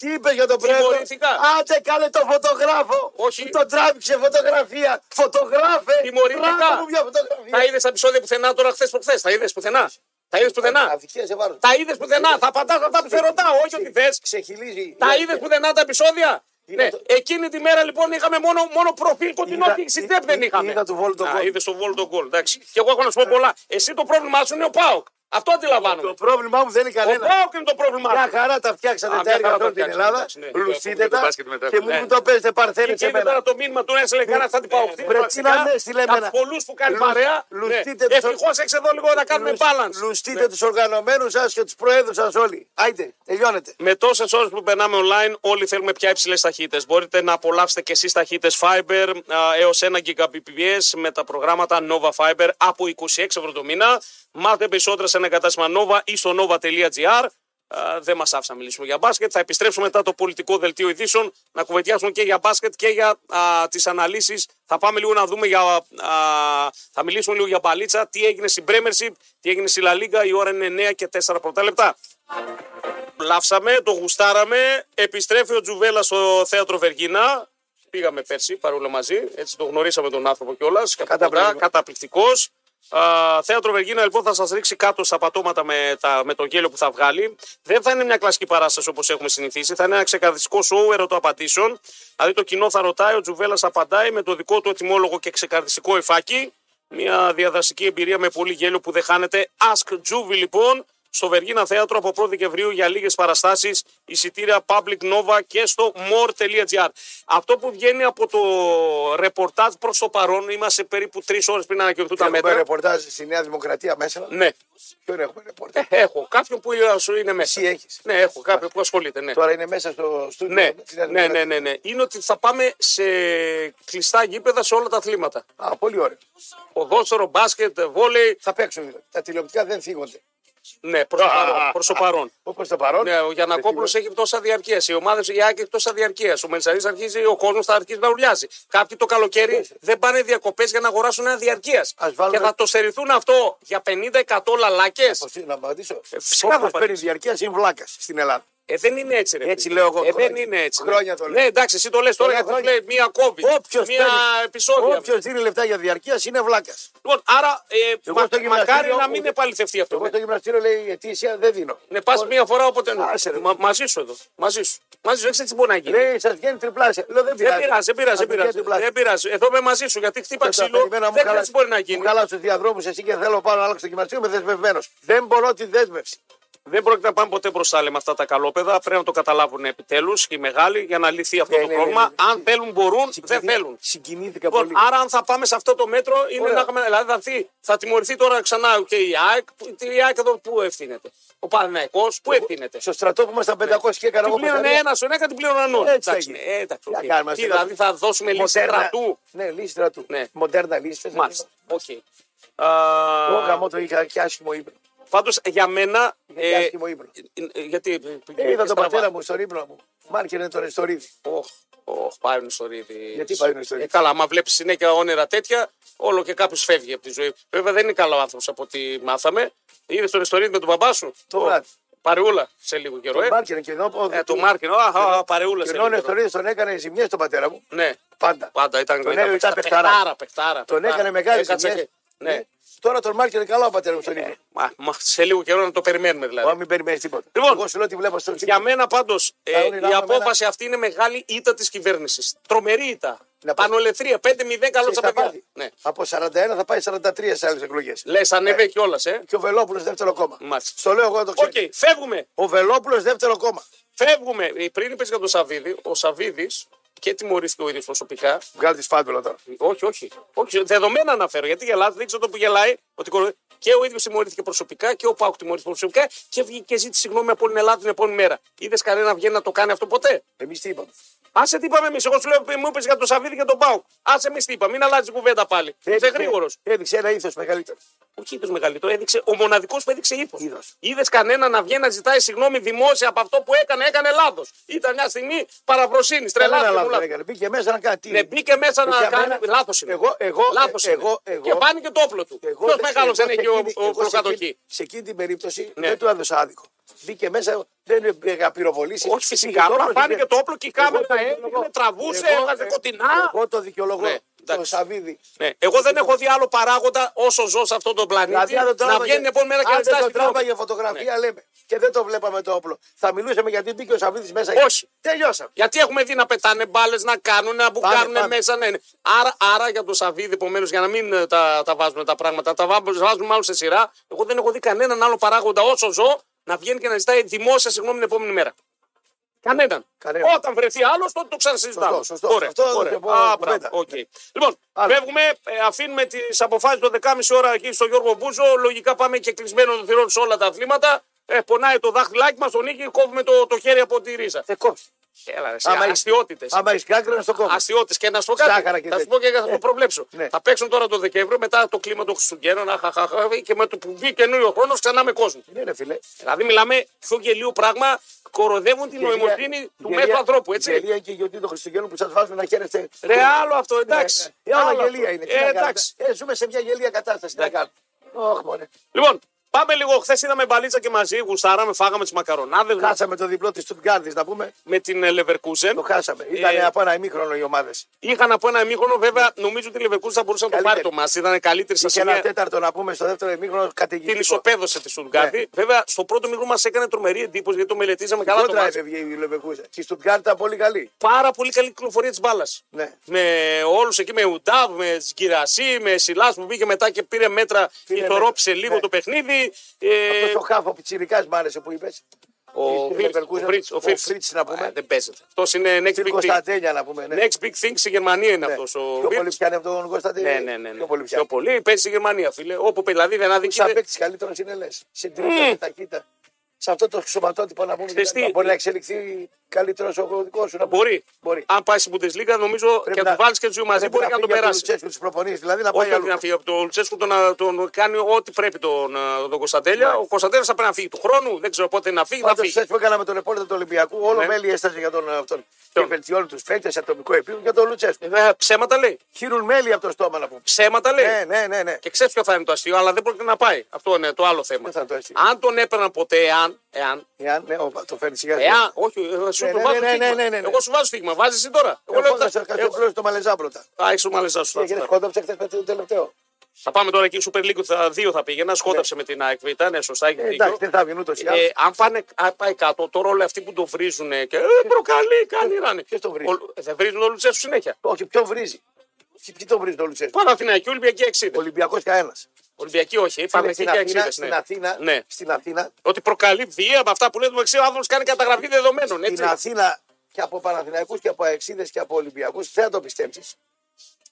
S2: Τι είπε για τον πρόεδρο.
S1: Τιμωρητικά.
S2: Άντε κάλε τον φωτογράφο.
S1: Όχι.
S2: Που τον τράβηξε φωτογραφία. Φωτογράφε.
S1: Τιμωρητικά.
S2: Τράβα μου μια
S1: Τα
S2: φωτογραφία.
S1: είδες τα επεισόδια πουθενά τώρα χθες προχθές. Τα είδες πουθενά. Τα είδες πουθενά.
S2: Αδικία σε βάρος.
S1: Τα είδες πουθενά. Θα απαντάς αυτά που σε ρωτάω. Όχι ότι θες.
S2: Ξεχυλίζει.
S1: Τα είδες πουθενά τα επεισόδια. Ναι.
S2: Είδα Ναι, το-
S1: Εκείνη τη μέρα λοιπόν είχαμε μόνο, μόνο προφίλ κοντινό
S2: Είδα-
S1: και εξιτέπ δεν
S2: είδα-
S1: είχαμε.
S2: είδα του Βόλου το γκολ.
S1: Είδες το βόλ το γκολ. Εντάξει. Και εγώ έχω να σου πω πολλά. Εσύ το πρόβλημά σου είναι ο Πάοκ. Αυτό αντιλαμβάνομαι.
S2: Το πρόβλημά μου δεν είναι
S1: Ο
S2: κανένα.
S1: Πάοκ είναι το πρόβλημά
S2: Μια
S1: σου.
S2: χαρά τα
S1: Α,
S2: φτιάξατε τα
S1: μια
S2: έργα
S1: χαρά
S2: σε
S1: τα
S2: όλη την
S1: φτιάξαμε,
S2: Ελλάδα.
S1: εντάξει, ναι.
S2: Πλουστείτε
S4: Για το
S2: τα
S4: μπάσκετ μετά.
S2: και μου
S4: Ναι.
S2: μου το παίζετε παρθένε
S1: Και
S2: σε
S1: είδε τώρα
S2: μένα. ε,
S1: το μήνυμα του έστειλε κανένα θα την πάω.
S2: Βρε, τι να λες, τι λέμε, να-
S1: πολλούς που κάνει
S2: Λου-
S1: παρέα.
S2: λουστείτε τους-
S1: Ευτυχώς έξε εδώ λίγο να κάνουμε
S2: Λουσ-
S1: balance. Ναι.
S2: Λουστείτε τους οργανωμένους σας και τους προέδρους σας όλοι. Άιτε, τελειώνετε.
S1: Με τόσες ώρες που περνάμε online, όλοι θέλουμε πια υψηλές ταχύτητες. Μπορείτε να απολαύσετε και εσείς ταχύτητες Fiber έω 1 Gbps με τα προγράμματα Nova Fiber από 26 ευρώ το μήνα. Μάθετε περισσότερα σε ένα κατάστημα Nova ή στο nova.gr. Α, δεν μας άφησαν να μιλήσουμε για μπάσκετ. Θα επιστρέψουμε μετά το πολιτικό δελτίο ειδήσεων να κουβεντιάσουμε και για μπάσκετ και για τις αναλύσεις. Θα πάμε λίγο να δούμε για. α, θα μιλήσουμε λίγο για μπαλίτσα. Τι έγινε στην Bremership, τι έγινε στη La Liga. Η ώρα είναι 9 και 4 πρώτα λεπτά. Λάψαμε, το γουστάραμε. Επιστρέφει ο Τζουβέλα στο θέατρο Βεργίνα. Πήγαμε πέρσι παρόλο μαζί. Έτσι το γνωρίσαμε τον άνθρωπο κιόλας.
S2: Καταπληκτικό.
S1: Καταπληκτικό. Θέατρο Βεργίνα λοιπόν θα σας ρίξει κάτω στα πατώματα με, τα, με το γέλιο που θα βγάλει. Δεν θα είναι μια κλασική παράσταση όπως έχουμε συνηθίσει. Θα είναι ένα ξεκαρδιστικό σοου ερωτοαπαντήσεων. Δηλαδή το κοινό θα ρωτάει, ο Τζουβέλας απαντάει με το δικό του ετοιμόλογο και ξεκαρδιστικό εφάκι. Μια διαδραστική εμπειρία με πολύ γέλιο που δεν χάνεται. Ask Juve λοιπόν στο Βεργίνα Θέατρο από 1 Δεκεμβρίου για λίγες παραστάσεις, εισιτήρια Public Nova και στο more.gr. Αυτό που βγαίνει από το ρεπορτάζ προς το παρόν, είμαστε περίπου τρεις ώρες πριν ανακοινωθούν τα
S2: Έχουμε
S1: μέτρα.
S2: ρεπορτάζ στη Νέα Δημοκρατία μέσα.
S1: Ναι,
S2: Ποιον έχουμε ρεπορτάζ.
S1: έχω κάποιον που είναι μέσα.
S2: Εσύ έχεις.
S1: Ναι, έχω κάποιον που ασχολείται, ναι.
S2: Τώρα είναι μέσα στο στούντιο.
S1: Ναι,
S2: της Νέας
S1: ναι, ναι,
S2: Δημοκρατίας.
S1: ναι, ναι. Είναι ότι θα πάμε σε κλειστά γήπεδα σε όλα τα αθλήματα.
S2: Α, πολύ ωραία.
S1: Ποδόσφαιρο, μπάσκετ, βόλεϊ.
S2: Θα παίξουν δηλαδή. Τα τηλεοπτικά δεν θίγονται.
S1: Ναι, προς το παρόν. Προς το παρόν.
S2: Όπω το παρόν.
S1: Ναι, ο Γιανακόπουλο
S2: δεν
S1: έχει τόσα διαρκείας. Οι ομάδε η Άκη έχει τόσα διαρκείας. Ο Μελισαρή αρχίζει, ο κόσμος θα αρχίσει να ουρλιάζει. Κάποιοι το καλοκαίρι δεν πάνε διακοπές για να αγοράσουν ένα διαρκείας.
S2: Ας βάλουμε-
S1: Και θα το στερηθούν αυτό για 50% λαλάκε.
S2: θίγονται. Να
S1: Ε,
S2: απαντήσω.
S1: φυσικά
S2: Όποιο
S1: θα
S2: παίρνεις διαρκείας είναι βλάκας στην Ελλάδα.
S1: Ε, δεν είναι έτσι, ρε.
S2: Έτσι
S1: φίλε.
S2: λέω εγώ,
S1: Ε, δεν
S2: χρόνια.
S1: είναι έτσι.
S2: Χρόνια το λέω.
S1: Ναι, εντάξει, εσύ το λες τώρα
S2: λέω
S1: γιατί σου
S2: χρόνια.
S1: λέει μία COVID.
S2: Όποιος
S1: μία επεισόδια.
S2: Όποιος δίνει λεφτά για διαρκείας είναι βλάκας.
S1: Λοιπόν, άρα ε,
S2: Εγώ
S1: μα-
S2: στο γυμναστήριο
S1: μακάρι να
S2: ούτε-
S1: μην επαληθευτεί αυτό.
S2: Εγώ
S1: ναι.
S2: στο γυμναστήριο λέει «Ε, ετήσια δεν δίνω.
S1: Ναι, πας μία φορά όποτε. ναι.
S2: Άσε, ρε. Ναι,
S1: Μα- Μαζί σου εδώ. Μαζί σου. Μαζί σου, έξι τι μπορεί να γίνει.
S2: Λέει σας βγαίνει τριπλάσια. Λέω δεν πειράζει.
S1: Δεν πειράζει, δεν πειράζει. Δεν
S2: Σας βγαίνει
S1: πειράζει.
S2: τριπλάσια.
S1: Δεν πειράζει. Εδώ είμαι μαζί σου γιατί χτύπα
S2: Τα
S1: ξύλο.
S2: περιμένω να
S1: Δεν
S2: μου
S1: ξέρω
S2: χαλάσει-
S1: τι μπορεί να
S2: Μου
S1: γίνει.
S2: καλά στου διαδρόμους εσύ και θέλω πάω να αλλάξω το γυμναστήριο, είμαι δεσμευμένος. Δεν μπορώ τη δέσμευση.
S1: Δεν πρόκειται να πάμε ποτέ μπροστά λέει, με αυτά τα καλόπεδα. Πρέπει να το καταλάβουν επιτέλους και οι μεγάλοι για να λυθεί αυτό
S2: Ναι,
S1: το
S2: ναι, ναι,
S1: πρόβλημα.
S2: ναι, ναι.
S1: Αν θέλουν, μπορούν. Δεν
S2: Συγκινήθηκα-
S1: θέλουν.
S2: Συγκινήθηκα
S1: Λοιπόν,
S2: πολύ.
S1: άρα αν θα πάμε σε αυτό το μέτρο, είναι
S2: Ωραία.
S1: να έχουμε, δηλαδή θα, έρθει- θα τιμωρηθεί τώρα ξανά και η ΑΕΚ. που- Η ΑΕΚ εδώ πού ευθύνεται. Ο Παναθηναϊκός πού ευθύνεται.
S2: Στο στρατό που ήμασταν 500 και έκανα
S1: Την
S2: εγώ
S1: Ναι. πλήρωνε
S2: κοσαρία.
S1: ένα στον ένα, την πλήρωναν όλοι.
S2: Έτσι θα
S1: Εντάξει,
S2: γίνει.
S1: ε, εντάξει,
S2: Τι να
S1: οκ.
S2: κάνουμε,
S1: Τι,
S2: ας
S1: Δηλαδή θα δώσουμε λύση
S2: Μοντέρνα-
S1: στρατού.
S2: Ναι, λύση στρατού.
S1: Ναι.
S2: Μοντέρνα λύση.
S1: Μάλιστα. Οκ.
S2: Εγώ
S1: Α,
S2: γαμώ το είχα και άσχημο ύπνο.
S1: Πάντως για μένα.
S2: Είχε και άσχημο ύπνο.
S1: ε, ε, γιατί.
S2: Ε, Είδα τον πατέρα μου στον ύπνο μου. Μάρκερε τον Εστορίδη.
S1: Οχ, οχ, πάει ο Νεστορίδη.
S2: Γιατί πάει ο Νεστορίδης?
S1: Ε, καλά, άμα βλέπεις συνέχεια όνειρα τέτοια, όλο και κάποιος φεύγει από τη ζωή. Βέβαια δεν είναι καλό άνθρωπος από ό,τι μάθαμε. Είδες τον Νεστορίδη με τον μπαμπά σου.
S2: Το
S1: Ω,
S2: βράδυ.
S1: Παρεούλα σε λίγο καιρό, ε.
S2: Τον Μάρκερε και ενώ.
S1: ε το Μάρκινο, αχ, αχ, παρεούλα σε
S2: Και ενώ ο
S1: λίγο καιρό.
S2: Εστορίδη τον έκανε ζημιέ στον πατέρα μου.
S1: Ναι,
S2: Πάντα.
S1: πάντα ήταν
S2: Τον έκανε
S1: παιχτάρα,
S2: ήταν παιχτάρα.
S1: παιχτάρα, παιχτάρα.
S2: Τον έκανε μεγάλη Ε.
S1: Έκατσε
S2: ζημιέ.
S1: και- Ναι. Ε,
S2: Τώρα τον Μάρκερε καλά ο πατέρα μου στον ύπνο.
S1: Μα, μα, σε λίγο καιρό να το περιμένουμε δηλαδή.
S2: Μα μην περιμένεις τίποτα.
S1: Λοιπόν,
S2: εγώ σου λέω τι βλέπω στο
S1: Για
S2: τσίπρο.
S1: μένα πάντως
S2: Τα
S1: ε,
S2: όνειρά μου
S1: η απόφαση αυτή είναι μεγάλη ήττα της κυβέρνησης. Τρομερή ήττα.
S2: Να πω-
S1: Πανολεθρία. 5-0 καλό στα
S2: Θα
S1: παιδιά.
S2: πάθει.
S1: Ναι.
S2: Από 41 θα πάει 43 σε άλλες εκλογές.
S1: Λες, ανέβε
S2: Ναι.
S1: κιόλα, ε.
S2: Και ο Βελόπουλος δεύτερο κόμμα.
S1: Μάλιστα.
S2: Στο λέω εγώ να το ξέρω.
S1: Οκ, φεύγουμε.
S2: Ο Βελόπουλος δεύτερο κόμμα.
S1: Φεύγουμε. Ε, Πριν είπε για τον Σαββίδη, ο Σαββίδη και τιμωρήθηκε ο ίδιο προσωπικά.
S2: Βγάλει τη σπάντουλα τώρα.
S1: Όχι, όχι. όχι. Δεδομένα αναφέρω. Γιατί γελάς, δείξτε το που γελάει. Ότι κοροϊδεύει. Και ο ίδιος τιμωρήθηκε προσωπικά και ο Πάουκ τιμωρήθηκε προσωπικά και βγήκε και ζήτησε συγγνώμη από όλη την Ελλάδα την επόμενη μέρα. Είδες κανένα να βγαίνει να το κάνει αυτό ποτέ.
S2: Εμείς τι είπαμε.
S1: Άσε τι είπαμε εμείς. Εγώ σου λέω μου είπες για τον Σαββίδη και τον Πάουκ. Άσε εμείς τι είπαμε. Μην αλλάζει κουβέντα πάλι. Είσαι
S2: Έδειξε-
S1: γρήγορος.
S2: Έδειξε ένα ήθος μεγαλύτερο.
S1: Όχι είδο μεγαλύτερο, έδειξε ο μοναδικός που έδειξε ύφος.
S2: Είδος.
S1: Είδε κανένα να βγαίνει να ζητάει συγγνώμη δημόσια από αυτό που έκανε, έκανε λάθος. Ήταν μια στιγμή παραβροσύνη,
S2: Κανένα λάθος δεν
S1: τρελά.
S2: έκανε. Μπήκε μέσα να κάνει. τι. Ε,
S1: Ναι, μπήκε μέσα να
S2: Για
S1: κάνει.
S2: μένα-
S1: Λάθος είναι.
S2: Εγώ, εγώ,
S1: Λάθος
S2: ε, εγώ,
S1: είναι.
S2: εγώ,
S1: Και πάνει και το όπλο του.
S2: εγώ
S1: Ποιος
S2: δεν-
S1: μεγάλος
S2: εγώ
S1: δεν έχει
S2: σε
S1: ο,
S2: εκείνη-
S1: ο
S2: εγώ σε
S1: προκατοχή.
S2: εκείνη- Σε εκείνη την περίπτωση
S1: Ναι.
S2: δεν του έδωσα άδικο. Μπήκε μέσα, δεν έπρεπε πυροβολήσει.
S1: Όχι φυσικά. Απλά πάνει και το όπλο και η κάμερα έδειχνε, τραβούσε, έβγαζε κοντινά.
S2: Εγώ το δικαιολογώ.
S1: Ναι,
S2: Το
S1: εντάξει.
S2: Σαββίδι.
S1: Ναι. Εγώ δεν έχω δει άλλο παράγοντα όσο ζω σε αυτόν τον πλανήτη.
S2: Δηλαδή, αν δεν τον
S1: Να
S2: τράβαγε-
S1: βγαίνει την επόμενη μέρα και
S2: αν
S1: να
S2: δεν
S1: ζητάει
S2: τον
S1: συγγνώμη.
S2: τράβαγε φωτογραφία,
S1: Ναι.
S2: λέμε. Και δεν το βλέπαμε το όπλο. Θα μιλούσαμε γιατί μπήκε ο Σαββίδης μέσα.
S1: Όχι.
S2: Τελειώσαμε.
S1: Γιατί έχουμε δει να πετάνε μπάλες, να κάνουν, να μπουκάρουν
S2: πάμε.
S1: μέσα. Ναι, ναι. Άρα, άρα για τον Σαββίδη, επομένως, για να μην ε, τα, τα βάζουμε τα πράγματα, τα βά- βάζουμε μάλλον σε σειρά. Εγώ δεν έχω δει κανέναν άλλο παράγοντα όσο ζω να βγαίνει και να ζητάει δημόσια συγγνώμη την επόμενη μέρα. Κανέναν.
S2: Κανέναν.
S1: Όταν βρεθεί άλλος, τότε το ξανασυζητάμε.
S2: Σωστό, σωστό. Αυτό δεν
S1: ωραία.
S2: το πω
S1: Α,
S2: κουβέντα. Ναι.
S1: μπράβο, οκ. Λοιπόν,
S2: Άλλο.
S1: φεύγουμε, ε, αφήνουμε τις αποφάσεις το 10.30 ώρα εκεί στο Γιώργο Μπούζο. Λογικά πάμε και κλεισμένο των θυρών σε όλα τα αθλήματα. Ε, πονάει το δάχτυλάκι μας, τον νίκη, κόβουμε το, το χέρι από τη ρίζα.
S2: Δεν κόψει.
S1: Έλα, ρε,
S2: Άμα έχεις-
S1: αστείωτητες.
S2: Άμα έχεις κάκρινο, στο κόμμα.
S1: Αστείωτες και να σου πω κάτι.
S2: Ζάχαρα και
S1: θα σου πω
S2: τέτοια.
S1: και θα το προβλέψω.
S2: ναι.
S1: Θα παίξουν τώρα το Δεκέμβριο, μετά το κλίμα των Χριστουγέννων, αχ, αχ, αχ, και με το που βγει καινούριο χρόνος ξανά με κόσμο.
S2: Ναι, ρε φίλε.
S1: Δηλαδή, μιλάμε πιο γελίο πράγμα, κοροδεύουν την
S2: Γελία-
S1: νοημοσύνη του
S2: γελία-
S1: μέσου ανθρώπου, έτσι.
S2: Γελία και η γιορτή των Χριστουγέννων που σας βάζουν να χαίρεστε.
S1: Ρε, άλλο αυτό, εντάξει.
S2: Ε, όλα
S1: Ναι, Άλλο
S2: γελία
S1: αυτό.
S2: είναι. Τι
S1: Ε,
S2: να κάνουμε.
S1: εντάξει. Ναι.
S2: Ε, ζούμε σε μια γελία κατάσταση. Τι να
S1: Εντάξει.
S2: κάνουμε. Όχι, μωρέ.
S1: Λοιπόν, πάμε λίγο. Χθες είδαμε μπαλίτσα και μαζί, γουστάραμε, φάγαμε τις μακαρονάδες
S2: Χάσαμε το διπλό της Στουτγκάρδη, να πούμε.
S1: με την ε,
S2: Το
S1: Leverkusen.
S2: χάσαμε. Ήταν
S1: Ε,
S2: από ένα ημίχρονο οι ομάδες.
S1: Είχαν από ένα ημίχρονο, βέβαια, νομίζω ότι η Leverkusen θα μπορούσε να το πάρει
S2: Καλύτερη.
S1: το μα. Ήταν καλύτερη σε
S2: Και ένα
S1: σημεία.
S2: τέταρτο να πούμε στο δεύτερο ημίχρονο
S1: Την
S2: καταιγιστικό.
S1: ισοπαίδωσε τη
S2: Ναι.
S1: Στουτγκάρδη. Βέβαια, στο πρώτο μήκο μας έκανε τρομερή εντύπωση γιατί το μελετήσαμε καλά. Το
S2: Κόντρα
S1: μάτς.
S2: έφευγε η Λεβεκούζα. Και η Στουτγκάρδη ήταν πολύ καλή.
S1: Πάρα πολύ καλή κυκλοφορία της μπάλας.
S2: Ναι.
S1: Με όλους εκεί, με Ουντάβ, με Σκυρασί, με Σιλάς που βγήκε μετά και πήρε μέτρα,
S2: Πήρε
S1: ηθορόπησε
S2: μέτρα.
S1: λίγο
S2: Ναι.
S1: το παιχνίδι. Ε,
S2: Αυτός το χάφο πιτσιρικάς μ' άρεσε που είπες.
S1: ο
S2: της
S1: Φρίτς,
S2: Leverkusen,
S1: ο Φρίτς, ο
S2: ο
S1: Φρίτς.
S2: Φρίτς, να πούμε.
S1: Α, Δεν παίζεται. Αυτός είναι next
S2: Την
S1: big thing.
S2: Κωνσταντέλια να πούμε. ναι.
S1: Next big thing στη Γερμανία είναι
S2: Ναι.
S1: αυτός ο
S2: Πιο πολύ
S1: Φρίτς.
S2: πιάνει από τον Κωνσταντέλια.
S1: Ναι, ναι, ναι. ναι.
S2: Πιο πολύ πιάνει.
S1: Πιο πολύ παίζει στη Γερμανία, φίλε. Όπου παίζει, δηλαδή δεν
S2: Σαν
S1: αδικείται.
S2: παίκτη καλύτερο είναι λε. Συντηρείται, ταχύτητα. Σε αυτό το σωματότυπο να πούμε.
S1: Ξέρεις τι?
S2: και τα λοιπά, Μπορεί να εξελιχθεί καλύτερος ο δικό σου. να πούμε.
S1: Μπορεί.
S2: Μπορεί.
S1: Αν πάει στην Bundesliga, νομίζω
S2: Πρέπει
S1: και να
S2: να-
S1: του βάλεις και τους δύο μαζί
S2: Πρέπει
S1: μπορεί και να τον
S2: φύγει από
S1: περάσει.
S2: τον Λουτσέσκου τις προπονίες, δηλαδή να πάει
S1: Όχι, όχι
S2: αλλού.
S1: να φύγει από τον Λουτσέσκου, τον, τον κάνει ό,τι πρέπει τον, τον
S2: Ναι.
S1: Κωνσταντέλια. Ο Κωνσταντέλια θα πρέπει να φύγει του χρόνου, δεν ξέρω πότε να φύγει, θα
S2: Πάντως,
S1: φύγει.
S2: χθες που έκανα με τον ρεπόρτερ του Ολυμπιακού, όλο
S1: Ναι.
S2: μέλη έστασε για τον ε, αυτόν. Και βελτιώνει τους παίκτες σε ατομικό επίπεδο για τον Λουτσέσκου.
S1: Ε, ψέματα λέει.
S2: Χύρουν μέλη από το στόμα να πούμε.
S1: Ψέματα λέει.
S2: Ναι, ναι, ναι. ναι.
S1: Και ξέρεις ποιο θα είναι το αστείο, αλλά δεν πρόκειται να πάει. Αυτό είναι το άλλο θέμα.
S2: Δεν θα το έτσι.
S1: Αν τον έπαιρναν ποτέ, εάν. εάν
S2: Εάν, ναι, όπα, το φέρνει σιγά.
S1: Εάν, όχι, ε, σου
S2: Ναι,
S1: το
S2: ναι,
S1: βάζω
S2: ναι, ναι,
S1: στίγμα.
S2: ναι, ναι, ναι.
S1: Εγώ σου βάζω στίγμα, βάζεις εσύ τώρα.
S2: Εγώ Ναι.
S1: λέω,
S2: λέω
S1: θα-
S2: στο Καστομπλό στο Μαλεζά πρώτα.
S1: Α, έχεις το μάλιστα σου.
S2: Και κόνταψε χθε με το τελευταίο.
S1: Θα πάμε τώρα εκεί η Super League, που θα, δύο θα πήγαινα, σκόταψε με την ΑΕΚ. Ήταν σωστά, έχει
S2: Ναι. Ε,
S1: δίκιο.
S2: Εντάξει, δεν θα βγει ούτως ή άλλω.
S1: Ε, αν, πάνε, αν πάει κάτω, τώρα όλοι αυτοί που το βρίζουν και ε, προκαλεί, κάνει ράνι.
S2: Ποιος τον βρίζει?
S1: Ο- ε, Δεν βρίζουν όλους τους συνέχεια.
S2: Όχι, ποιον βρίζει. Ποιοι ποιοι τον βρίζει τον Λουτσέσκου.
S1: Παναθηναϊκή, Ολυμπιακή 60.
S2: Ολυμπιακός κανένας.
S1: Ολυμπιακή όχι, Παναθηναϊκή 60.
S2: Αθήνα,
S1: ναι.
S2: στην Αθήνα,
S1: Ναι.
S2: στην Αθήνα,
S1: Ότι προκαλεί βία από αυτά που λέτε, ο άνθρωπος κάνει καταγραφή δεδομένων. Έτσι.
S2: στην Αθήνα και από Παναθηναϊκούς και από Αεξίδες και από Ολυμπιακούς, δεν θα το πιστέψεις.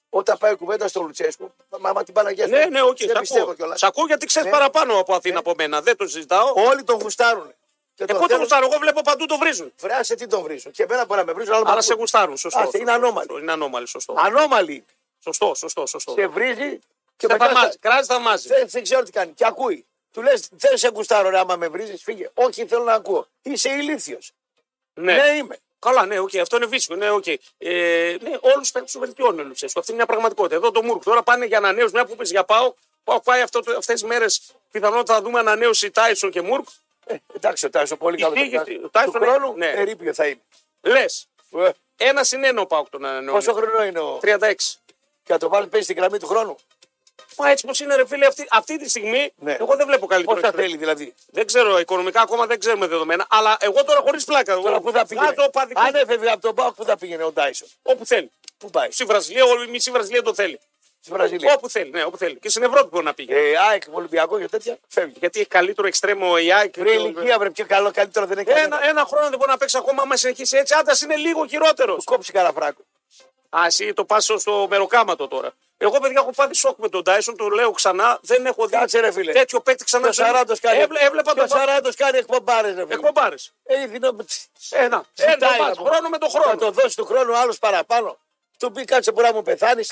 S2: Όταν πάει η κουβέντα στο Λουτσέσκου, μα, μα την Παναγία σου,
S1: Ναι, ναι, όχι,
S2: δεν
S1: σ'
S2: πιστεύω
S1: ακούω.
S2: κιόλας.
S1: Σ' ακούω γιατί ξέρεις
S2: Ναι.
S1: παραπάνω από Αθήνα από μένα. Δεν το συζητάω.
S2: Όλοι τον γουστάρουν. Και
S1: Ε,
S2: τον
S1: πότε
S2: θέλουν.
S1: γουστάρω, εγώ βλέπω παντού το βρίζουν.
S2: Βράσε τι τον βρίζουν. Και εμένα μπορεί να με βρίζουν, αλλά, μ'
S1: Αλλά
S2: ακούνε.
S1: σε γουστάρουν, σωστό.
S2: Άσε, είναι ανώμαλοι.
S1: σωστό, Είναι ανώμαλοι, σωστό.
S2: Ανώμαλοι.
S1: Σωστό, σωστό, σωστό.
S2: Σε βρίζει και
S1: Και
S2: μετά
S1: θαυμάζει,
S2: στα-
S1: κράζει θαυμάζει.
S2: δεν, δεν ξέρω τι κάνει. Και ακούει. Του λες, δεν σε γουστάρω ρε, άμα με βρίζεις, φύγε. Όχι, θέλω να ακούω. Είσαι ηλίθιος.
S1: Ναι.
S2: ναι είμαι.
S1: Καλά, ναι, οκ, αυτό είναι βίσιο. Ναι, οκ. Ε, ναι, όλους του παίκτε του βελτιώνει ο Λουτσέσκου. Αυτή είναι μια πραγματικότητα. Εδώ το Μούρκ τώρα πάνε για ανανέωση. Μια που πεις για πάω, πάω πάει αυτές τις μέρες πιθανότατα θα δούμε ανανέωση Τάισον και Μούρκ.
S2: Ε, εντάξει, ο Τάισον πολύ
S1: Η
S2: καλό.
S1: τύχη στη- ο
S2: Του
S1: Τάισον είναι-
S2: χρόνου
S1: ναι.
S2: ερείπιο θα είναι.
S1: Λες,
S2: Ε,
S1: ένα είναι ένα ο Πάουκ τον ανανέωση.
S2: Πόσο χρόνο είναι ο.
S1: 36.
S2: Και να το βάλει πέσει στην γραμμή του χρόνου.
S1: Μα έτσι πως είναι, ρε φίλε, αυτή, αυτή τη στιγμή
S2: Ναι.
S1: εγώ δεν βλέπω καλύτερο.
S2: Πώ θα
S1: εξτρέμ.
S2: θέλει δηλαδή.
S1: Δεν ξέρω, οικονομικά ακόμα δεν ξέρουμε δεδομένα. Αλλά εγώ τώρα χωρίς πλάκα.
S2: Τώρα
S1: εγώ
S2: που θα πήγαινε.
S1: βγάζω οπαδικό
S2: Αν έφευγε από τον Πάοκ, πού θα πήγαινε ο Τάισον.
S1: όπου θέλει.
S2: Πού πάει.
S1: Στη Βραζιλία, όλη μισή Βραζιλία το θέλει.
S2: Στη Βραζιλία.
S1: Όπου θέλει, ναι, όπου θέλει. Και στην Ευρώπη μπορεί να πήγε.
S2: Ε, ΑΕΚ, Ολυμπιακό και τέτοια. Φεύγει.
S1: Γιατί έχει καλύτερο εξτρέμο η ΑΕΚ.
S2: Πριν ηλικία βρε πιο καλό, καλύτερο δεν έχει. κανένα.
S1: Ένα, ένα χρόνο δεν μπορεί να παίξει ακόμα. Άμα συνεχίσει έτσι, άντας είναι λίγο χειρότερος.
S2: Κόψει κανένα φράγκο.
S1: Α, εσύ το πάσο στο μεροκάματο τώρα. Εγώ, παιδιά, έχω πάθει σοκ με τον Τάισον, το λέω ξανά. Δεν έχω δει
S2: Κάτσε, ρε, φίλε.
S1: τέτοιο παίκτη ξανά.
S2: Ο Σαράντος κάνει.
S1: Έβλε- έβλεπα
S2: και ο
S1: τον
S2: Σαράντος κάνει εκπομπάρες, ρε φίλε.
S1: Εκπομπάρες.
S2: Ε, δίνω-
S1: Ένα.
S2: Ζητάει
S1: Ένα
S2: να
S1: μάτς,
S2: μου-
S1: χρόνο με τον χρόνο.
S2: Θα το δώσει του χρόνου άλλος παραπάνω. Του πει κάτσε που να μου πεθάνει,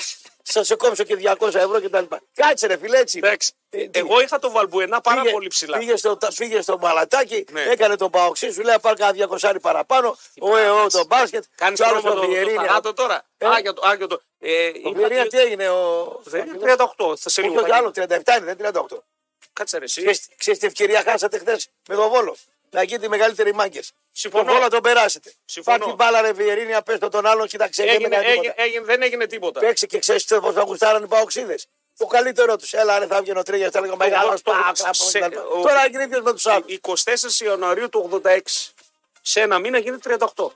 S2: θα σε κόψω και 200 ευρώ κτλ. Κάτσε ρε φίλε έτσι.
S4: Εντάξει.
S2: Ε, τι-
S1: Εγώ είχα τον Βαλμπουενά πάρα
S2: πήγε-
S1: πολύ ψηλά.
S2: Πήγε στο, τα- πήγε στο μαλατάκι,
S4: Ναι.
S2: έκανε τον παοξή, σου λέει πάρ κανένα 200 παραπάνω. Ο ΕΟ τον μπάσκετ.
S1: Κάνεις
S2: κι ο άλλος
S1: πρόμο
S2: τον
S1: το
S2: Βιερίνια.
S1: θανάτο τώρα.
S2: Ε.
S1: Άγιο το. Άγιο το. Ε,
S2: Ο
S1: είχα-
S2: Βιερίνια τι έγινε, ο.
S1: Δεν είναι 38. Θα σε λίγο.
S2: Όχι, όχι,
S1: θα
S2: άλλο,
S1: γίνει.
S2: 37 είναι, δεν 38.
S1: Κάτσε ρε, εσύ.
S2: Ξέρεις- Ξέρεις τι ευκαιρία χάσατε χθες με τον Βόλο. Να γίνετε οι μεγαλύτεροι μάγκες.
S1: Συμφωνώ.
S2: Τον Βόλο τον περάσετε.
S1: Συμφωνώ.
S2: Πάρ την μπάλα ρε Βιερίνια, πες το τον άλλον, κοίταξε. δεν
S1: Έγινε,
S2: έκανε
S1: έγινε,
S2: τίποτα.
S1: έγινε, δεν έγινε τίποτα.
S2: Παίξει και ξέρεις πώ θα γουστάραν οι παοξίδες. Το καλύτερο τους. Έλα, ρε, θα βγαίνω τρία, θα λέγω μεγάλος
S1: Βόλος,
S2: το.
S1: το- σε- ο-
S2: Τώρα έγινε ίδιος με τους άλλους.
S1: 24 Ε, Ιανουαρίου του 86. Σε ένα μήνα γίνεται 38.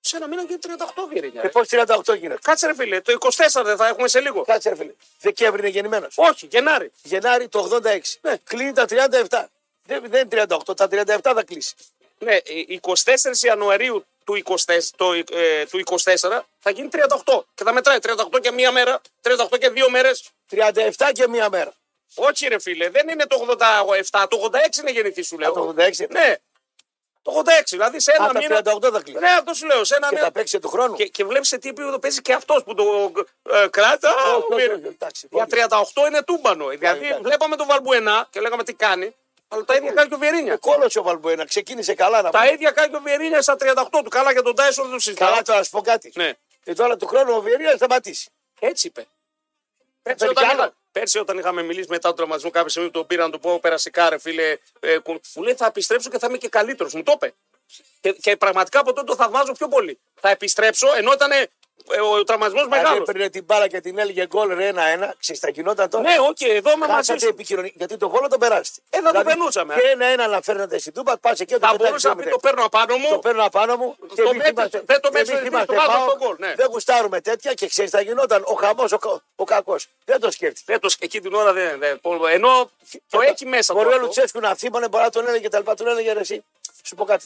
S1: Σε ένα μήνα γίνεται 38,
S2: Και
S1: Βιερίνια.
S2: πώ 38 γίνεται.
S1: Κάτσε ρε φίλε, το 24 δεν θα έχουμε σε λίγο.
S2: Κάτσε, ρε φίλε. Δεκέμβρη είναι γεννημένος.
S1: Όχι, Γενάρη.
S2: Γενάρη το 86. Ναι. Κλείνει τα 37. Δεν, δεν 38, τα 37 θα κλείσει.
S1: Ναι, ε, 24 Ιανουαρίου του 24, το, ε, του 24 θα γίνει 38. Και θα μετράει 38 και μία μέρα, 38 και δύο μέρες.
S2: 37 και μία μέρα.
S1: Όχι, ρε φίλε, δεν είναι το 87, το 86 είναι γεννηθεί, σου
S2: Α,
S1: λέω.
S2: το 86.
S1: Ναι, το 86, δηλαδή σε ένα
S2: Α, τα
S1: μήνα.
S2: 38 θα κλείσει.
S1: Ναι, αυτό σου λέω, σε ένα
S2: Και θα
S1: μήνα.
S2: παίξει του χρόνου.
S1: Και, και βλέπεις σε τι επίπεδο παίζει και αυτός που το ε, κράτα.
S2: Όχι,
S1: ο
S2: όχι,
S1: Μύρ-
S2: όχι, εντάξει,
S1: Για
S2: όχι. Ναι,
S1: 38 είναι τούμπανο. Δηλαδή
S2: εντάξει.
S1: βλέπαμε τον Βαλμπουενά και λέγαμε τι κάνει, αλλά τα ίδια κάνει και ο Βιερίνιας.
S2: Κόλωσε ο Βαλμπουένα, ξεκίνησε καλά να
S1: Τα
S2: πούμε.
S1: ίδια κάνει και ο Βιερίνιας στα 38 του. Καλά για τον Τάισον δεν το συζητάω.
S2: Καλά, τώρα να σου πω κάτι.
S1: Ναι.
S2: Και τώρα του χρόνου ο Βιερία θα σταματήσει.
S1: Έτσι είπε. Πέρσι
S2: Φέρει κι
S1: όταν,
S2: άλλο.
S1: είχα- πέρσι όταν είχαμε μιλήσει μετά τον τραυματισμό, κάποια στιγμή τον πήρα να του πω: Περασικά, ρε φίλε. Ε, κου- μου λέει: Θα επιστρέψω και θα είμαι και καλύτερος. Μου το είπε. Και, και πραγματικά από τότε το θαυμάζω πιο πολύ. Θα επιστρέψω ενώ ήταν ε, ε, ο τραυματισμός
S2: Δηλαδή
S1: μεγάλος.
S2: έπαιρνε την μπάλα και την έλεγε γκολ ρε ένα-ένα. Ξεστακινόταν τώρα.
S1: Ναι, όχι, εδώ είμαι μαζί
S2: Χάσατε
S1: σου.
S2: επικοινωνία. Γιατί το βόλο τον περάσετε. Δηλαδή,
S1: Ε, θα το περνούσαμε.
S2: Και ένα-ένα να φέρνατε στην τούμπα, πας εκεί.
S1: Θα μπορούσα να πει: Το παίρνω απάνω μου.
S2: Το παίρνω απάνω μου. και εμείς
S1: μέτρησε,
S2: είμαστε-
S1: δεν το
S2: εμείς
S1: μέτρησε, δεν
S2: είμαστε
S1: το βάζω
S2: ΠΑΟΚ,
S1: στον γκολ, ναι.
S2: Δεν γουστάρουμε τέτοια και ξέρεις, θα γινόταν ο χαμός, ο, κα- ο κακός. Δεν το σκέφτηκε.
S1: Δεν το σκ- εκεί την ώρα δεν. δεν- ενώ το έχει μέσα.
S2: Μπορεί
S1: το
S2: ο
S1: αυτό.
S2: Λουτσέσκου να θύμωνε, μπορεί να τον έλεγε και τα λοιπά. Τον έλεγε ρε, εσύ. Σου πω κάτι.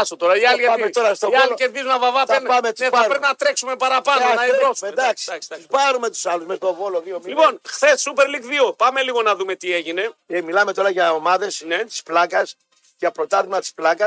S1: Άσο τώρα, οι άλλοι
S2: πάμε
S1: κερδίζουν.
S2: τώρα στο
S1: Οι άλλοι
S2: Βόλο.
S1: κερδίζουν να βαβά
S2: Θα
S1: πέντε.
S2: πάμε,
S1: Ναι,
S2: τους
S1: θα
S2: πάρουμε.
S1: πρέπει να τρέξουμε παραπάνω, να
S2: Ε, Εντάξει,
S1: εδρώσουμε.
S2: Εντάξει, τους πάρουμε τους άλλους με στο βόλο δύο μήνες.
S1: Λοιπόν, χθες Super League 2. Πάμε λίγο να δούμε τι έγινε.
S2: Ε, μιλάμε τώρα για ομάδες
S1: Ναι. Ε,
S2: της πλάκας, για πρωτάθλημα της πλάκας.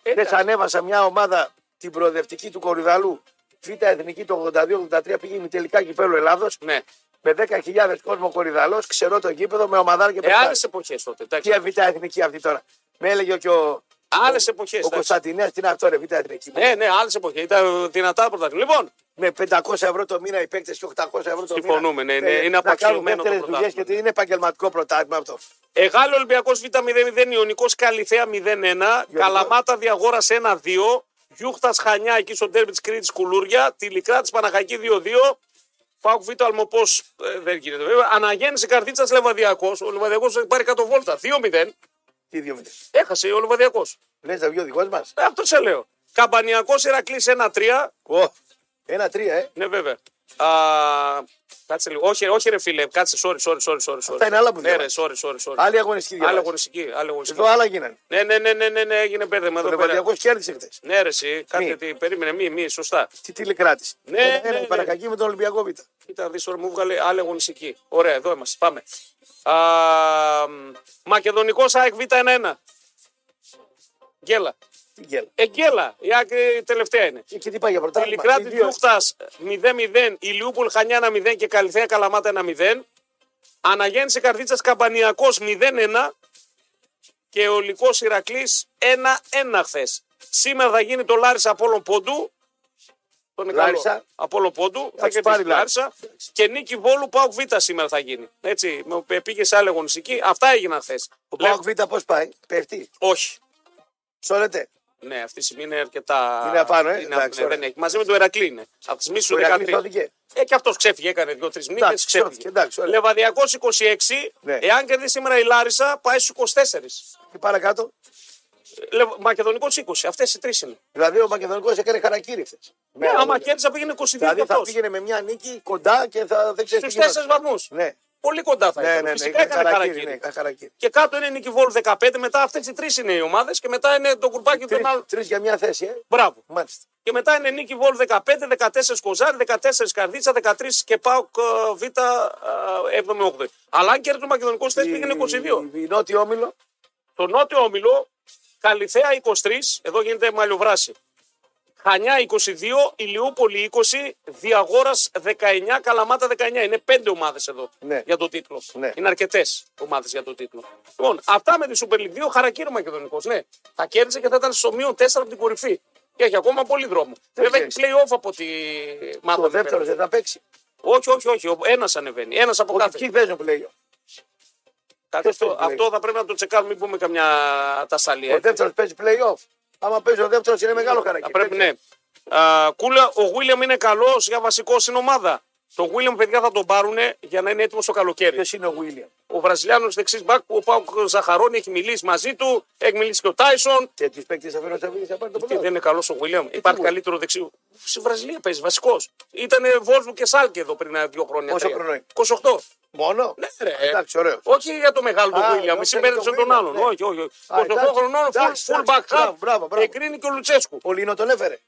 S2: Χθε
S1: εντάξει.
S2: ανέβασα μια ομάδα την προοδευτική του Κορυδαλού. Β' Εθνική το 82-83 πήγε τελικά κυπέλο Ελλάδος.
S1: Ναι.
S2: Με 10.000 κόσμο Κορυδαλός, ξερό το γήπεδο με ομαδάρ και
S1: Ε,
S2: παιδιά.
S1: άλλες εποχές τότε. Εντάξει.
S2: Τι Β' Εθνική αυτή τώρα. Με έλεγε
S1: Ε,
S2: και ο,
S1: Άλλες εποχές.
S2: ο Κωνσταντινέας, τι είναι αυτό, ρε Β' Εθνική.
S1: Ναι, ναι, άλλες εποχές. Ήταν δυνατά πρωταθλήματα. Λοιπόν,
S2: Με 500 ευρώ το μήνα οι παίκτες και 800 ευρώ το μήνα.
S1: Συμφωνούμε, ναι, ναι,
S2: Ε,
S1: είναι
S2: να κάνουν
S1: απαξιωμένο το
S2: δεύτερες δουλειές
S1: πρωτάθλημα. ναι.
S2: γιατί είναι επαγγελματικό πρωτάθλημα αυτό.
S1: Εγάλο Ολυμπιακό Β00, Ιωνικό Καλιθέα 0-1, Καλαμάτα Διαγόρα 1-2, Γιούχτας Χανιά εκεί στο τέρμι της Κρήτης Κουλούρια, Τηλικρά τη Παναχακή 2-2. Πάουκ Β' Αλμοπός δεν γίνεται βέβαια. Αναγέννηση Καρδίτσας Λεβαδιακός. Ο Λεβαδιακός έχει πάρει κάτω βόλτα. 2-0.
S2: Τι δύο μήνες.
S1: Έχασε ο Λεβαδιακό.
S2: Λε να βγει ο δικός μας.
S1: Ε, Αυτό σε λέω. Καμπανιακός Ηρακλής 1-3.
S2: Ένα-τρία, ε.
S1: Ναι, βέβαια. Α, κάτσε λίγο. Όχι, όχι, ρε φίλε, κάτσε. Sorry, sorry, sorry. sorry, sorry.
S2: Αυτά είναι άλλα που
S1: Ναι, ρε,
S2: διαβάζεις.
S1: sorry, sorry. sorry.
S2: Άλλη αγωνιστική
S1: Άλλη
S2: διαβάση.
S1: αγωνιστική. Άλλη αγωνιστική.
S2: Εδώ άλλα γίνανε.
S1: Ναι, ναι, ναι, ναι, ναι, ναι, έγινε μπέρδεμα
S2: Ο
S1: εδώ πέρα.
S2: Λεβαδιακός κέρδισε χθες.
S1: Ναι, ρε, εσύ,
S2: Μη.
S1: κάτσε τι, περίμενε, μη, μη, σωστά.
S2: Τι τηλεκράτη.
S1: Ναι, ναι,
S2: η
S1: ναι.
S2: Πανακακή με τον Ολυμπιακό Β.
S1: Κοίτα, δεις τώρα μου βγάλε άλλη αγωνιστική. Ωραία, εδώ είμαστε, πάμε. Α, Μακεδονικός ΑΕΚ Β1-1. Γκέλα.
S2: Τι γέλα.
S1: Ε, γκέλα, η ΑΕΚ ε, τελευταία είναι.
S2: Και και τι πάει για πρωτάθλημα.
S1: Τηλικράτη
S2: Τι δύο.
S1: Γιούχτα 0-0, Ηλιούπολ Χανιά 1-0 και Καλυθέα Καλαμάτα 1-0. Αναγέννηση Καρδίτσας Καμπανιακός 0-1 και ο Λικό Ηρακλή 1-1 χθες. Σήμερα θα γίνει το Λάρισα Απόλων Πόντου. Τον είναι
S2: Λάρισα.
S1: καλό. Απόλων Πόντου. Θα
S2: τους
S1: κερδίσει
S2: πάρει
S1: η Λάρισα. Και νίκη Βόλου Πάουκ Β σήμερα θα γίνει. Έτσι, με- πήγε σε άλλη αγωνιστική. Αυτά έγιναν χθες.
S2: Ο Πάοκ Β πώς πάει. Πέφτει.
S1: Όχι.
S2: Σώνεται.
S1: Ναι, αυτή η στιγμή είναι αρκετά.
S2: Είναι απάνω, ε.
S1: Είναι,
S2: Εντάξει,
S1: ναι,
S2: ωραία.
S1: δεν έχει. Μαζί με το Ερακλή είναι. Από τι μίσει
S2: Ο
S1: του
S2: Ηρακλής
S1: 13.
S2: σώθηκε.
S1: Ε, και αυτός ξέφυγε, έκανε δύο-τρει μήνε.
S2: Εντάξει, σώθηκε,
S1: Ξέφυγε.
S2: εντάξει, ωραία.
S1: Λεβαδιακός 26.
S2: Ναι.
S1: Εάν κερδίσει σήμερα η Λάρισα, πάει στους 24.
S2: Και παρακάτω.
S1: Λεβα... Μακεδονικό 20. Αυτές οι τρεις είναι.
S2: Δηλαδή ο Μακεδονικός έκανε χαρακτήρι χθες.
S1: Ναι, άμα κέρδισε, πήγαινε 22
S2: Δηλαδή
S1: και
S2: θα
S1: αυτός.
S2: πήγαινε με μια νίκη κοντά και θα δεν ξέρεις.
S1: Στους 4 βαθμούς.
S2: Ναι.
S1: πολύ κοντά θα
S2: Ναι, ναι,
S1: ήταν.
S2: ναι.
S1: Φυσικά
S2: ήταν
S1: έκανε
S2: Χαρακύρη,
S1: χαρακτήρι.
S2: ναι, ήταν Χαρακύρη.
S1: Και κάτω είναι Νικηβόλου 15, μετά αυτές οι τρεις είναι οι ομάδες και μετά είναι το κουρπάκι των άλλων.
S2: Τρεις για μια θέση, ε.
S1: Μπράβο.
S2: Μάλιστα.
S1: Και μετά είναι Νίκη Βόλ 15, 14 Κοζάρι, 14 Καρδίτσα, 13 και ΠΑΟΚ ε, Β 78. Αλλά αν κέρδισε ο Μακεδονικός θέση πήγαινε 22.
S2: Η, η νότιο όμιλο.
S1: Το νότιο όμιλο, Καλυθέα 23, εδώ γίνεται μαλλιοβράση. Χανιά 22, Ηλιούπολη 20, Διαγόρα 19, Καλαμάτα 19. Είναι πέντε ομάδες εδώ
S2: Ναι.
S1: για το τίτλο.
S2: Ναι.
S1: Είναι αρκετές ομάδες για το τίτλο. Λοιπόν, αυτά με τη Super League 2, χαρακτήρα Μακεδονικός. Ναι, θα κέρδισε και θα ήταν στο μείον 4 από την κορυφή. Και έχει ακόμα πολύ δρόμο. Βέβαια
S2: ξέρεις.
S1: έχει play-off από ό,τι μάθαμε.
S2: Το δεύτερο
S1: πέρυσι.
S2: δεν θα παίξει.
S1: Όχι, όχι, όχι. Ένας ανεβαίνει. Ένας από
S2: Όχι,
S1: κάθε.
S2: ποιοι παίζουν που λέει.
S1: Κάτι αυτό,
S2: Ποιος
S1: αυτό θα πρέπει να το τσεκάρουμε, μην πούμε καμιά τασαλία.
S2: Ο
S1: έτσι.
S2: δεύτερος παίζει playoff. Άμα παίζει ο δεύτερος είναι μεγάλο
S1: Θα
S2: χαρακτήρα.
S1: πρέπει, ναι. Α, κούλα, ο Βίλιαμ είναι καλός για βασικό στην ομάδα. Το Βίλιαμ, παιδιά, θα τον πάρουν για να είναι έτοιμος το καλοκαίρι.
S2: Ποιος είναι ο Βίλιαμ.
S1: Ο Βραζιλιάνος δεξί μπακ που ο Πάουκ Ζαχαρώνη έχει μιλήσει μαζί του, έχει μιλήσει και ο Τάισον.
S2: Και του παίκτε θα φέρουν στα βίδια θα πάρει το
S1: Τι δεν
S2: πρωτάθλημα.
S1: είναι καλός ο Βίλιαμ, υπάρχει
S2: Βίλιαμ.
S1: καλύτερο δεξί. Στη Βραζιλία παίζει βασικός. Ήτανε Βόλβου και Σάλκε εδώ πριν δύο χρόνια.
S2: Πόσο
S1: τρία.
S2: χρόνο είναι?
S1: 28.
S2: Μόνο.
S1: Ναι, ρε.
S2: Εντάξει, ωραίο.
S1: Όχι για το μεγάλο τον
S2: Α,
S1: Βίλιαμ,
S2: όχι,
S1: εσύ
S2: για τον
S1: μπέρδεψε τον
S2: Βίλιαμ,
S1: άλλον.
S2: ναι.
S1: Όχι, όχι. όχι.
S2: Α,
S1: 28
S2: εντάξει,
S1: χρονών, full
S2: εντάξει,
S1: full back
S2: εντάξει,
S1: half.
S2: μπράβο, μπράβο, μπράβο.
S1: Εγκρίνει και ο Λουτσέσκου.
S2: Ο Λίνο τον έφερε.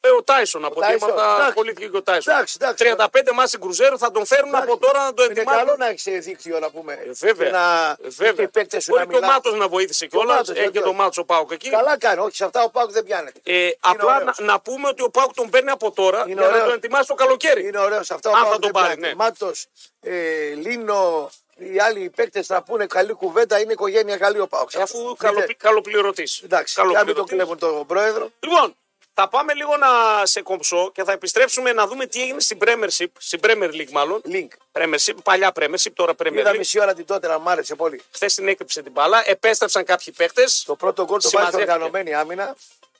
S1: Ε, ο Τάισον από
S2: Τάισον,
S1: θέματα
S2: εντάξει.
S1: ασχολήθηκε και ο Τάισον.
S2: Εντάξει, εντάξει.
S1: 35 μάση κρουζέρου θα τον φέρουν από
S2: Εντάξει.
S1: τώρα να το
S2: Είναι καλό
S1: ετοιμάσουν.
S2: να έχει δίκτυο να πούμε. Ε,
S1: Βέβαια.
S2: Και να
S1: Ε, βέβαια.
S2: και οι παίκτες σου
S1: Μπορεί
S2: να
S1: και ο
S2: μιλάνε.
S1: Μάτος να βοήθησε
S2: ο
S1: κιόλας.
S2: Μάτος,
S1: Έχει και
S2: βέβαια.
S1: το Μάτσο ο Πάουκ εκεί.
S2: Καλά κάνει. Όχι, σε αυτά ο Πάουκ δεν πιάνεται.
S1: Ε, απλά
S2: ωραίος.
S1: να, να πούμε ότι ο Πάουκ τον παίρνει από τώρα
S2: Είναι
S1: για να
S2: ωραίος.
S1: τον ετοιμάσει το καλοκαίρι.
S2: Είναι ωραίος σε αυτό.
S1: Αν θα τον πάρει, ναι.
S2: Μάτος, ε, Λίνο, οι άλλοι παίκτες θα πούνε καλή κουβέντα. Είναι οικογένεια καλή ο Πάουκ.
S1: Ε, Αφού
S2: Είτε-
S1: καλοπλη- καλοπληρωτής.
S2: Εντάξει, και να μην τον
S1: Καλοπληρωτής.
S2: κλέβουν τον πρόεδρο.
S1: Λοιπόν, θα πάμε λίγο να σε κομψώ και θα επιστρέψουμε να δούμε τι έγινε στην Premiership, στην Premier League μάλλον.
S2: Link.
S1: Premiership, παλιά Premiership, τώρα Premier
S2: Είδα
S1: League.
S2: μισή ώρα την τότε, μ' άρεσε πολύ.
S1: Χθες την έκρυψε την μπάλα, επέστρεψαν κάποιοι παίχτε.
S2: Το πρώτο γκολ το πάρει στην
S1: Συμμαζεύτηκε.
S2: οργανωμένη άμυνα.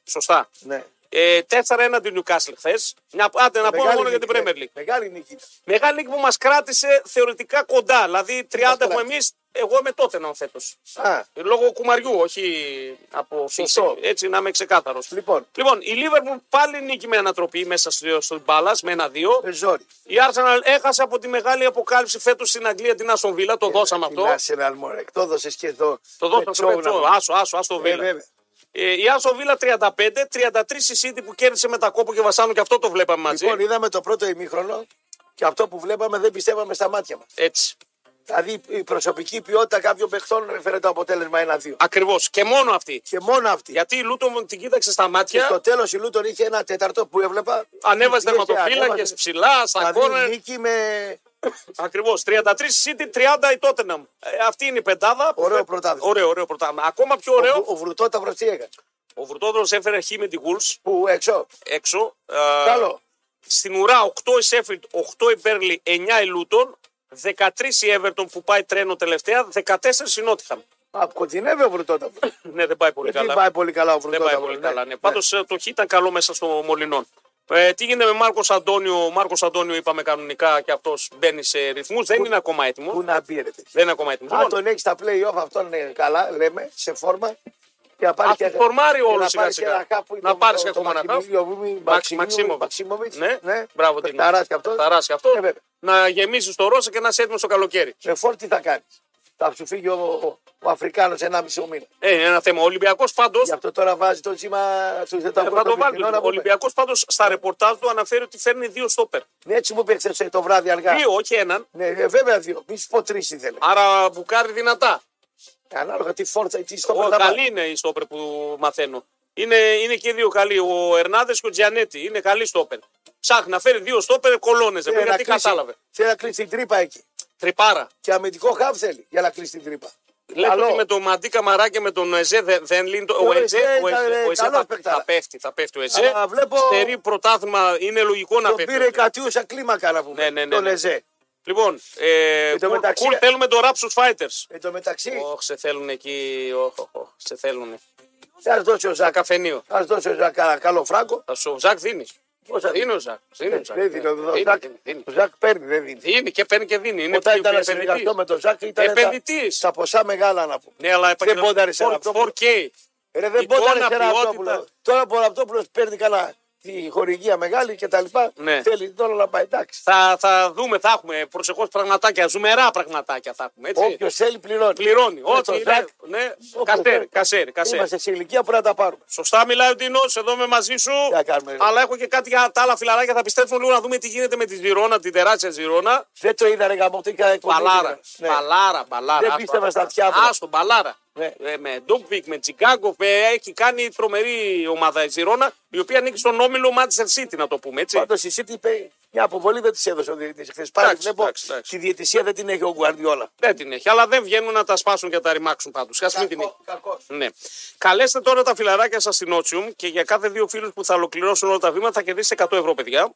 S1: Σωστά.
S2: Ναι.
S1: Ε, 4-1 την Newcastle χθες. Μια... Άντε να πω
S2: Μεγάλη
S1: μόνο για την
S2: νίκη, ναι.
S1: Premier League.
S2: Μεγάλη νίκη.
S1: Μεγάλη νίκη που μας κράτησε θεωρητικά κοντά. Δηλαδή 30
S2: κράτησε.
S1: έχουμε εμείς, εγώ είμαι τότε να θέτω.
S2: Α,
S1: Λόγω κουμαριού, όχι από φύση. Έτσι να είμαι ξεκάθαρος.
S2: Λοιπόν.
S1: η Liverpool πάλι νίκη με ανατροπή μέσα στο- στον Μπάλα με ένα-δύο.
S2: Πεζόρι.
S1: Η Arsenal έχασε από τη μεγάλη αποκάλυψη φέτος στην Αγγλία την Aston Villa.
S2: Ε,
S1: Το δώσαμε
S2: Την
S1: αυτό.
S2: Arsenal, μωρέ. Το δώσε και εδώ.
S1: Το δώσαμε στο Πετσό. Άσο, άσο, άσο το
S2: Ε,
S1: Villa.
S2: βέβαια.
S1: Ε, η Άσο Βίλα 35, 33 η City που κέρδισε με τα κόπο και βασάνο και αυτό το βλέπαμε μαζί.
S2: Λοιπόν, είδαμε το πρώτο ημίχρονο και αυτό που βλέπαμε δεν πιστεύαμε στα μάτια μας.
S1: Έτσι.
S2: Δηλαδή η προσωπική ποιότητα κάποιων παιχτών έφερε το αποτέλεσμα 1-2.
S1: Ακριβώς. Και μόνο αυτή.
S2: Και μόνο αυτή.
S1: Γιατί η Λούτον την κοίταξε στα
S2: Και
S1: μάτια,
S2: στο τέλος η Λούτον είχε ένα τεταρτό που έβλεπα.
S1: ανέβαζε
S2: Είχε-
S1: τερματοφύλακε
S2: ανέβαζε.
S1: ψηλά, στα
S2: Δηλαδή
S1: κόρνερ.
S2: νίκη με.
S1: Ακριβώς. 33 η City, 30 η Tottenham. Ε, αυτή είναι η πεντάδα. που
S2: Ωραίο
S1: φε-
S2: πρωτάθλημα.
S1: Ωραίο, ωραίο πρωτάθλημα. Ακόμα πιο ωραίο.
S2: Ο, ο Βρουτόταυρο τι έκανε.
S1: Ο Βουρτόδρο έφερε χ με την Wolves
S2: Που έξω.
S1: έξω. Ε,
S2: Καλό.
S1: Στην ουρά 8 η Σέφιλντ, 8 η Μπέρλι, 9 η Λούτον, 13 η Εύερτον που πάει τρένο τελευταία, 14 η Νότιχαμ.
S2: Α, κοντινεύει ο Βρουτόταυρο.
S1: Ναι, δεν πάει πολύ
S2: Δεν
S1: καλά.
S2: πάει πολύ καλά ο
S1: Δεν πάει
S2: Βρουτόταυρο.
S1: πολύ καλά. Ναι. Πάντω το χ ήταν καλό μέσα στο Μολυνόν. Ε, τι γίνεται με Μάρκος Αντώνιο. Ο Μάρκος Αντώνιο είπαμε κανονικά και αυτός μπαίνει σε ρυθμούς. Δεν είναι ακόμα έτοιμο.
S2: Πού να πει, ρε παιδί.
S1: Δεν είναι ακόμα έτοιμο.
S2: Αν
S1: Λοιπόν,
S2: τον έχεις στα play-off, αυτόν είναι καλά, λέμε, σε φόρμα. Και να πάρει
S1: ας
S2: και
S1: τον φορμάρει
S2: και
S1: όλο
S2: να
S1: σιγά
S2: πάρει και
S1: σιγά.
S2: ένα κάπου.
S1: Να
S2: το-
S1: πάρεις
S2: το-
S1: και
S2: το
S1: ακόμα ένα κάπου.
S2: Μαξιμίλιο Βίμι,
S1: Μαξι-
S2: Μαξιμίλιο,
S1: Μαξίμοβιτς.
S2: Μαξίμοβιτς,
S1: Ναι,
S2: ναι.
S1: μπράβο την
S2: Παιχταράς και αυτός.
S1: παιχταράς και αυτό.
S2: Ε, βέβαια.
S1: Να γεμίζει το Ρώσο και να είσαι έτοιμος το καλοκαίρι.
S2: Με φόρ τι θα κάνεις. Θα σου φύγει ο, ο, ο Αφρικάνος 1,5 μήνα.
S1: Ε, είναι ένα θέμα. Ο Ολυμπιακός πάντως.
S2: Γι' αυτό τώρα βάζει το τσίμα στου
S1: Ε, Θα το
S2: 18
S1: βάλει.
S2: μήνα.
S1: Ο Ολυμπιακός πάντως στα ρεπορτάζ του αναφέρει ότι φέρνει δύο στόπερ.
S2: Ναι, έτσι μου είπε χθες το βράδυ αργά.
S1: Δύο, όχι έναν.
S2: Ναι, ε, βέβαια δύο. Μη σου πω τρει ήθελε.
S1: Άρα μπουκάρει δυνατά.
S2: Ανάλογα τι φόρτσα, τι στο
S1: Ο,
S2: πρώτα
S1: καλή είναι η στόπερ που μαθαίνω. Είναι, είναι και οι δύο καλοί. Ο Ερνάδες και ο Τζιανέτη είναι καλή στόπερ. Ψάχνει να φέρει δύο στόπερ κολόνε.
S2: Ε,
S1: Γιατί κατάλαβε.
S2: Θέλει να κλείσει την τρύπα εκεί.
S1: Τρυπάρα.
S2: Και αμυντικό χαβ θέλει για να κλείσει την τρύπα.
S1: Λέτε
S2: Καλό.
S1: ότι με τον Μαντί Καμαρά και με τον Εζέ δεν, δεν λύνει το. Ο
S2: Ε,
S1: Εζέ,
S2: ήταν,
S1: ο Εζέ,
S2: ε,
S1: ο Εζέ
S2: καλός
S1: θα,
S2: παιχταράς.
S1: θα πέφτει, θα πέφτει ο Εζέ.
S2: Αλλά βλέπω-
S1: Στερεί πρωτάθλημα, είναι λογικό να
S2: Τον
S1: πέφτει.
S2: πήρε η κατιούσα κλίμακα να πούμε.
S1: Ναι, ναι, ναι,
S2: τον
S1: ναι.
S2: Εζέ.
S1: Λοιπόν, ε,
S2: Εν τω
S1: κουλ,
S2: μεταξύ-
S1: κουλ, θέλουμε το Rapsus Fighters.
S2: Εν τω μεταξύ,
S1: Ωχ, σε θέλουν εκεί. Ωχ, ωχ, ωχ, σε θέλουν.
S2: θα δώσει ο
S1: Τα
S2: Ζακ.
S1: καφενείο.
S2: Θα δώσει ο Ζακ ένα καλό φράγκο.
S1: Θα σου, ο Ζακ δίνει. Δίνει ο Ζακ. Δίνει ο Ζακ.
S2: Ε,
S1: Ε,
S2: Δεν δίνει. Ο
S1: Δίνει,
S2: Ζακ-
S1: δίνει, δίνει.
S2: ο Ζακ παίρνει, δεν δίνει.
S1: Δίνει και παίρνει και δίνει. Είναι
S2: Όταν ήταν να
S1: επενδυτής.
S2: συνεργαστώ με τον Ζακ, ήταν τα,
S1: Επενδυτής.
S2: τα ποσά μεγάλα να πούμε.
S1: Ναι, αλλά επαγγελμα-
S2: πόνταρε σε
S1: 4-
S2: αυτό που-
S1: 4K.
S2: Ρε, δεν
S1: Εικόνα,
S2: μπορεί να
S1: ποιότητα.
S2: Τώρα ο Ραπτόπουλος παίρνει καλά τη χορηγία μεγάλη κτλ.
S1: Ναι.
S2: Θέλει τώρα να πάει. Εντάξει.
S1: Θα, θα δούμε, θα έχουμε προσεχώς πραγματάκια, ζουμερά πραγματάκια θα έχουμε. Έτσι.
S2: Όποιος θέλει πληρώνει.
S1: Πληρώνει. Ό,τι
S2: το
S1: είναι.
S2: τρακ.
S1: Ναι,
S2: Όποιος
S1: κασέρι,
S2: θέλει.
S1: κασέρι, κασέρι.
S2: Είμαστε σε ηλικία που να τα πάρουμε.
S1: Σωστά μιλάει ο Ντινός, εδώ είμαι μαζί σου.
S2: Τι να κάνουμε, ρε.
S1: αλλά έχω και κάτι για τα άλλα φιλαράκια. Θα πιστέψουμε λίγο να δούμε τι γίνεται με τη Ζηρώνα, την τεράστια Ζηρώνα.
S2: Δεν το είδα ρε γαμό, το είχα εκπομπή.
S1: Μπαλάρα.
S2: Ναι.
S1: Μπαλάρα, μπαλάρα.
S2: Δεν
S1: Άστο,
S2: πίστευα στα
S1: άστο.
S2: διάβολα.
S1: Άστο, μπαλάρα.
S2: Ναι.
S1: Ε, με Ντούμπικ, με Τσικάγκο, ε, έχει κάνει τρομερή ομάδα η Ζηρώνα, η οποία νίκησε στον όμιλο Manchester City, να το πούμε έτσι.
S2: Πάντως η City είπε, μια αποβολή δεν της έδωσε ο διαιτητής χθες. Πάλι
S1: Εντάξει,
S2: βλέπω
S1: εντάξει, εντάξει.
S2: τη διαιτησία δεν την έχει ο Γκουαρδιόλα.
S1: Δεν την έχει, αλλά δεν βγαίνουν να τα σπάσουν και να τα ρημάξουν πάντως. Ας μην την έχει. Ναι. Καλέστε τώρα τα φιλαράκια σας στην Ότσιουμ και για κάθε δύο φίλους που θα ολοκληρώσουν όλα τα βήματα θα κερδίσετε 100 ευρώ, παιδιά.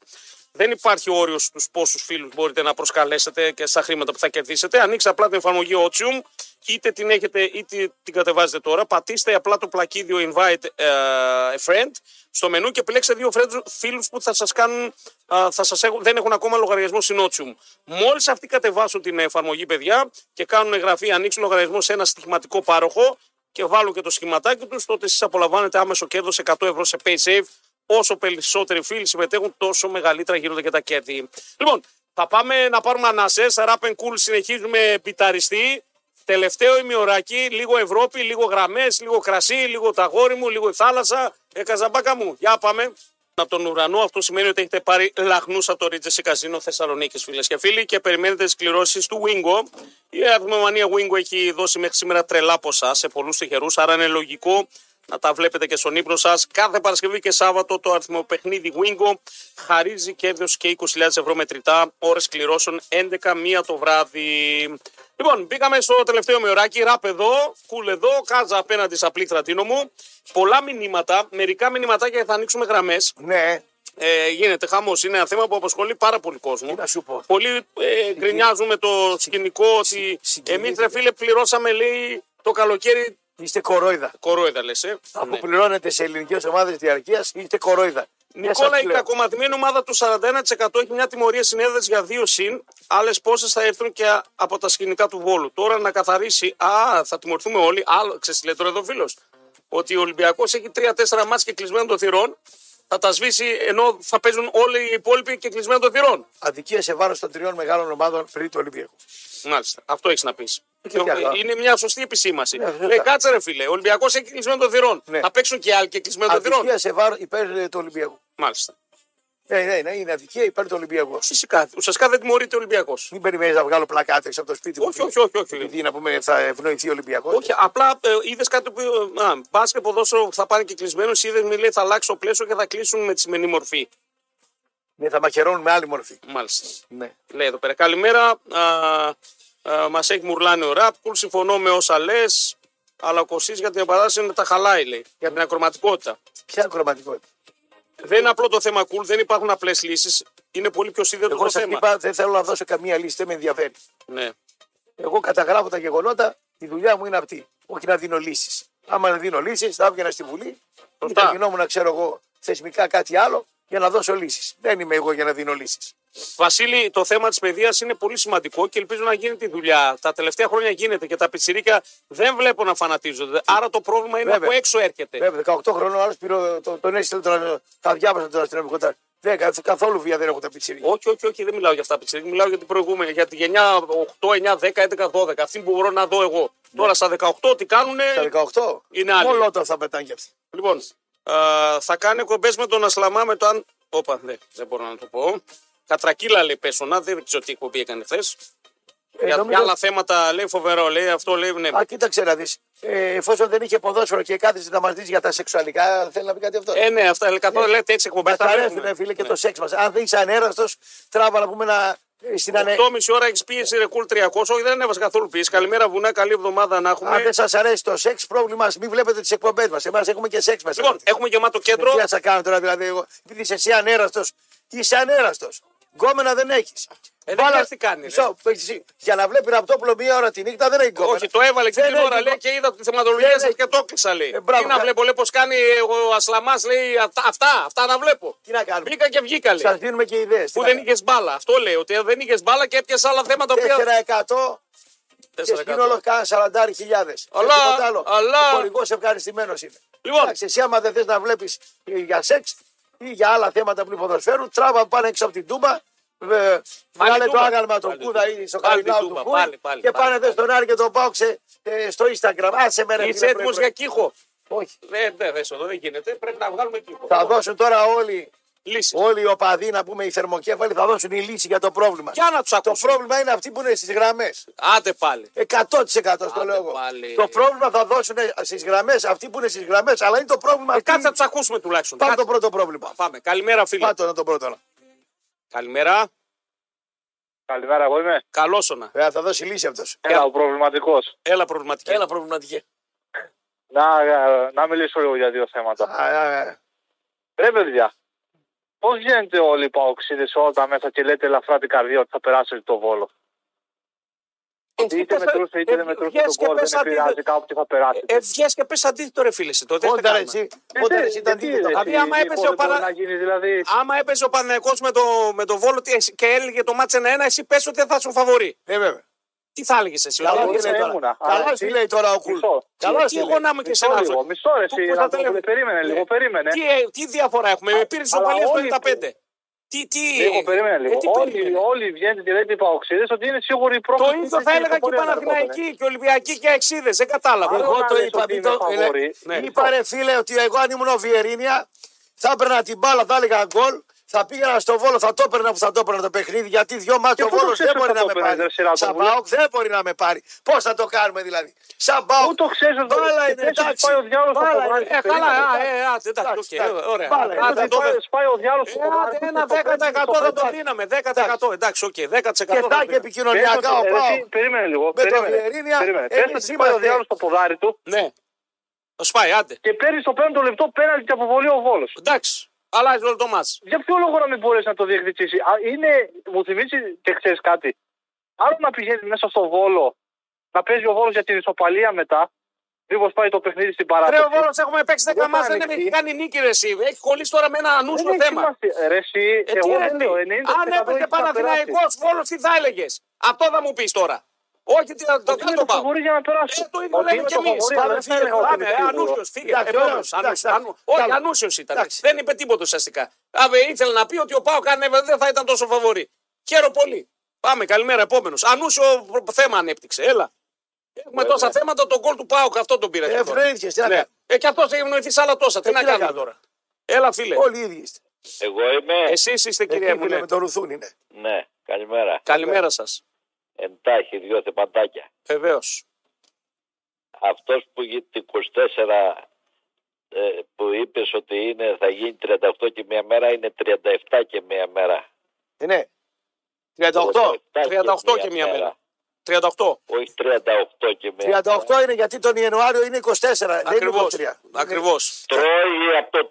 S1: Δεν υπάρχει όριος στους πόσους φίλους μπορείτε να προσκαλέσετε και στα χρήματα που θα κερδίσετε. Ανοίξτε απλά την εφαρμογή Ότσιουμ, είτε την έχετε είτε την κατεβάζετε τώρα. Πατήστε απλά το πλακίδιο Invite ε, a Friend στο μενού και επιλέξτε δύο φίλους που θα σας κάνουν, α, θα σας έχουν, δεν έχουν ακόμα λογαριασμό στην Ότσιουμ. Μόλις αυτοί κατεβάσουν την εφαρμογή, παιδιά, και κάνουν εγγραφή, ανοίξουν λογαριασμό σε ένα στοιχηματικό πάροχο, και βάλουν και το σχηματάκι τους, τότε εσείς απολαμβάνετε άμεσο κέρδος 100 ευρώ σε PaySafe. Όσο περισσότεροι φίλοι συμμετέχουν, τόσο μεγαλύτερα γίνονται και τα κέρδη. Λοιπόν, θα πάμε να πάρουμε ανασές. Rap and cool, συνεχίζουμε πιταριστή. Τελευταίο ημιωράκι, λίγο Ευρώπη, λίγο γραμμές, λίγο κρασί, λίγο τα γόρι μου, λίγο η θάλασσα. Ε, καζαμπάκα μου, για πάμε. Από τον ουρανό, αυτό σημαίνει ότι έχετε πάρει λαχνούς από το Ρίτζεσαι Καζίνο Θεσσαλονίκης, φίλες και φίλοι, και περιμένετε τις κληρώσεις του Wingo. Η Αθημομανία Wingo έχει δώσει μέχρι σήμερα τρελά ποσά σε πολλούς τυχερούς, άρα είναι λογικό να τα βλέπετε και στον ύπνο σας. Κάθε Παρασκευή και Σάββατο το αριθμοπαιχνίδι Wingo χαρίζει κέρδος και 20.000 ευρώ μετρητά, ώρες κληρώσεων 11-1 το βράδυ. Λοιπόν, μπήκαμε στο τελευταίο μεωράκι. Ραπ εδώ, κουλ εδώ, κάζα απέναντι στα πλήκτρα τίνο μου. Πολλά μηνύματα, μερικά μηνύματάκια θα ανοίξουμε γραμμές.
S2: Ναι,
S1: Ε, γίνεται χαμός. Είναι ένα θέμα που απασχολεί πάρα πολύ κόσμο.
S2: να σου πω.
S1: Πολλοί ε, γκρινιάζουν με το σκηνικό ότι εμεί,
S2: συγκινήθηκα.
S1: ρε φίλε, πληρώσαμε, λέει, το καλοκαίρι.
S2: είστε κορόιδα.
S1: Κορόιδα, λες. Ε.
S2: Αφού
S1: Ναι.
S2: πληρώνετε σε ελληνικές ομάδες διαρκείας, είστε κορόιδα. Δεν σας
S1: Νικόλα, η
S2: λέω.
S1: κακομαθημένη ομάδα του 41% έχει μια τιμωρία συνέδεσης για δύο συν. Άλλες πόσες θα έρθουν και από τα σκηνικά του Βόλου. Τώρα να καθαρίσει. Α, θα τιμωρηθούμε όλοι. Άλλο, ξέρεις τι λέει τώρα εδώ φίλος. Ότι ο Ολυμπιακός έχει τρία-τέσσερα μάτς και κλεισμένο των θυρών. Θα τα σβήσει ενώ θα παίζουν όλοι οι υπόλοιποι και κλεισμένο των θυρών.
S2: Αδικία σε βάρος των τριών μεγάλων ομάδων πριν του Ολυμπιακού.
S1: Μάλιστα. Αυτό έχεις να πεις.
S2: Και τι άλλο.
S1: Είναι μια σωστή επισήμανση.
S2: Ναι,
S1: Ναι,
S2: σωστά.
S1: κάτσε ρε φίλε. Ο Ολυμπιακός έχει κλεισμένο των θυρών.
S2: Ναι.
S1: Θα παίξουν και άλλοι και κλεισμένο των θυρών.
S2: Αδικία σε βάρος υπέρ ε, του Ολυμπιακού.
S1: Μάλιστα.
S2: Ναι, ναι, ναι, είναι αδικία υπέρ του Ολυμπιακού.
S1: Φυσικά. Ουσιαστικά δεν τιμωρείται ο Ολυμπιακός.
S2: Μην περιμένεις να βγάλω πλακάτες από το σπίτι μου.
S1: Όχι, όχι, όχι. όχι.
S2: Επειδή να πούμε θα ευνοηθεί ο Ολυμπιακός.
S1: Όχι, απλά ε, είδες κάτι που. ε, Α, μπάσκετ ποδόσφαιρο θα πάνε και κλεισμένος. Είδες με λέει θα αλλάξει το πλαίσιο και θα κλείσουν με τη σημερινή μορφή.
S2: Ναι, θα μαχαιρώνουν με άλλη μορφή.
S1: Μάλιστα.
S2: Ναι.
S1: Λέει εδώ πέρα. Καλημέρα. Α, α, Μας έχει μουρλάνει ο ραπ. Κουλ, συμφωνώ με όσα λες. Αλλά ο Κωσής για την επανάσταση είναι τα χαλάει, λέει. Για την ακροματικότητα.
S2: Ποια κροματικότητα.
S1: Δεν είναι απλό το θέμα κουλ, δεν υπάρχουν απλές λύσεις. Είναι πολύ πιο σύνδετο
S2: Εγώ
S1: το
S2: σας
S1: θέμα.
S2: είπα, δεν θέλω να δώσω καμία λύση, δεν με ενδιαφέρει.
S1: Ναι.
S2: Εγώ καταγράφω τα γεγονότα, η δουλειά μου είναι αυτή. Όχι να δίνω λύσεις. Άμα να δίνω λύσεις, θα έβγαινα στη Βουλή ή
S1: Σωστά.
S2: θα γινόμουν, ξέρω εγώ, θεσμικά κάτι άλλο για να δώσω λύσεις. Δεν είμαι εγώ για να δίνω λύσεις.
S1: Βασίλη, το θέμα της παιδείας είναι πολύ σημαντικό και ελπίζω να γίνει τη δουλειά. Τα τελευταία χρόνια γίνεται και τα πιτσιρίκια δεν βλέπω να φανατίζονται. Άρα το πρόβλημα είναι
S2: Βέβαια.
S1: από έξω έρχεται.
S2: Βέβαια, 18 χρόνων άλλος πήρε το, τον έστειλε τον, τα διάβασα τον αστυνομικό. Τα, δεν, κα- καθόλου βία δεν έχω τα πιτσιρίκια.
S1: Όχι, όχι, όχι, δεν μιλάω για αυτά πιτσιρίκια. Μιλάω για την προηγούμενη, για τη γενιά 8, 9, 10, 11, 12. Αυτή που μπορώ να δω εγώ.
S2: Ναι.
S1: Τώρα στα 18 τι κάνουν.
S2: Τα 18.
S1: Είναι άλλη.
S2: Μόνο όταν θα πετάνε κι αυτοί.
S1: Λοιπόν, α, θα κάνει εκπομπές με τον Ασλαμά με τον. Όπα, δεν, δεν μπορώ να το πω. Κατρακύλα λέει πέσονα, δεν ξέρω τι εκπομπή έκανε χθες.
S2: Ε,
S1: για,
S2: νομίζω-
S1: για άλλα θέματα λέει φοβερό, λέει αυτό λέει ναι.
S2: Α, κοίταξε να δεις. Ε, εφόσον δεν είχε ποδόσφαιρο και κάθισε να μας δεις για τα σεξουαλικά, θέλει να πει κάτι αυτό.
S1: Ε, ναι, αυτά λέει, καθόλου λέτε έτσι εκπομπές.
S2: Μας τα αρέσουν, ε, φίλε, και το σεξ μας. Αν δεν είσαι ανέραστος, τράβα να πούμε να. ε, Στην ανε...
S1: 8,5 ώρα έχεις πίεση ρεκούλ 300. Όχι, δεν ανέβασε καθόλου πίεση. Καλημέρα, βουνά. Καλή εβδομάδα να έχουμε.
S2: Αν δεν σας αρέσει το σεξ, πρόβλημά σα. Μην βλέπετε τις εκπομπές μας. Εμάς έχουμε και σεξ μα.
S1: Λοιπόν, έχουμε γεμάτο κέντρο.
S2: Τι να σας κάνω τώρα, δηλαδή, εγώ. Επειδή είσαι εσύ ανέραστος, είσαι ανέραστος. Γκόμενα δεν έχεις.
S1: Ε, δεν ξέρεις τι κάνει, ρε.
S2: για να βλέπει ραπτόπουλο μία ώρα τη νύχτα δεν έχει γκόμενα.
S1: Όχι, το Ναι, έβαλε και
S2: Δεν
S1: την ώρα λέει
S2: έχει γκο-
S1: Ναι. και είδα τη θεματολογία
S2: Δεν
S1: σας
S2: έχει.
S1: και το έκλεισα λέει.
S2: Ε, μπράβο,
S1: Τι να
S2: κα-
S1: βλέπω, λέει πώ κάνει ο Ασλαμάς, λέει αυτά, αυτά, αυτά να βλέπω.
S2: Τι να κάνουμε.
S1: Μπήκα και βγήκα λέει.
S2: Σας δίνουμε και ιδέες.
S1: Που δεν είχες μπάλα. Αυτό λέει. Ότι δεν είχες μπάλα και έπιασες άλλα θέματα
S2: Ε,
S1: που
S2: 4% και στην όλο κάνα 40.000.
S1: Αλλά,
S2: Ε, Ο
S1: αλλά.
S2: χορηγός ευχαριστημένος είναι.
S1: Λοιπόν.
S2: Εντάξει, εσύ άμα δεν θες να βλέπεις για σεξ, ή για άλλα θέματα που είναι ποδοσφαίρου, τράβα πάνε έξω από την τούμπα. Ε, βγάλε το
S1: Τούμπα.
S2: άγαλμα τον
S1: Πάλι
S2: Κούδα ή στο
S1: Τούμπα. Πάλι
S2: καρινάου του
S1: Τούμπα.
S2: Κούδα
S1: Πάλι, πάλι,
S2: και
S1: πάλι,
S2: πάνε εδώ
S1: πάλι.
S2: στον Άρη και τον πάω ξε, ε, στο Instagram. Άσε με ρε
S1: Είσαι
S2: φίλε,
S1: έτοιμος
S2: πρωί,
S1: για
S2: πρωί.
S1: κύχο.
S2: Όχι.
S1: Δεν δε, δε, εδώ δεν γίνεται. Πρέπει να βγάλουμε κύχο.
S2: Θα δώσουν τώρα όλοι,
S1: Λύση.
S2: όλοι οι οπαδοί, να πούμε οι θερμοκέφαλοι, θα δώσουν η λύση για το πρόβλημα.
S1: Για να τους
S2: Το
S1: ακούσω.
S2: πρόβλημα είναι αυτοί που είναι στις γραμμές.
S1: Άντε πάλι.
S2: 100% στο
S1: Άντε
S2: λέω εγώ.
S1: πάλι.
S2: Το πρόβλημα θα δώσουν στις γραμμές αυτοί που είναι στις γραμμές, αλλά είναι το πρόβλημα.
S1: Ε,
S2: αυτοί.
S1: κάτσε να τους ακούσουμε τουλάχιστον.
S2: Πάμε
S1: Κάτσε. Ε.
S2: το πρώτο πρόβλημα.
S1: Πάμε. Καλημέρα, φίλε.
S2: Πάμε το το πρώτο.
S1: Καλημέρα.
S5: Καλημέρα, εγώ είμαι.
S1: Καλώσονα.
S2: Ε, θα δώσει λύση αυτός.
S5: Έλα, ο προβληματικός.
S1: Έλα, προβληματική.
S2: προβληματική.
S5: Να, ε, να μιλήσω λίγο για δύο θέματα.
S2: ε,
S5: Ρε, παιδιά, πώς βγαίνετε όλοι οι παοξίδες όλα τα μέσα και λέτε ελαφρά την καρδιά ότι θα περάσετε το βόλο.
S1: Εσύ
S5: Είτε
S1: πες-
S5: μετρούσε είτε
S1: ε,
S5: δεν μετρούσε
S1: βγες
S5: τον
S1: και
S5: κόλ,
S1: πες
S5: δεν
S1: αντίθετο.
S5: επηρεάζει κάπου και θα περάσετε.
S1: Ε, βγες και πες αντίθετο ρε φίλε εσύ, τότε τι θα
S2: Πότε ρε,
S1: κάνουμε.
S2: εσύ,
S5: Ε,
S2: πότε
S5: τι,
S2: ρε, εσύ ήταν
S5: τι,
S2: δίκαιο.
S5: ρε,
S1: Δηλαδή,
S5: τι,
S1: άμα
S5: τι,
S1: έπαιζε
S5: πώς
S1: ο
S5: δεν μπορεί
S1: Παρα-
S5: να γίνει, δηλαδή.
S1: Άμα έπαιζε ο Παναθηναϊκός με το, με το Βόλο τι- εσύ- και έλεγε το μάτς 1-1, εσύ πες ότι δεν θα σου φαβορεί.
S2: Ε, βέβαια.
S1: Τι θα έλεγες εσύ.
S2: Καλά
S1: δηλαδή,
S5: εγώ
S2: τι λέει
S5: δεν
S2: τώρα.
S5: ήμουνα.
S2: Καλά
S5: Αλλά
S2: τι
S5: εσύ-
S2: λέει τώρα ο Κουλ.
S5: Μισό.
S2: Καλά
S1: τι
S2: τι λέει.
S1: γονά μου και
S5: Μισό
S1: εσένα.
S5: λίγο, μισό ρε,
S1: Πού-
S5: εσύ,
S1: πού θα
S5: Ραδόπουλε,
S1: τελεύουμε.
S5: περίμενε λίγο,
S1: Ναι.
S5: περίμενε.
S1: Τι, ε, τι διαφορά έχουμε, με πήρε στο
S5: αλλά
S1: παλιό
S5: όλοι-
S1: στο 95. Τι, τι,
S5: Λίγο, περίμενε
S1: ε,
S5: λίγο.
S1: τι
S5: Όλοι,
S1: περίμενε.
S5: όλοι βγαίνετε και λέτε οι παοξίδε ότι είναι σίγουροι οι
S1: Το
S5: πρόκληση.
S1: ίδιο θα έλεγα και οι Παναθηναϊκοί και οι Ολυμπιακοί και Αεξίδες, δεν κατάλαβα.
S5: Άρα-
S1: Εγώ-
S2: Εγώ
S5: να
S2: το
S5: λες
S2: είπα,
S5: ότι
S2: μην το-
S5: είναι
S2: ε,
S5: φαβορί.
S2: λέ-
S1: Ναι.
S2: Είπα ρε φίλε ότι εγώ αν ήμουν ο Βιερίνια θα έπαιρνα την μπάλα, θα έλεγα γκολ, θα πήγαινα στο Βόλο, θα το έπαιρνα που θα το έπαιρνα το παιχνίδι, γιατί δυο μάτια ο
S5: Και πού το
S2: Βόλος
S5: ξέρεις
S2: δεν
S5: ότι
S2: μπορεί να
S5: θα το
S2: με
S5: έπαιρνες,
S2: πάρει.
S5: ρε, σειρά,
S2: Σαν
S5: το βουλέ.
S2: Μπάουκ δεν μπορεί να με πάρει. Πώς θα το κάνουμε δηλαδή. Σαν Μπάουκ.
S5: Πού το ξέρει ότι
S2: Μπάλα είναι,
S5: ξέρεις ότι
S2: εντάξει.
S5: πάει ο διάλογος
S2: Μπάλα είναι,
S1: Ε, καλά, α, ε, α, εντάξει,
S2: Εντάξει,
S1: οκ,
S2: εντάξει.
S1: ωραία.
S2: Πάλε,
S1: Άντε,
S2: εντάξει,
S1: το-
S5: Πάει, σπάει ο διάλογος
S1: Ε, άντε, Ένα 10% θα το δίναμε. 10% εντάξει, οκ. 10%
S2: Και
S1: θα
S2: θα
S1: το
S2: και
S1: δίναμε.
S2: επικοινωνιακά ο Πάοκ.
S5: ε, Περίμενε λίγο.
S2: Με το
S5: περίμενε,
S2: Βιερίνια,
S5: περίμενε.
S2: εμείς
S5: Πες ότι πάει ο
S2: είμαστε.
S5: διάλογος στο ποδάρι του
S1: Ναι. Το σπάει, άντε.
S5: και παίρνει στο πέμπτο λεπτό πέναλτι και αποβολεί ο Βόλος.
S1: Εντάξει. Αλλάζει όλο το μάτς.
S5: Για ποιο λόγο να μην μπορέσει να το διεκδικήσεις. Α, Είναι, μου θυμίζει και ξέρεις κάτι. Άλλο να πηγαίνεις μέσα στο Βόλο, να παίζει ο Βόλος για την ισοπαλία μετά, μήπως πάει το παιχνίδι στην
S1: Ρε ο
S5: παράταση.
S1: Βόλος έχουμε παίξει 10
S5: Δεν
S1: μάτς, δεν
S5: άνοιξε.
S1: έχει κάνει νίκη ρε εσύ. Έχει κολλήσει τώρα με ένα
S5: Δεν
S1: ανούσιο
S5: έχει
S1: θέμα.
S5: σημασία. Ρε, εσύ,
S1: Ε, τι
S5: εγώ
S1: ρε,
S5: δεν
S1: τι.
S5: λέω, 90%
S1: Αν έπαιζε
S5: έχει να περάσει.
S1: Παναθηναϊκός Βόλος τι θα έλεγες. Αυτό θα μου πεις τώρα. Όχι, τι θα- το
S5: Ότι
S1: δεν
S5: είναι
S1: το
S5: το
S1: πάω.
S5: φαβορί για να περάσει.
S1: Ε, το ίδιο λέμε κι εμεί.
S5: Πάμε φύγε
S1: Πάμε, ανούσιο. ε, Φύγε.
S2: Εντάξει,
S1: Επόμενος,
S2: εντάξει,
S1: ανούσιος.
S2: εντάξει.
S1: Ανού- Όχι,
S2: Καλά.
S1: ανούσιος ήταν.
S2: Εντάξει.
S1: Δεν είπε τίποτα ουσιαστικά. Άβε, ήθελε να πει ότι ο Πάο κανέβε δεν θα ήταν τόσο φαβορή. Χαίρομαι πολύ. Πάμε, καλημέρα. Επόμενος. Ανούσιο προ- θέμα ανέπτυξε. Έλα. Έχουμε τόσα θέματα. Το γκολ του Πάοκ αυτό τον πήρε.
S2: Ε, Ευνοήθηκες, τι να
S1: Ναι.
S2: κάνουμε.
S1: Ε, και αυτός έχει ευνοηθεί σε άλλα τόσα. Τι
S2: Ε,
S1: να
S2: τι να
S1: κάνουμε Ναι.
S2: κάνουμε.
S1: τώρα. Έλα, φίλε.
S2: Όλοι οι ίδιοι είστε.
S6: Εγώ είμαι.
S1: Εσείς είστε,
S2: Εκεί
S1: κυρία μου.
S2: που
S1: ναι.
S2: λέμε το ρουθούν είναι.
S6: Ναι, καλημέρα.
S1: Καλημέρα σας.
S6: Εντάχει, δυο θεπαντάκια.
S1: Βεβαίως.
S6: Αυτός που γίνεται 24 ε, που είπες ότι είναι, θα γίνει 38 και μία μέρα, είναι 37 και μία μέρα.
S2: Ε, Ναι. 38.
S1: 38 και μία μέρα. 38.
S6: Όχι 38 και μία μέρα.
S2: 38 είναι γιατί τον Ιανουάριο είναι 24. Δεν είναι
S1: Ακριβώς.
S2: 23.
S1: Ακριβώς.
S6: Τρώει από το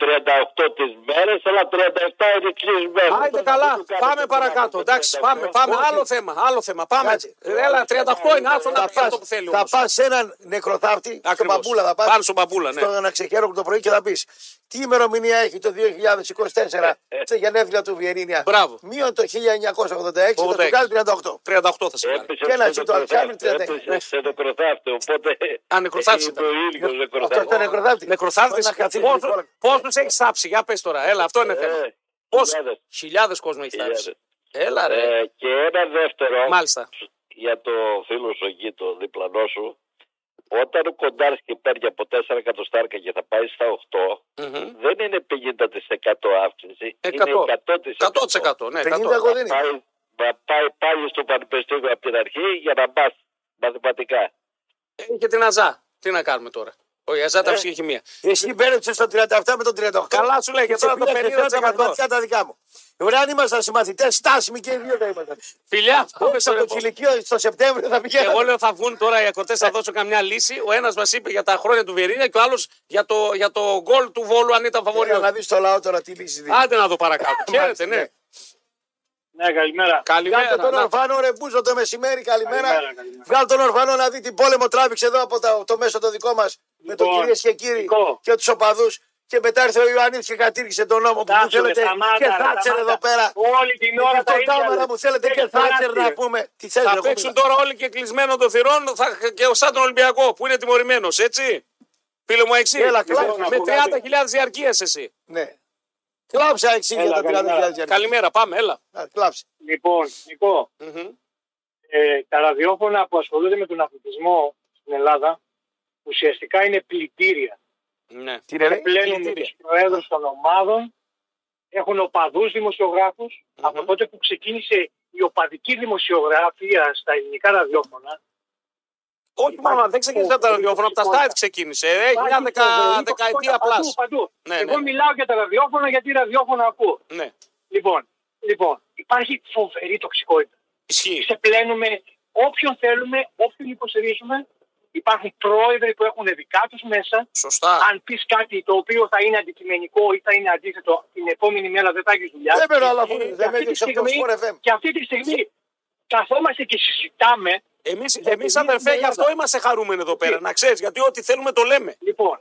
S6: 38 τις μέρες, αλλά 37 είναι κλεισμένο.
S1: Άιντε
S6: Τον
S1: καλά.
S6: του κάνετε
S1: Πάμε
S6: το
S1: παρακάτω.
S6: πράγμα
S1: Εντάξει,
S6: το
S1: πάμε.
S6: 38.
S1: πάμε.
S2: Όχι.
S1: Άλλο θέμα. Άλλο θέμα. Πάμε.
S2: Κάτσε.
S1: Έλα, 38 είναι. Άσο να
S2: Θα
S1: πει
S2: πας,
S1: αυτό που θέλει.
S2: θα
S1: όμως.
S2: πας σε έναν νεκροθάφτη, στον
S1: Ακριβώς.
S2: Παπούλα θα πας,
S1: Πάνω στον Παπούλα, ναι.
S2: στον Αναξεχέροκο το πρωί και θα πεις τι ημερομηνία έχει το 2024 στα γενέθλια του Βιενίνια.
S1: Ε, Μπράβο.
S2: Μείον το 1986 θα του
S1: 86.
S2: κάνει 38.
S1: 38 θα σε κάνει.
S6: Έπεσε
S2: Και ένα
S6: στο
S2: και το Αλτσχάιμερ, 39.
S6: νεκροθάφτη. Έπεσε στο νεκροθάφτη, οπότε...
S1: Α, νεκροθάφτη
S6: είναι Ο ίδιος
S2: Αυτό
S6: νεκροθάφτη.
S2: ήταν νεκροθάφτη.
S1: Νεκροθάρτη.
S2: Να καθίσει λίγο.
S1: Πώ του έχεις θάψει, για πες τώρα. Έλα, αυτό είναι θέμα.
S6: Ε,
S1: Πώ
S6: χιλιάδες.
S1: χιλιάδες κόσμο έχει θάψει.
S6: Χιλιάδες.
S1: Έλα, ρε.
S6: Ε, και ένα δεύτερο
S1: Μάλιστα.
S6: για το φίλο σου εκεί, το διπλανό σου. Όταν ο Κοντάρσκι παίρνει από 4 εκατοστάρκα και θα πάει στα 8,
S1: Μμμ.
S6: δεν είναι 50% αύξηση.
S1: 100%.
S6: Είναι 100%.
S1: 100%. Ναι,
S2: 50 εγώ
S1: 100%.
S2: δεν είμαι.
S6: Πάει, να πάει πάλι στο πανεπιστήμιο από την αρχή για να πας μαθηματικά.
S1: Ε, Και την Αζά. Τι να κάνουμε τώρα. Ο Αζά τα ψυχή μία.
S2: Εσύ μπέρεψες το 37 με το 38.
S1: Καλά σου λέει,
S2: Και
S1: και τώρα
S2: σε
S1: το
S2: πήραξες
S1: 50%
S2: τα μαθηματικά τα δικά μου. Ωραία, αν ήμασταν συμμαθητές, στάσιμοι και οι δύο θα ήμασταν.
S1: Φιλιά, πάμε
S2: Όπως
S1: στο
S2: από το
S1: επόμενο.
S2: κηλικείο στο Σεπτέμβριο θα
S1: Και εγώ λοιπόν
S2: πηγαίναμε.
S1: λέω θα βγουν τώρα οι ακροτές, θα δώσω καμιά λύση. Ο ένας μας είπε για τα χρόνια του Βιερίνια και ο άλλος για το, για το γκολ του Βόλου αν ήταν
S2: Ωραία,
S1: φαβόριο.
S2: να δεις το λαό τώρα τι λύση δίνει.
S1: Άντε να δω παρακάτω. Χαίρετε, ναι.
S2: ναι.
S5: Ναι, καλημέρα.
S1: Καλημέρα.
S2: Βγάλτε τον
S1: Να-
S2: Ορφάνο, ρε Μπούζο, το μεσημέρι, καλημέρα.
S5: Καλημέρα, καλημέρα.
S2: Βγάλτε τον Ορφάνο να δει την πόλεμο τράβηξε εδώ από τα- το μέσο το δικό μας με τον
S5: Λοιπόν,
S2: κυρίες και κύριοι
S5: δικό.
S2: και τους οπαδούς. Και μετά ήρθε ο Ιωαννίδη και κατήργησε τον νόμο που μου
S5: Τάσο,
S2: θέλετε.
S5: ρε, σταμάτα,
S2: Και
S5: ρε,
S2: Θάτσερ
S5: σταμάτα.
S2: εδώ πέρα.
S5: Όλη την
S2: Και
S5: ώρα τα
S2: τον
S5: ίδια,
S2: Κάμαρα
S5: ρε.
S2: μου θέλετε και
S5: Έχει
S2: Θάτσερ
S5: τεράστιο.
S2: να πούμε. Τι θέλετε,
S1: Θα
S2: εγώ
S1: παίξουν
S2: μιλάω.
S1: τώρα όλοι και κλεισμένο των θυρών θα, και σαν τον Ολυμπιακό που είναι τιμωρημένος, έτσι. Φίλε μου, Λοιπόν, έτσι.
S2: Έλα, κλάμα.
S1: με 30.000 διαρκεία εσύ.
S2: Ναι. Κλάψα εσύ για τα 30.000 ευρώ.
S1: Καλημέρα, πάμε, έλα.
S2: Α, Κλάψε.
S5: Λοιπόν, Νικό,
S1: Μμμ.
S5: ε, τα ραδιόφωνα που ασχολούνται με τον αθλητισμό στην Ελλάδα ουσιαστικά είναι πλητήρια.
S1: Ναι.
S2: Τι ρε, ρε.
S5: Πλένουν
S1: πλητήρια.
S5: του προέδρους των ομάδων, έχουν οπαδούς Από τότε που ξεκίνησε η οπαδική δημοσιογραφία στα ελληνικά ραδιόφωνα,
S1: Όχι μόνο, δεν ξεκίνησε από τα ραδιόφωνα, από τα
S5: Υπάρχει
S1: site ξεκίνησε. Έχει μια
S5: υπάρχει
S1: δεκα-
S5: φοβερή
S1: δεκαετία
S5: ποσότητα Παντού,
S1: plus.
S5: παντού.
S1: Ναι,
S5: Εγώ
S1: ναι.
S5: μιλάω για τα ραδιόφωνα γιατί ραδιόφωνα ακούω.
S1: Ναι,
S5: Λοιπόν, λοιπόν υπάρχει φοβερή τοξικότητα.
S1: ισχύει.
S5: ξεπλένουμε όποιον θέλουμε, όποιον υποστηρίζουμε. Υπάρχουν πρόεδροι που έχουν δικά τους μέσα.
S1: Σωστά.
S5: Αν πεις κάτι το οποίο θα είναι αντικειμενικό ή θα είναι αντίθετο, την επόμενη μέρα δεν θα έχεις δουλειά.
S2: Δεν παίρνω άλλα
S5: Ε,
S2: φορέ.
S5: και
S2: Δεν με
S5: αυτή τη
S2: έδιωξε από το
S5: στιγμή-
S2: Sport FM.
S5: Και αυτή τη στιγμή καθόμαστε και συζητάμε.
S1: Εμείς,
S5: επειδή
S1: εμείς
S5: είναι
S1: αδερφέ, γι'
S5: Ελλάδα.
S1: αυτό είμαστε χαρούμενοι εδώ πέρα, να ξέρεις, γιατί ό,τι θέλουμε το λέμε.
S5: Λοιπόν,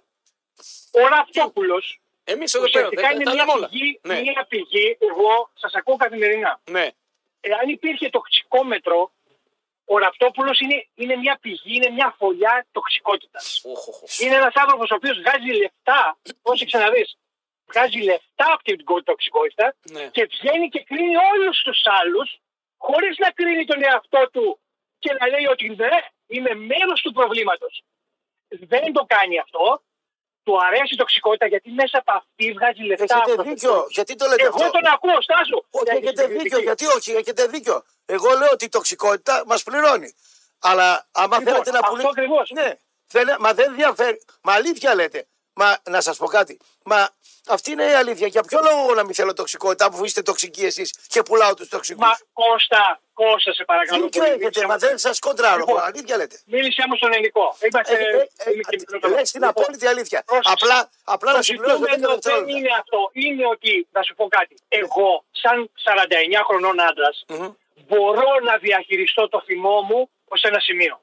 S5: ο Ραφτόπουλο
S1: Εμείς εδώ πέρα,
S5: ουσιαστικά
S1: δεν
S5: είναι
S1: τα λέμε όλα.
S5: μια πηγή,
S1: Ναι,
S5: μια πηγή. Εγώ σας ακούω καθημερινά.
S1: ναι,
S5: εάν υπήρχε τοξικό μέτρο, ο Ραπτόπουλος είναι, είναι μια πηγή, είναι μια φωλιά τοξικότητας. Είναι ένας άνθρωπος ο οποίος βγάζει λεφτά, πρόσεξε να δει, βγάζει λεφτά από την τοξικότητα
S1: ναι.
S5: και βγαίνει και κρίνει όλους τους άλλους, χωρίς να κρίνει τον εαυτό του και να λέει ότι ναι, είμαι μέρος του προβλήματος. Δεν το κάνει αυτό. Του αρέσει η τοξικότητα γιατί μέσα από αυτή βγάζει λεφτά.
S2: Έχετε
S5: από το
S2: δίκιο. Γιατί το λέτε
S5: Εγώ
S2: αυτό.
S5: τον ακούω, Στάζο.
S2: Όχι,
S5: Ναι,
S2: έχετε
S5: συγκριτική.
S2: δίκιο. Γιατί όχι, έχετε δίκιο. Εγώ λέω ότι η τοξικότητα μας πληρώνει. Αλλά άμα
S5: Λοιπόν,
S2: θέλετε να
S5: αυτό
S2: πουλήσετε.
S5: ακριβώς.
S2: Ναι, Θέλε- μα δεν διαφέρει. Μα αλήθεια λέτε. Μα να σας πω κάτι. Μα αυτή είναι η αλήθεια. Για ποιο λόγο εγώ να μην θέλω τοξικότητα, αφού είστε τοξικοί εσείς και πουλάω τους τοξικούς.
S5: Μα Κώστα, Κώστα, σε παρακαλώ.
S2: Δίκιο
S5: πολύ,
S2: έχετε,
S5: μίλησε
S2: μα
S5: μου-
S2: δεν σας κοντράρω.
S5: Λοιπόν,
S2: εγώ, αλήθεια λέτε.
S5: Μίλησε όμω στον ελληνικό. Είμαστε.
S2: Ε, ε, ε,
S5: είναι και μικρότερο.
S2: Λες την
S5: Λοιπόν,
S2: απόλυτη αλήθεια.
S5: πρόσεξε.
S2: Απλά, απλά να
S5: Το
S2: συμπληρώσω δέκα
S5: ζητούμενο δεν
S2: δευτερόλεπτα.
S5: είναι αυτό. Είναι ότι, να σου πω κάτι, εγώ, σαν 49 χρονών άντρας, μπορώ να διαχειριστώ το θυμό μου ως ένα σημείο.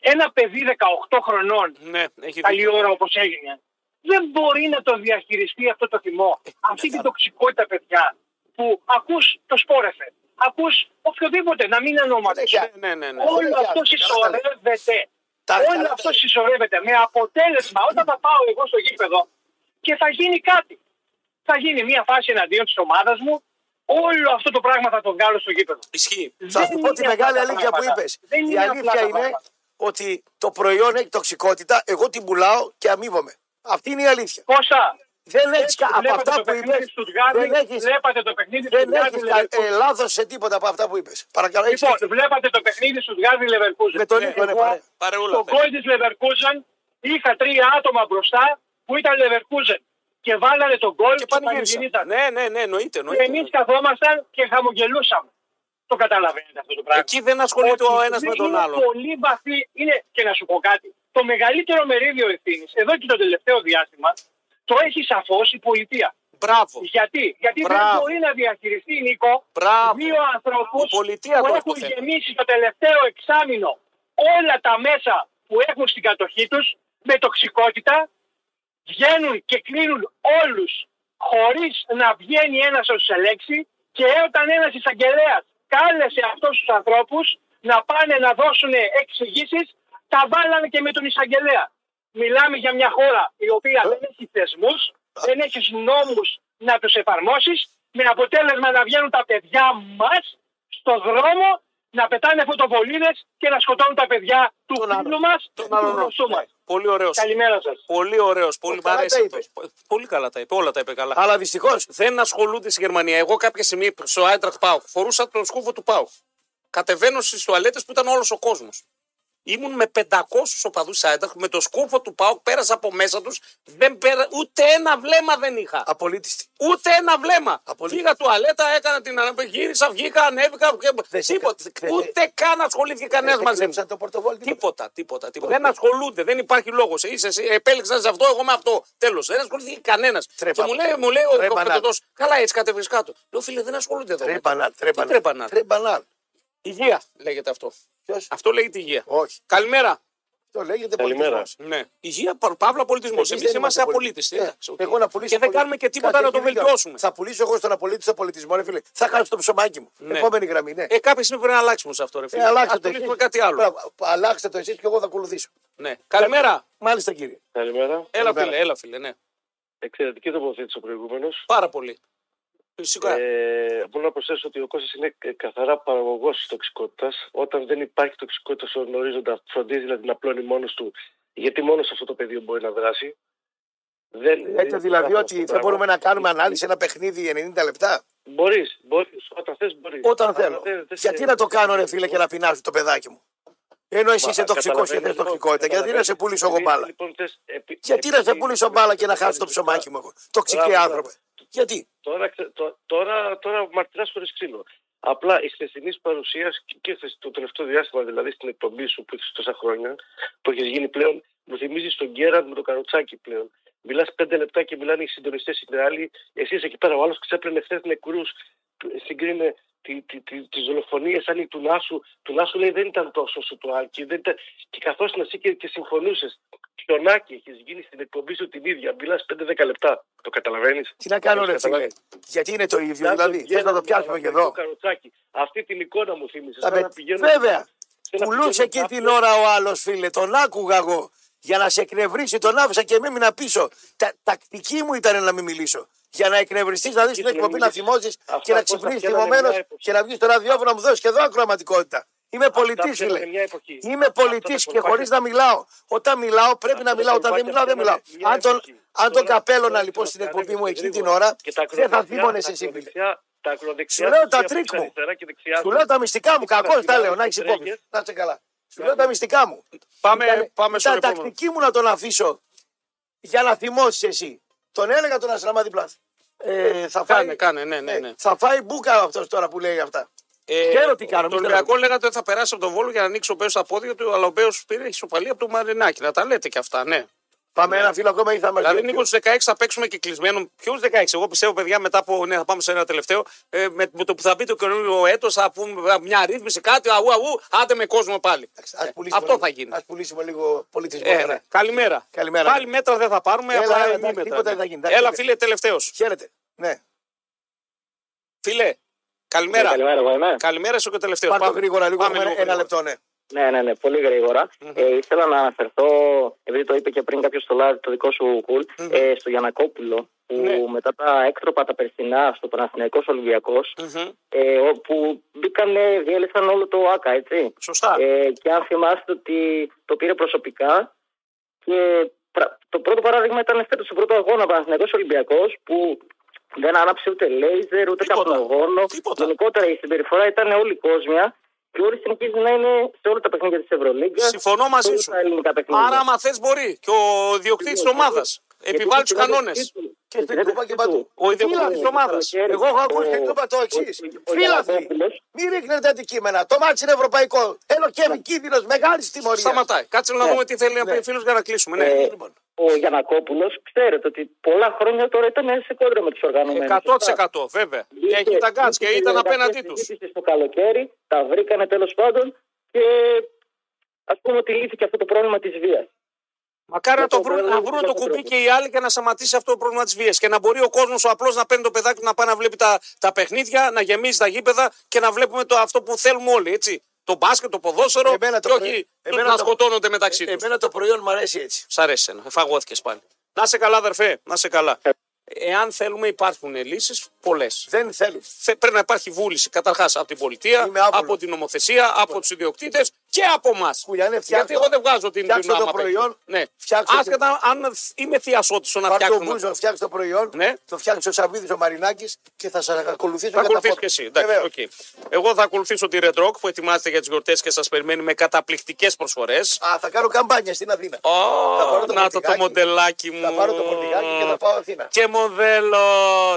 S5: Ένα παιδί 18 χρονών,
S1: Ναι, έχει
S5: καλή
S1: δίκιο.
S5: ώρα όπως έγινε, δεν μπορεί να το διαχειριστεί αυτό το θυμό.
S1: Ε,
S5: Αυτή την τοξικότητα, παιδιά, που ακούς το σπόρεφε, ακούς οποιοδήποτε, να μην είναι ονόματα.
S2: Συνέχεια.
S1: Ναι, ναι, ναι.
S5: Όλο
S2: Καλά
S5: αυτό
S2: τα λέτε.
S5: συσσωρεύεται.
S2: Τα- καλά
S5: Όλο
S2: τα
S5: αυτό
S2: λέτε.
S5: συσσωρεύεται με αποτέλεσμα όταν θα πάω εγώ στο γήπεδο και θα γίνει κάτι. Θα γίνει μια φάση εναντίον της ομάδας μου. Όλο αυτό το πράγμα θα το βγάλω στο γήπεδο.
S1: Ισχύει.
S2: Θα
S5: Δεν
S2: σου πω τη
S5: είναι
S2: μεγάλη
S5: απλά τα
S2: αλήθεια που
S5: πράγματα.
S2: είπες.
S5: Δεν
S2: Η
S5: είναι απλά τα
S2: αλήθεια είναι
S5: πράγματα.
S2: ότι το προϊόν έχει τοξικότητα, εγώ την πουλάω και αμείβομαι. Αυτή είναι η αλήθεια.
S5: Κώστα,
S2: Δεν έχεις από
S5: βλέπατε
S2: αυτά
S5: το
S2: που
S5: παιχνίδι
S2: είπες.
S5: του Στουτγάρδη,
S2: Δεν έχεις
S5: βλέπατε το παιχνίδι του
S2: δεν έχεις κα-
S5: Στουτγάρδη.
S2: ε, λάθος σε τίποτα από αυτά που είπες. Παρακαλώ, έχεις
S5: Λοιπόν, ε,
S2: δίκιο.
S5: βλέπατε το παιχνίδι του Γκάρδι Λεβερκούζεν.
S2: με τον Νίκο, ναι, παρέ.
S1: Πάρε όλα.
S5: Το
S1: αυτά.
S5: γκολ της Λεβερκούζεν είχα τρία άτομα μπροστά που ήταν Λεβερκούζεν. Και βάλανε τον γκολ
S1: Και
S5: και
S1: πανηγύρισα.
S5: πανηγυρίζανε.
S1: Ναι, ναι, ναι, εννοείται. εννοείται.
S5: Εμεί καθόμασταν και χαμογελούσαμε. Το καταλαβαίνετε αυτό το πράγμα.
S1: Εκεί δεν ασχολείται ο
S5: Ότι
S1: ένας με
S5: είναι
S1: τον άλλον.
S5: Πολύ βαθύ είναι, και να σου πω κάτι, το μεγαλύτερο μερίδιο ευθύνης εδώ και το τελευταίο διάστημα το έχει σαφώς η πολιτεία.
S1: Μπράβο.
S5: Γιατί, Γιατί
S1: Μπράβο.
S5: δεν μπορεί να διαχειριστεί, Νίκο,
S1: Μπράβο.
S5: δύο ανθρώπους
S1: Η πολιτεία το
S5: που
S1: έχει
S5: έχουν
S1: το θέμα.
S5: γεμίσει το τελευταίο εξάμεινο όλα τα μέσα που έχουν στην κατοχή τους με τοξικότητα, βγαίνουν και κλείνουν όλους χωρίς να βγαίνει ένας ω ελέξη και όταν ένας εισαγγελέας κάλεσε αυτούς τους ανθρώπους να πάνε να δώσουν εξηγήσεις, τα βάλανε και με τον εισαγγελέα. Μιλάμε για μια χώρα η οποία δεν έχει θεσμούς, δεν έχεις νόμους να τους εφαρμόσεις, με αποτέλεσμα να βγαίνουν τα παιδιά μας στο δρόμο να πετάνε φωτοβολίδες και να σκοτώνουν τα παιδιά του
S2: Τον
S5: φίλου
S2: άλλον.
S5: μα και
S1: Τον
S5: του
S1: άλλον.
S5: γνωστού μας.
S1: Ναι. Πολύ ωραίος.
S5: Καλημέρα σας.
S1: Πολύ ωραίος. Πολύ μ'
S2: καλά τα
S1: αρέσει
S2: είπε.
S1: αυτός. Πο- Πολύ καλά τα είπε. Όλα τα είπε καλά.
S2: Αλλά δυστυχώς.
S1: δεν ασχολούνται στη Γερμανία. Εγώ κάποια στιγμή στο Άιντραχτ Πάου φορούσα τον σκούφο του Πάου. Κατεβαίνω στις τουαλέτες που ήταν όλος ο κόσμος. Ήμουν με 500 οπαδού Άιντραχτ, με το σκούφο του Πάου πέρασα από μέσα τους. Δεν πέρα... Ούτε ένα βλέμμα δεν είχα.
S2: Απολύτιστη.
S1: Ούτε ένα βλέμμα.
S2: Απολύτως.
S1: Πήγα τουαλέτα, έκανα την ανάπη, γύρισα, βγήκα, ανέβηκα.
S2: Δεν σε
S1: Τίποτα.
S2: κλε-
S1: Ούτε καν ασχολήθηκε κανένα μαζί μου.
S2: Έκλεψαν το πορτοβόλι.
S1: Τίποτα, τίποτα, τίποτα. Δεν ασχολούνται, δεν υπάρχει λόγος. Είσαι εσύ, επέλεξε σε αυτό, εγώ με αυτό. Τέλος. Δεν ασχολήθηκε κανένας.
S2: Τρέπα,
S1: Και μου λέει,
S2: τρέπα.
S1: μου λέει ο
S2: Τρέπα,
S1: κοπετωτό, καλά έτσι κατεβεί κάτω. Λέω, φίλε, δεν ασχολούνται εδώ.
S2: Τρέπαναλ.
S1: Τι τρέπαναλ.
S2: Τρέπαναλ. Τρέπαναλ.
S1: Υγεία λέγεται αυτό.
S2: Ποιος?
S1: Αυτό λέγεται υγεία.
S2: Όχι.
S1: Καλημέρα.
S2: Το λέγεται
S1: Καλημέρα.
S2: πολιτισμός.
S1: Ναι. Υγεία, πα- παύλα πολιτισμός.
S2: Εμείς
S1: Εμείς
S2: δεν
S1: είμαστε απολύτε.
S2: πολιτισμοί. Ε, Εγώ να πουλήσω.
S1: Και δεν
S2: πολι-
S1: κάνουμε και τίποτα
S2: Κάτι
S1: να το
S2: έχει δίκιο.
S1: βελτιώσουμε.
S2: Θα πουλήσω εγώ στον απολύτιστο πολιτισμό, ρε φίλε. Θα χάσω το ψωμάκι μου.
S1: Ναι.
S2: Επόμενη γραμμή, ναι.
S1: Ε, κάποια στιγμή πρέπει να αλλάξουμε σε αυτό, ρε φίλε.
S2: Ε, αλλάξτε
S1: Ας
S2: το
S1: πουλήσουμε
S2: εσείς.
S1: κάτι άλλο.
S2: Μπράβο. Αλλάξτε το εσείς και εγώ θα ακολουθήσω.
S1: Ναι. Καλημέρα.
S2: Μάλιστα, κύριε.
S7: Καλημέρα.
S1: Έλα,
S2: Καλημέρα.
S1: φίλε, έλα, φίλε. Ναι.
S5: Εξαιρετική τοποθέτηση ο προηγούμενος.
S1: Πάρα πολύ. Φυσικά.
S5: Ε, μπορώ να προσθέσω ότι ο Κώστας είναι ε, καθαρά παραγωγός της τοξικότητας. Όταν δεν υπάρχει τοξικότητα στον ορίζοντα, φροντίζει δηλαδή να πλώνει μόνος του, γιατί μόνος σε αυτό το πεδίο μπορεί να δράσει. Δεν,
S2: Λέτε δηλαδή ότι θα μπορούμε να κάνουμε ανάλυση ένα παιχνίδι 90 λεπτά.
S5: Μπορείς, μπορείς. Όταν θες, μπορείς.
S2: Όταν θέλω.
S5: ε,
S2: Γιατί να το κάνω, ρε φίλε, και να πεινάζω το παιδάκι μου. Ενώ εσύ
S5: Μα,
S2: είσαι τοξικό και
S5: καταλαβαίνεις,
S2: θες τοξικότητα.
S5: λοιπόν,
S2: Γιατί να σε πουλήσω εγώ
S5: Επειδή,
S2: μπάλα.
S5: λοιπόν, θες, επί-
S2: Γιατί να σε
S5: επειδή-
S2: πουλήσω μπάλα και να χάσω το ψωμάκι μου εγώ. Τοξικοί
S5: Μπράβο,
S2: άνθρωποι. Γιατί.
S5: Τώρα, ξε- τω- τώρα, τώρα μαρτυράς χωρίς ξύλο. Απλά η χθεσινής παρουσία και- και χθες- το τελευταίο διάστημα, δηλαδή στην εκπομπή σου που είσαι τόσα χρόνια, που έχεις γίνει πλέον, μου θυμίζεις τον Γκέραντ με το καροτσάκι πλέον. Μιλάς πέντε λεπτά και μιλάνε οι συντονιστές οι άλλοι. Εσύ είσαι εκεί πέρα, ο άλλος ξέπλαινε χθες νεκρού, συγκρίνε τι τη, τη, τις δολοφονίες αν η του Νάσου. Του Νάσου λέει δεν ήταν τόσο σου του Άλκη. Δεν ήταν... Και καθώς να εσύ και, και συμφωνούσες. Χιονάκι έχεις γίνει στην εκπομπή σου την ίδια. Μιλάς 5-10 λεπτά. Το καταλαβαίνεις.
S2: Τι να κάνω, ρε
S5: Καταλαβαίνεις.
S2: φίλε. Γιατί είναι το ίδιο.
S5: Να το
S2: Δηλαδή θες να το
S5: βγαίνω,
S2: πιάσουμε και
S5: να το
S2: εδώ.
S5: καροτσάκι. Αυτή την εικόνα μου θύμισες.
S2: Θα με- Βέβαια. Πουλούσε εκεί την ώρα ο άλλος, φίλε. Τον άκουγα εγώ. Για να σε εκνευρίσει, τον άφησα και με έμεινα πίσω. Τα, τακτική μου ήταν να μην μιλήσω. Για να εκνευριστείς, να δεις την
S5: να
S2: εκπομπή, να
S5: μιλήσεις.
S2: θυμώσει
S5: Αυτά
S2: και να
S5: πώς
S2: ξυπνήσει
S5: τα φτιάχνανε
S2: θυμωμένο
S5: μια εποχή.
S2: και να βγεις στο ραδιόφωνο να μου δώσεις και εδώ ακροαματικότητα. Είμαι πολιτή, φίλε. Είμαι πολιτή και χωρίς να μιλάω. Όταν μιλάω, πρέπει να μιλάω. Όταν δεν μιλάω, δεν μιλάω. Αν τον, αν τον καπέλωνα λοιπόν στην εκπομπή μου εκείνη την ώρα, δεν θα θύμωνε εσύ, φίλε.
S5: Τα
S2: Σου
S5: ακροδεξιά.
S2: λέω τα
S5: δεξιά,
S2: τρίκ μου.
S5: αριστερά και δεξιά.
S2: Σου λέω τα μυστικά μου.
S5: Δεξιά,
S2: Κακό τα
S5: δεξιά,
S2: λέω. Να έχει
S5: τρέχες.
S2: υπόψη. Να είσαι καλά. Σου λέω τα μυστικά μου.
S1: Πάμε,
S2: Ήταν-
S1: πάμε στον
S2: ήταν
S1: επόμενο.
S2: τακτική μου να τον αφήσω για να θυμώσεις εσύ. Τον έλεγα τον Ασλαμά δίπλα. Ε, θα φάει,
S1: Κάνε, κάνε, ναι, ναι. ναι.
S2: ε, θα φάει μπουκα αυτός τώρα που λέει αυτά.
S1: Ε,
S2: Ξέρω τι κάνουμε,
S1: Το
S2: μην
S1: Ολυμπιακό λέγατε ότι θα περάσει από τον Βόλο για να ανοίξει ο Μπέο τα πόδια του, αλλά ο Μπέο πήρε ισοπαλία από το Μαρινάκι. Να τα λέτε και αυτά, ναι.
S2: Πάμε ένα φίλο ακόμα ή θα μας
S1: Δηλαδή, Νίκο, στου 16 θα παίξουμε και κλεισμένο. Ποιου 16, εγώ πιστεύω, παιδιά, μετά από. Ναι, θα πάμε σε ένα τελευταίο. Ε, με, με το που θα μπει το καινούριο έτος, θα πούμε μια ρύθμιση, κάτι. Αού, αού, άντε με κόσμο πάλι.
S2: Ας πουλήσουμε
S1: Ε, Αυτό
S2: λίγο-
S1: θα γίνει.
S2: Ας πουλήσουμε λίγο πολιτισμό.
S1: Ε,
S2: τώρα.
S1: ναι. Καλημέρα.
S2: Καλημέρα.
S1: Πάλι μέτρα δεν θα πάρουμε.
S2: Έλα,
S1: απλά
S2: έλα,
S1: μη
S2: εντάξει,
S1: μέτρα,
S2: τίποτα
S1: ναι.
S2: δεν θα γίνει, εντάξει,
S1: Έλα,
S2: φίλε.
S1: φίλε, τελευταίος.
S2: Χαίρετε. Ναι.
S1: Φίλε, καλημέρα.
S8: Ναι, Καλημέρα, εγώ είμαι.
S1: Καλημέρα σου και τελευταίο.
S2: Πάρ' το γρήγορα λίγο.
S1: Ε, πάμε
S2: έχουμε
S1: λίγο
S2: ένα
S1: γρήγορα.
S2: λεπτό, ναι.
S8: Ναι, ναι, ναι, πολύ γρήγορα. Ε, ήθελα να αναφερθώ, επειδή το είπε και πριν κάποιος στο live, το δικό σου κουλ, ε, στο Γιανακόπουλο, που
S1: Ναι.
S8: μετά τα έκτροπα τα περσινά στο Παναθηναϊκός Ολυμπιακός,
S1: Μμμ.
S8: ε, όπου μπήκανε, διέλυσαν όλο το ΆΚΑ, έτσι.
S1: Σωστά.
S8: Ε, και αν θυμάστε ότι το πήρε προσωπικά και πρα- το πρώτο παράδειγμα ήταν φέτος στον πρώτο αγώνα Παναθηναϊκός Ολυμπιακός που δεν άναψε ούτε λέιζερ ούτε
S1: Τίποτα.
S8: καπνογόνο.
S1: Τίποτα.
S8: Γενικότερα η συμπεριφορά ήταν όλη κόσμια και όλοι συνεχίζει να είναι σε όλα τα παιχνίδια της Ευρωλίγκας.
S1: Συμφωνώ μαζί
S8: σε όλα
S1: σου.
S8: τα ελληνικά παιχνίδια.
S1: Άρα, άμα θες, μπορεί. Και ο διοκτήτη της
S8: Συμφωνώ.
S1: ομάδας.
S8: ναι. Γιατί
S1: Επιβάλλει τους
S8: στην επιλογή
S1: κανόνε.
S8: του-
S2: Και στην
S8: επιλογή
S2: Κούπα και
S8: του-
S2: παντού.
S1: Ο ιδιοκτήτης
S8: Φύλαθλοι.
S1: της ομάδας.
S8: Καλοκαίρι,
S2: Εγώ έχω ακούσει
S8: ο-
S2: στην Κούπα το εξή.
S8: ο- ο
S2: Φίλαθλοι,
S8: Γιανακόπουλος.
S2: μην ρίχνετε αντικείμενα. Το μάτι είναι ευρωπαϊκό. Ελοκεύει κίνδυνο μεγάλη τιμωρία.
S1: Σταματάει. Κάτσε να
S8: Ναι.
S1: δούμε τι θέλει να πει ο
S2: Ναι.
S1: φίλος για να κλείσουμε. Ναι.
S8: Ε, ο Γιανακόπουλος, ξέρετε ότι πολλά χρόνια τώρα ήταν σε κόντρα με τους οργανωμένους.
S1: 100% βέβαια. Έχει τα γκάτς Ε, και ήταν απέναντί τους.
S8: Στο καλοκαίρι, τα βρήκανε τέλος πάντων και ας πούμε ότι λύθηκε αυτό το πρόβλημα της βίας.
S1: Μακάρι να, το
S8: Για το
S1: βρουν,
S8: βράδυ
S1: να
S8: του
S1: βρουν το
S8: Σαββατοκύριακου.
S1: κουμπί και οι άλλοι και να σταματήσει αυτό το πρόβλημα της βίας. Και να μπορεί ο κόσμος ο απλός να παίρνει το παιδάκι του να πάει να βλέπει τα, τα παιχνίδια, να γεμίζει τα γήπεδα και να βλέπουμε το, αυτό που θέλουμε όλοι. Έτσι. Το μπάσκετ, το ποδόσφαιρο
S2: Εμένα το
S1: και
S2: πρωί-
S1: όχι
S2: εμένα
S1: να
S2: το-
S1: σκοτώνονται μεταξύ τους.
S2: Εμένα το προϊόν μου αρέσει έτσι.
S1: Σ' αρέσει ένα. Εφαγώθηκε πάλι. Να σε καλά, αδερφέ. Να σε καλά. Εάν θέλουμε, υπάρχουν λύσεις πολλές.
S2: Δεν θέλουν.
S1: Πρέπει να υπάρχει βούληση καταρχάς από την πολιτεία,
S2: Είμαι άβολος.
S1: από την νομοθεσία, από τους ιδιοκτήτες και από εμά.
S2: Κουλιανέ,
S1: Γιατί
S2: φτιάξτε
S1: εγώ δεν βγάζω την
S2: Φτιάξτε
S1: δυνάμα
S2: το προϊόν,
S1: Ναι.
S2: φτιάξτε το-
S1: Άσχετα αν είμαι θειασότη στο να
S2: Πάρ' το
S1: φτιάχνω.
S2: μπούζο, φτιάξτε το προϊόν.
S1: Ναι.
S2: Το φτιάξει ο Σαββίδης ο Μαρινάκης και θα σας ακολουθήσω.
S1: Θα
S2: κατά
S1: ακολουθήσει
S2: πόδι.
S1: και εσύ. Εντάξει,
S2: Βεβαίως.
S1: οκ. Εγώ θα ακολουθήσω τη Red Rock που ετοιμάζεται για τις γιορτές και σας περιμένει με καταπληκτικές προσφορές.
S2: Α, θα κάνω καμπάνια στην Αθήνα. Θα πάρω το
S1: Να το, το
S2: φορτηγάκι.
S1: μοντελάκι μου.
S2: Θα πάρω το φορτηγάκι και θα πάω Αθήνα.
S1: Και μοντέλο.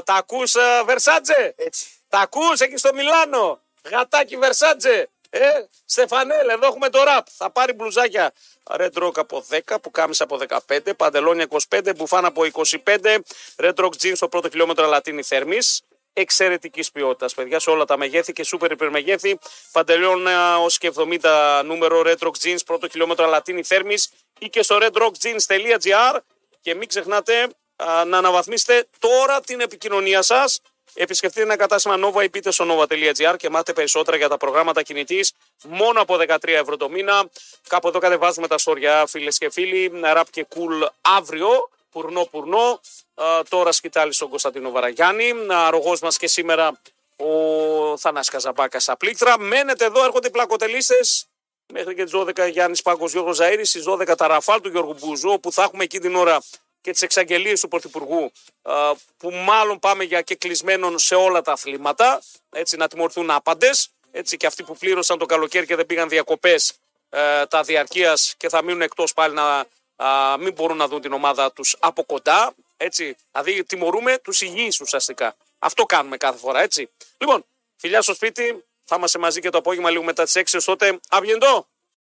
S1: Τα ακούς ε, Versace.
S2: Έτσι.
S1: Τα ακούς εκεί στο Μιλάνο. Γατάκι Versace. Ε, Στεφανέλ, εδώ έχουμε το ραπ. Θα πάρει μπλουζάκια. Red Rock από 10, που κάμισε από 15, παντελόνια 25, μπουφάν από 25, Red Rock Jeans στο πρώτο χιλιόμετρο Λατίνη Θερμής. Εξαιρετικής ποιότητας, παιδιά, σε όλα τα μεγέθη και σούπερ υπερμεγέθη. Παντελόνια ως και 70 νούμερο Red Rock Jeans, πρώτο χιλιόμετρο Λατίνη Θέρμης ή και στο redrockjeans.gr και μην ξεχνάτε α, να αναβαθμίσετε τώρα την επικοινωνία σας. Επισκεφτείτε ένα κατάστημα Nova ή πείτε στο nova.gr και μάθετε περισσότερα για τα προγράμματα κινητής μόνο από 13 ευρώ το μήνα. Κάπου εδώ κατεβάζουμε τα στόρια, φίλες και φίλοι. Ραπ και cool αύριο. πουρνό πουρνό. Ε, τώρα σκητάλη στον Κωνσταντίνο Βαραγιάννη. Αρωγό μας και σήμερα ο Θανάς Καζαμπάκας στα πλήκτρα. Μένετε εδώ, έρχονται οι πλακοτελίστες. Μέχρι και τις 12 Γιάννης Πάγκος Γιώργος Ζαήρη, στι 12 τα ραφάλ του Γιώργου Μπουζού, όπου θα έχουμε εκεί την ώρα και τις εξαγγελίες του Πρωθυπουργού, ε, που μάλλον πάμε για και κλεισμένων σε όλα τα αθλήματα, έτσι να τιμωρηθούν άπαντες. Έτσι και αυτοί που πλήρωσαν το καλοκαίρι και δεν πήγαν διακοπές ε, τα διαρκείας και θα μείνουν εκτός πάλι να α, μην μπορούν να δουν την ομάδα τους από κοντά. Έτσι. Δηλαδή τιμωρούμε τους υγιείς ουσιαστικά. Αυτό κάνουμε κάθε φορά, έτσι. Λοιπόν, φιλιά στο σπίτι, θα είμαστε μαζί και το απόγευμα λίγο μετά τις 6. Τότε, αυγεντό!